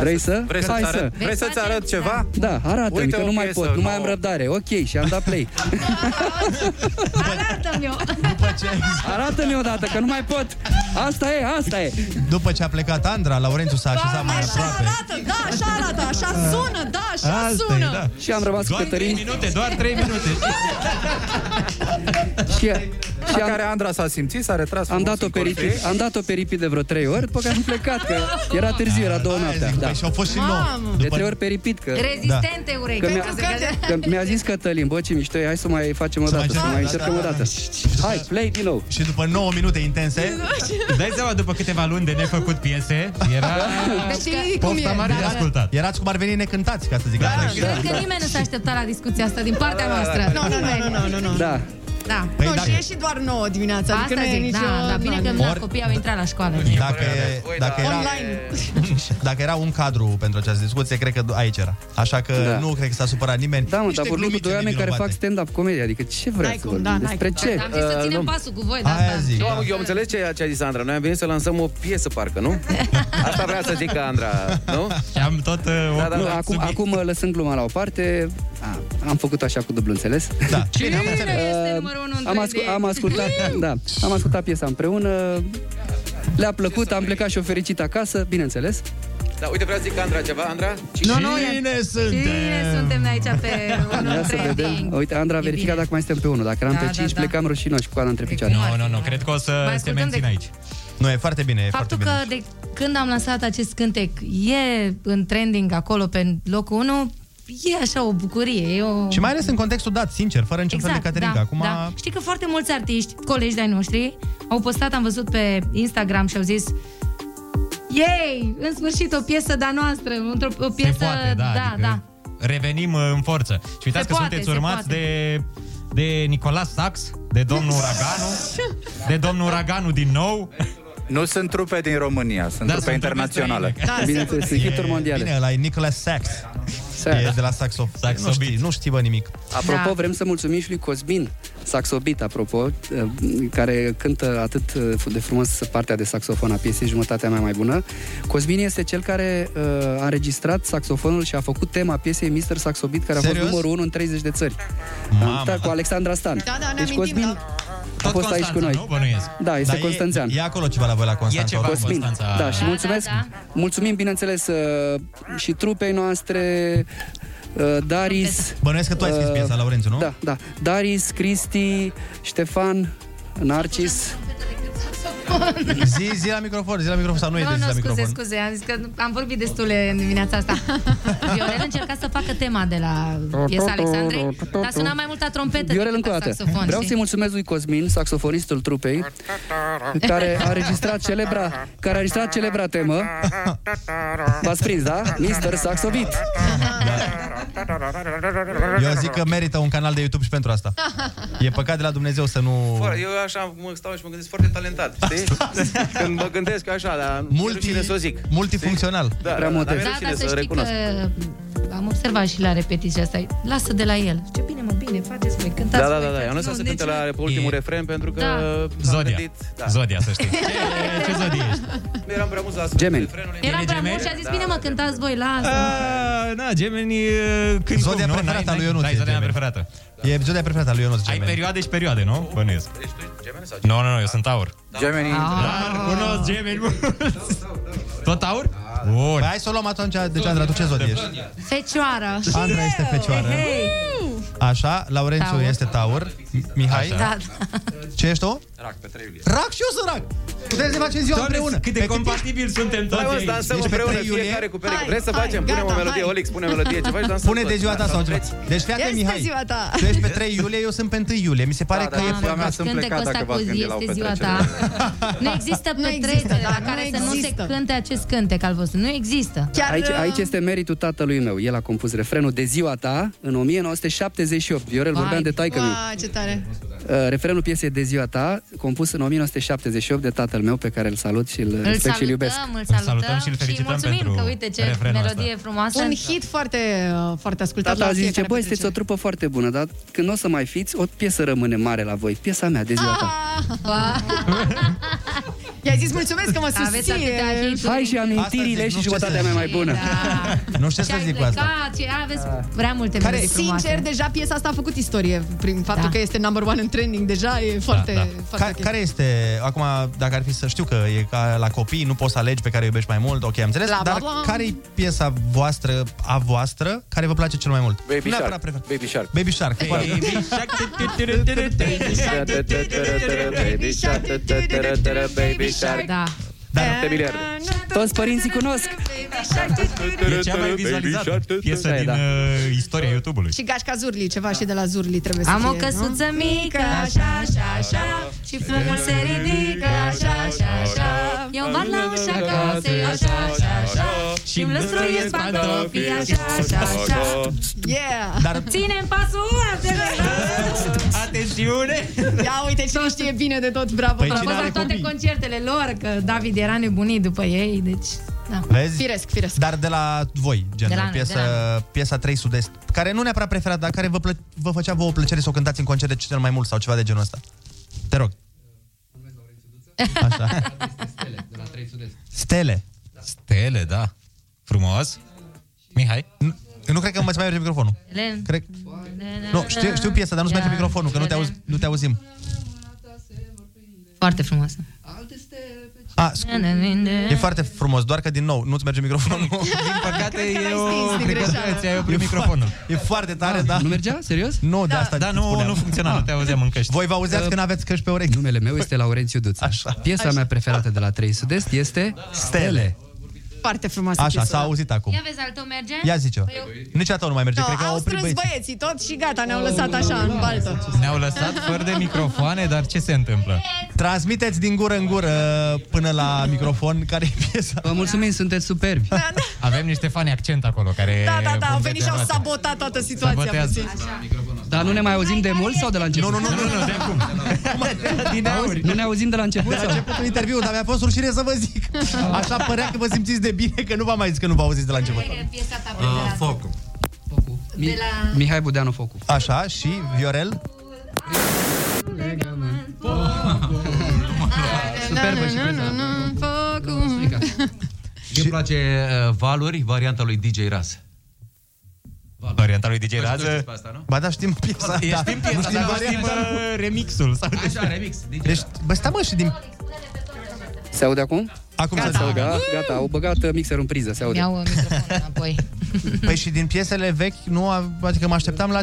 H: Vrei să?
P: Vrei să-ți
H: Hai să.
P: arăt, vrei să-ți arăt ceva?
H: Da, arată-mi,
P: Uite
H: că
P: o
H: nu mai
P: piesă
H: pot, nu mai am
P: nouă.
H: răbdare. Ok, și am dat
P: <laughs>
H: play.
D: Arată-mi eu.
H: Arată-mi odată, că nu mai pot. Asta e, asta e.
E: După ce a plecat Andra, Laurențiu s-a așezat mai
I: Așa
E: aproape.
I: arată, da, așa arată, așa sună, da, așa
E: Asta e,
I: sună.
E: da.
H: Și am rămas
E: Doar
H: cu Cătălin.
E: trei minute, doar
I: <laughs>
E: 3 minute.
H: Și,
P: și care Andra s-a simțit, s-a retras
H: Am dat, o peripi,
P: perici.
H: am dat o peripi de vreo trei ori, după care am plecat, că era târziu, era două noaptea. Da.
E: Și au fost
H: și
D: nouă. Mamă!
H: De trei ori peripit, că...
D: Da. Rezistente urechi.
H: Că mi-a,
D: Pentru că-
H: că mi-a zis Cătălin, bă, ce mișto e, hai să mai facem o
E: Să
H: dată,
E: mai
H: să mai încercăm
E: încercăm,
H: o
E: da, da,
H: dată. Hai, play din nou.
E: Și după 9 minute intense,
F: Dai seama, după câteva luni de nefăcut piese, era...
D: Deci,
I: Știi cum
E: pofta
I: e,
E: mare de
I: da.
E: ascultat. Erați cum ar veni necântați, ca să zic așa.
D: Cred
H: Da.
D: că nimeni nu s-a așteptat la discuția asta din partea
I: da,
D: noastră.
I: Nu, nu, nu, nu, nu, nu.
H: Da.
I: Da.
E: Păi
I: nu,
E: dacă-
I: și e și doar 9 dimineața, adică nu
D: Asta
I: e
D: zic,
I: nicio...
D: da, da, bine că
I: da.
D: na, copiii au intrat la școală.
E: Dacă,
H: Păi, da,
E: dacă, era,
I: Online.
E: <laughs> dacă era un cadru pentru această discuție, cred că aici era. Așa că
H: Da.
E: nu cred că s-a supărat nimeni.
H: Da, mă,
E: Niște
H: dar vorbim cu
E: glumițe
H: doi oameni care fac
E: nevinovate.
H: stand-up comedie, adică ce
D: N-ai
H: vreți să
D: cum, da,
H: vorbim?
D: n-ai
H: Despre
D: cum.
H: ce?
D: Am zis să
H: Uh,
D: ținem
H: nu.
D: pasul cu voi, de
E: Aia
D: asta.
E: zic.
R: Eu, am, eu am înțeles ce, ce a zis Andra. Noi am venit să lansăm o piesă, parcă, nu? Asta vrea să zică Andra, nu?
F: Și am tot...
H: Da, da, acum, acum, lăsând gluma la o parte, a, am făcut așa cu dublu înțeles. <laughs>
E: Da.
D: Cine este
H: Uh,
D: numărul unu
H: am,
D: între
H: ascu-
D: ei?
H: am ascultat, da, am ascultat piesa împreună, le-a plăcut, am plecat și o fericit acasă, bineînțeles.
R: Da, uite, vrea să zică Andra ceva, Andra?
E: Nu, nu, e- Cine suntem?
D: Cine suntem noi aici pe
H: Ia
D: unul
H: să vedem.
D: trending?
H: Uite, Andra a verificat dacă mai suntem pe unul. Dacă eram
D: Da,
H: pe
D: da,
H: 5,
D: da.
H: plecam rușinoși cu coada între picioare.
F: Nu, nu, nu, cred că o
D: Mai
F: să se
D: ascultăm
F: mențin
D: de-
F: aici.
E: Nu, e foarte bine, e
D: Faptul
E: foarte
D: că
E: bine.
D: de când am lansat acest cântec e în trending acolo pe locul 1, e așa o bucurie. E o...
E: Și mai ales în contextul dat, sincer, fără niciun fel
H: Exact,
E: de caterinca. Acum,
D: da. Știi că foarte mulți artiști, colegi de-ai noștri, au postat, am văzut pe Instagram și au zis Yay! În sfârșit o piesă de-a noastră, într-o o piesă...
F: poate, da,
D: da,
F: adică-
D: <laughs> da.
F: Revenim uh, în forță. Și uitați
D: Se
F: că
D: poate,
F: sunteți
D: se
F: urmați
D: poate.
F: de de Nicolas Sax, de
D: <laughs>
F: domnul Uraganu, de domnul Uraganu din nou.
P: Nu sunt trupe din România, sunt
F: Da,
P: trupe
F: sunt
P: internaționale.
F: trupe străine.
H: Da,
F: Da,
H: Bineînțeles, sunt hituri mondiale.
E: Bine, ăla Da, e Nicolas Sax. E de la saxo. Nu știi, nu știi, bă, nimic.
H: Apropo,
D: Da.
H: vrem să mulțumim și lui Cosmin, saxobit, apropo, eh, care cântă atât eh, de frumos partea de saxofon a piesei, jumătatea mea mai bună. Cosmin este cel care uh, a înregistrat saxofonul și a făcut tema piesei Mr. Saxobit, care a fost
E: Serios?
H: numărul 1 în 30 de țări.
E: Mamă.
H: Da, cu Alexandra Stan.
I: Da, da, ne
H: deci
I: amintim,
H: Cosmin
I: da.
H: a fost aici cu noi.
F: nu? Bănuiesc.
H: Da, este
E: Dar e-
H: Constanțean.
E: E acolo ceva la voi la Constanța.
F: ceva
E: oricum.
H: Cosmin.
F: Constanța.
H: Da, și
D: Da,
H: mulțumesc.
D: da,
H: Mulțumim, bineînțeles, uh, și trupei noastre, uh, Daris...
E: Bănuiesc că tu ai scris
H: uh,
E: piesa, Laurențiu, nu?
H: Da, da. Daris, Cristi, Ștefan, Narcis.
E: Zi, zi la microfon, zi la microfon sau nu e de
D: Nu,
E: zi la
D: nu, scuze,
E: microfon.
D: scuze, am zis că am vorbit destule în dimineața
E: <laughs>
D: asta. Viorel încerca să facă tema de la piesa Alexandrei, dar suna mai mult la trompetă
H: Viorel,
D: decât
H: încă o
D: la
H: dată.
D: saxofon.
H: Vreau
D: știi?
H: să-i mulțumesc lui Cosmin, saxofonistul trupei, care a registrat celebra, care a registrat celebra temă. V-ați prins, da? Mister Saxobit.
E: Eu zic că merită un canal de YouTube și pentru asta. E păcat de la Dumnezeu să nu...
R: Fără, eu așa mă stau și mă gândesc foarte talentat, știi? Când mă gândesc așa, dar Multi...
E: Multi-
R: rușine să o zic.
E: Multifuncțional.
R: Da,
H: Prea
R: da, da,
H: modest.
R: dar
D: Da,
R: mi-e rușine
D: dar
R: să,
D: să știi
R: recunosc.
D: că am observat și la repetiția asta. Lasă de la el. Ce bine, mă, bine, faceți voi, cântați
R: Da, da,
D: voi,
R: da, da. Eu nu o să
D: fraților,
R: se cânte
D: deci-
R: la pe ultimul refren pentru că
D: Da.
R: am
F: Zodia.
R: gândit- da.
F: Zodia, să
R: <laughs>
F: știi. Ce, ce zodie ești?
R: Nu eram prea mulți la sfârșitul
H: Gemeni.
R: refrenului.
D: Era prea mult și a zis,
R: Da,
D: Da. bine, Ah. mă, cântați voi, lasă.
F: A, Ah, Na, gemeni uh, când
E: Zodia
F: cum, nu?
E: preferată
F: N-ai-
E: a lui Ionuț
F: Da, e
E: e
F: zodia mea
E: gemeni.
F: preferată.
E: E epizodia preferată a lui Ionuț
F: Ai
E: Gemeni.
F: perioade și perioade, nu? Bănuiesc.
R: Deci tu gemeni sau ce?
F: Nu, nu, nu, eu sunt aur.
P: Gemeni.
D: Ah.
F: Dar cunosc gemeni mulți. Tot aur? Bun.
E: Păi hai să o luăm atunci, deci Andra, tu ce zodie ești?
D: Fecioară.
E: Andra este fecioară.
D: Hei,
E: Așa, Laurențiu
D: Taur.
E: este Taur, Mihai?
D: Da, da.
E: Ce ești tu?
J: Rac pe 3 iulie.
E: Rac și eu sunt rac. Putem să facem ziua
J: Doamne,
E: împreună.
J: cât de
E: compatibil suntem
J: Hai, mă, să dansăm
E: Deci
J: împreună, fiecare cu pereche. Vreți să facem? Punem o melodie, Olix, pune o melodie, ceva și dansăm
E: Pune de
J: toți.
E: ziua ta
J: Da,
E: sau ceva.
J: vreți?
E: Deci fii atent,
I: Este
E: Mihai.
I: ziua ta.
E: Tu ești pe 3 iulie, eu sunt pe 1 iulie. Mi se pare
J: Da,
E: că
J: da,
E: e...
J: da, ziua mea sunt
D: Cântecul ăsta cu zi este ziua ta.
J: Da,
D: Nu există
I: Nu
D: petrecere
I: există,
D: la
I: da,
D: care
I: nu
D: să nu se
I: există.
D: cânte acest cântec al vostru. Nu există.
H: Aici, aici este meritul tatălui meu. El a compus refrenul de ziua ta în 1978. Viorel, vorbeam de taică meu.
I: Uai, ce tare.
H: Refrenul piesei de ziua ta, compus în 1978 de tatăl meu, pe care îl salut și îl
D: Îl
H: respect și îl
D: salutăm,
H: iubesc.
D: îl Da, salutăm și îl felicităm uh, mulțumim pentru că, uite, ce refrenul melodie ăsta. frumoasă.
I: Un hit foarte, uh, foarte ascultat
H: Tata
I: la
H: zice,
I: fiecare
D: <laughs>
I: <laughs>
H: băi,
I: petrecere.
H: sunteți o trupă foarte bună, dar când nu o să mai fiți, o piesă rămâne mare la voi. Piesa mea de ziua ta.
I: Ah! I-a zis mulțumesc că mă
D: Aveți atâtea
I: susții.
D: hituri. Hai și amintirile
H: și jumătatea mea mai bună.
E: Da. Nu știu ce să
D: Ai
E: zic cu asta.
D: plecat și aveți
E: Da.
D: prea Da, multe
I: Care
D: melodii frumoase. Da.
I: Sincer, deja piesa asta a făcut istorie prin faptul că este number one în trending. Deja
E: Da,
I: e foarte...
J: da.
I: foarte
E: Ca, care este, acum, dacă ar fi să știu că e ca la copii, nu poți să alegi pe care o iubești mai mult, ok, am înțeles,
I: Bla, bla,
E: dar
I: bla.
E: care e piesa voastră, a voastră, care vă place cel mai mult?
J: Baby
E: Nu neapărat
J: Shark. Baby Shark.
E: Baby Shark.
J: Baby
E: Shark.
J: Baby shark, tărătără, baby shark.
D: Da.
J: Da, de miliarde.
H: Toți părinții cunosc.
R: E cea mai vizualizată piesă
J: da.
R: din uh, istoria YouTube-ului.
I: Și Gașca Zurli,
E: Da.
I: ceva și de la Zurli trebuie să
D: Am
I: fie,
D: o căsuță
I: nu?
D: mică, așa, așa, așa Și frumos se ridică, așa, așa, așa Eu învăț la ușa casei, așa, așa, așa Și îmi lăstruiesc pantofii, așa, așa, așa
I: Yeah!
E: Dar...
D: Ținem pasul, da?
E: Atențiune!
I: Ia uite cine știe bine de tot, bravo!
E: Păi
D: Am fost la toate concertele lor, că David era nebunit după ei, deci... Da.
E: Vezi?
I: Firesc, firesc.
E: Dar de la voi, gen,
D: De la
E: o
D: noi,
E: piesă,
D: de la
E: piesa 3 Sud-Est, care nu neapărat preferat, dar care vă, plă- vă făcea vouă plăcere să o cântați în concerte cel mai mult sau ceva de genul ăsta. Te rog. Așa. Stele.
R: Stele, da. Frumos. Mihai?
E: Nu cred că mă mai merge microfonul.
D: Len.
E: Cred... Nu, știu, știu piesa, dar nu-ți
D: Da.
E: merge microfonul, că nu te, auzi, nu te auzim.
D: Foarte frumoasă.
E: A, scu- e foarte frumos, doar că, din nou, nu-ți merge
R: <laughs>
E: microfonul. Din păcate,
R: e o... Cred că ți-ai oprit microfonul. Ah,
E: E foarte tare, da.
H: Nu mergea? Serios?
E: Nu, de asta
R: Da, nu- nu funcționa, nu te
E: auzeam în căști. Voi vă auzeați
H: Uh,
E: când aveți căști pe urechi.
H: Numele meu este Laurențiu Duță. Așa. Piesa
E: Așa.
H: mea preferată de la 3 Sud-Est este Stele.
I: Foarte frumoasă
E: Așa,
I: piesă,
E: s-a
I: da.
E: auzit acum.
D: Ia vezi, al tău merge?
E: Ia zice-o.
D: Păi eu-
E: Niciodată nu mai merge,
I: No,
E: cred că au
I: au
E: oprit
I: strâns
E: băieții. Da.
I: băieții tot și gata, ne-au lăsat așa în baltă.
R: Ne-au lăsat fără de microfoane, dar ce se întâmplă?
E: Transmiteți din gură în gură până la microfon care e piesa.
H: Vă mulțumim, sunteți superbi.
R: Avem niște fani accent acolo care...
I: Da, da, da, au venit și au
R: bombetează.
I: sabotat toată situația
R: Sabotează.
I: puțin.
H: Dar nu ne mai auzim de mult sau de la început?
E: Nu, nu, nu, de acum.
H: <laughs> Din aur. Nu ne auzim de la început?
E: De Păi, la
H: sau?
E: începutul interviu, dar mi-a fost rușine să vă zic. Așa părea că vă simțiți de bine, că nu v-am mai zis că nu vă auziți de la început.
D: Care e piesa
E: Ah,
D: ta preferată?
E: Focul.
H: Mi- Mihai Budeanu Focu.
E: Așa, și Viorel?
I: Superbă și
N: Îmi place uh, Valuri, varianta lui DJ Raz.
R: Varianta lui DJ
N: Voi
R: Rază.
N: știți despre asta, nu?
E: Ba da, știm piesa.
R: E,
E: da.
R: știm piesa,
E: Nu știm
R: dar nu știm,
E: varianta.
R: uh, remixul. Sau
N: Așa, remix. DJ
E: Deci, bă, stai mă și din...
H: Se aude acum?
E: Acum
H: gata,
E: se aude.
H: Gata, gata, au băgat uh, mixerul în priză, se aude.
D: Iau uh, microfonul înapoi.
E: Păi și din piesele vechi, nu, a- adică mă așteptam la...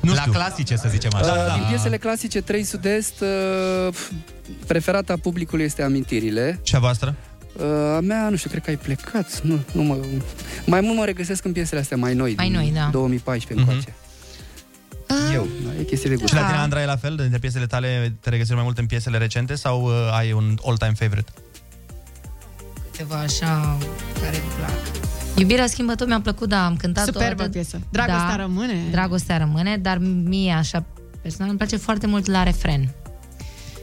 E: Nu
R: La clasice, să zicem așa.
E: da.
H: Uh, Din piesele clasice 3 Sud-Est, uh, pf, preferata publicului este Amintirile.
E: Și a voastră?
H: Uh, A mea, nu știu, cred că ai plecat. Nu, nu mă, mai mult mă regăsesc în piesele astea mai noi.
D: Mai
H: din
D: noi, da.
H: 2014 încoace.
I: Ah.
H: Eu, da, e chestie de gust.
E: Mhm. Și la tine, Andra, e la fel? Dintre piesele tale te regăsești mai mult în piesele recente sau uh, ai un all-time favorite?
D: Ceva așa care îmi plac. Iubirea schimbă tot mi-a plăcut, da, am cântat-o. Da.
I: Superbă piesă. Dragostea rămâne.
D: Dragostea rămâne, dar mie așa personal îmi place foarte mult la refren.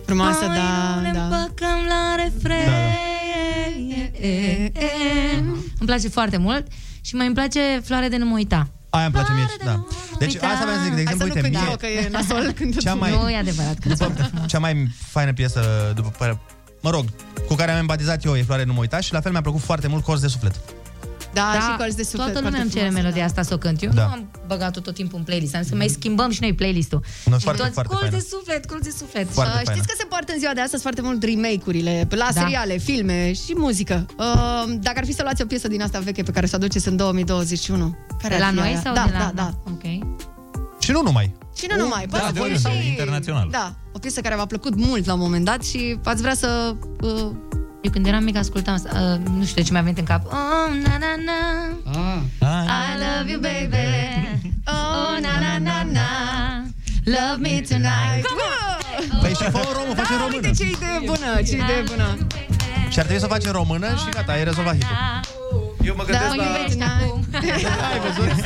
I: Frumoasă,
D: Hai,
I: da,
D: nu ne
I: da.
D: împăcăm la refren.
E: Da,
D: Îmi place foarte mult și mai îmi place Floare de nu mă uita.
E: Aia îmi place mie, da. Deci
D: uita.
E: asta vreau să zic, de
D: Hai
E: exemplu,
D: să nu
E: uite,
D: cânt
E: mie,
D: eu, că e nasol când
E: Cea mai-
D: Nu e adevărat că
E: după, cea mai faină piesă, după păre- mă rog, cu care am empatizat eu, e Floare, nu mă uita și la fel mi-a plăcut foarte mult Cors de suflet.
I: Da, și colț de suflet.
D: Toată lumea
I: foarte
D: îmi cere
I: frumos.
D: melodia asta să o cânt. Eu
E: Da.
D: nu am băgat-o tot timpul în playlist. Am zis că mai schimbăm și noi playlistul.
E: Nu,
D: și
E: foarte,
D: toți,
E: foarte
D: colț de
E: faină.
D: suflet, colț de suflet.
E: Foarte
I: Uh,
E: faină.
I: știți că se poartă în ziua de astăzi foarte mult remake-urile la
D: Da.
I: seriale, filme și muzică. Uh, dacă ar fi să luați o piesă din asta veche pe care să o aduceți în 2021,
D: De
I: care ar
D: la
I: fi
D: noi
I: aia?
D: sau
I: da,
D: de la...
I: Da, da.
D: Ok.
E: Și nu numai.
I: Cine nu mai? Poate
F: Da,
I: să
F: de
I: fie
F: ori sau internațional.
I: Da, o piesă care v-a plăcut mult la un moment dat și ați vrea să... Uh,
D: Eu când eram mic ascultam, asta, uh, nu știu de ce mi-a venit în cap. Oh, na, na, na.
R: Da.
D: I love you, baby.
I: Oh, na, na, na, na. Love me tonight. Come on!
E: Păi și fă o romă, face
I: da,
E: română.
I: uite ce idee bună, ce
D: Da.
I: idee bună.
E: Și ar trebui să o faci în română și gata, ai rezolvat hitul.
R: Eu mă gândesc
D: Mă
R: la
D: Da, iubești
I: Da,
D: acum.
I: uh,
R: Ai văzut? uh,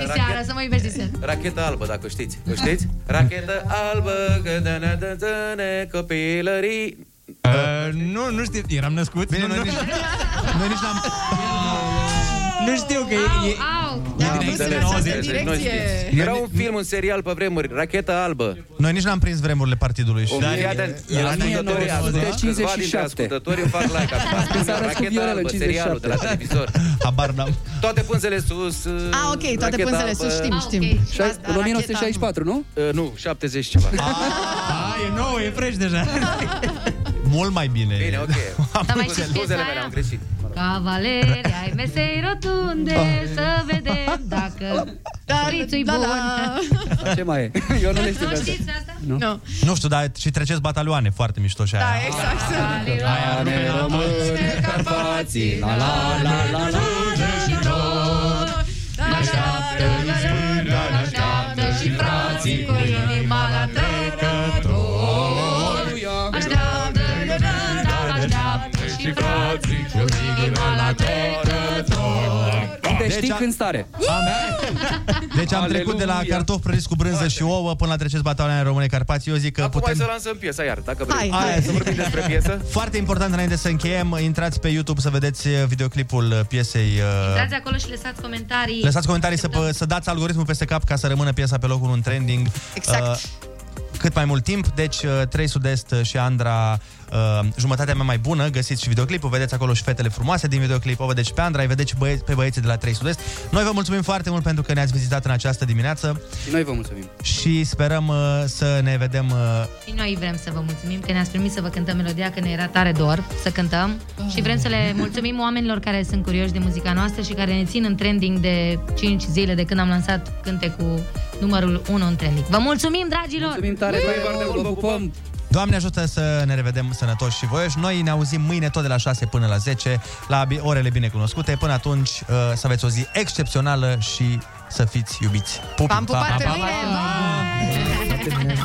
D: De seară, să mă iubești de seară.
R: Racheta albă, dacă o știți. O știți? Rachetă albă, că da, de ne dă de ne copilării.
F: Uh, nu, nu știu, eram născut. Bine, nu, nu,
E: Noi nici n-am...
F: nu știu că
D: Au,
F: e...
D: au.
R: Da,
F: din
R: de
F: anii
R: la
F: 90.
R: 90,
F: Direcție.
R: nu știți. Era un film, un serial pe vremuri, Racheta albă.
E: Noi nici n-am prins vremurile partidului. Și...
R: Dar, era 1957. Câțiva dintre ascultători îmi fac like
F: <laughs>
R: acum. Spune, Racheta albă, serialul de la televizor.
E: Habar n-am.
R: Toate pânzele sus.
I: Ah, ok, toate pânzele sus, știm, știm. Asta,
R: În
I: racheta,
R: 1964, nu? Uh, Nu, 70 și ceva.
F: A, Ah, e nou, e fresh deja.
E: Mult mai bine.
R: Bine, ok.
D: Dar mai știți piesa
R: mele,
D: aia?
R: am greșit.
D: Cavaleri, ai mesei
R: Ah.
D: rotunde, să vedem dacă
I: Da,
D: frițul-i bun.
E: Ce mai e? Eu nu le
D: Nu știți asta?
E: Nu. nu. Nu știu, dar și treceți batalioane, foarte mișto și aia.
D: Da, exact.
E: Aia ne rămâne Carpații, la la la la la.
M: Așteaptă izbândă, ne așteaptă și frații Cu inima la trecători Așteaptă, izbândă, așteaptă și frații Cu inima la trecători
E: Deci știi când
H: stare.
E: Deci am trecut de la cartofi prăjiți cu brânză și ouă până la treceți batalioane române Carpații. Eu zic că
R: Acum
E: putem...
R: hai să lansăm piesa iar, dacă
E: Hai,
R: vrei.
E: hai.
R: Hai, să vorbim despre piesă.
E: Foarte important înainte să încheiem, intrați pe YouTube să vedeți videoclipul uh, piesei. uh,
D: Dați acolo și lăsați comentarii.
E: Lăsați comentarii să, pă- să dați algoritmul peste cap ca să rămână piesa pe locul în trending.
D: Exact.
E: Uh, cât mai mult timp, deci uh, 3 Sud-Est și Andra, uh, jumătatea mea mai bună, găsiți și videoclipul, vedeți acolo și fetele frumoase din videoclip, o vedeți și pe Andra, îi vedeți și băie- pe băieții de la 3 Sud-Est. Noi vă mulțumim foarte mult pentru că ne-ați vizitat în această dimineață
H: Și noi vă mulțumim.
E: și sperăm uh, să ne vedem uh,
D: Și noi vrem să vă mulțumim că ne-ați permis să vă cântăm melodia, că ne era tare dor să cântăm și vrem să le mulțumim oamenilor care sunt curioși de muzica noastră și care ne țin în trending de 5 zile de când am lansat cântecul numărul 1 în trending. Vă mulțumim, dragilor! Mulțumim
H: tare,
R: Mulțumim foarte mult, vă pupăm!
E: Doamne ajută să ne revedem sănătoși și voioși. Noi ne auzim mâine tot de la 6 până la 10, la bi- orele binecunoscute. Până atunci, uh, să aveți o zi excepțională și să fiți iubiți. Pupi!
I: V-am
E: Pa,
I: pupat
E: pa,
I: pe
E: pa,
I: mine,
E: pa.
I: bye!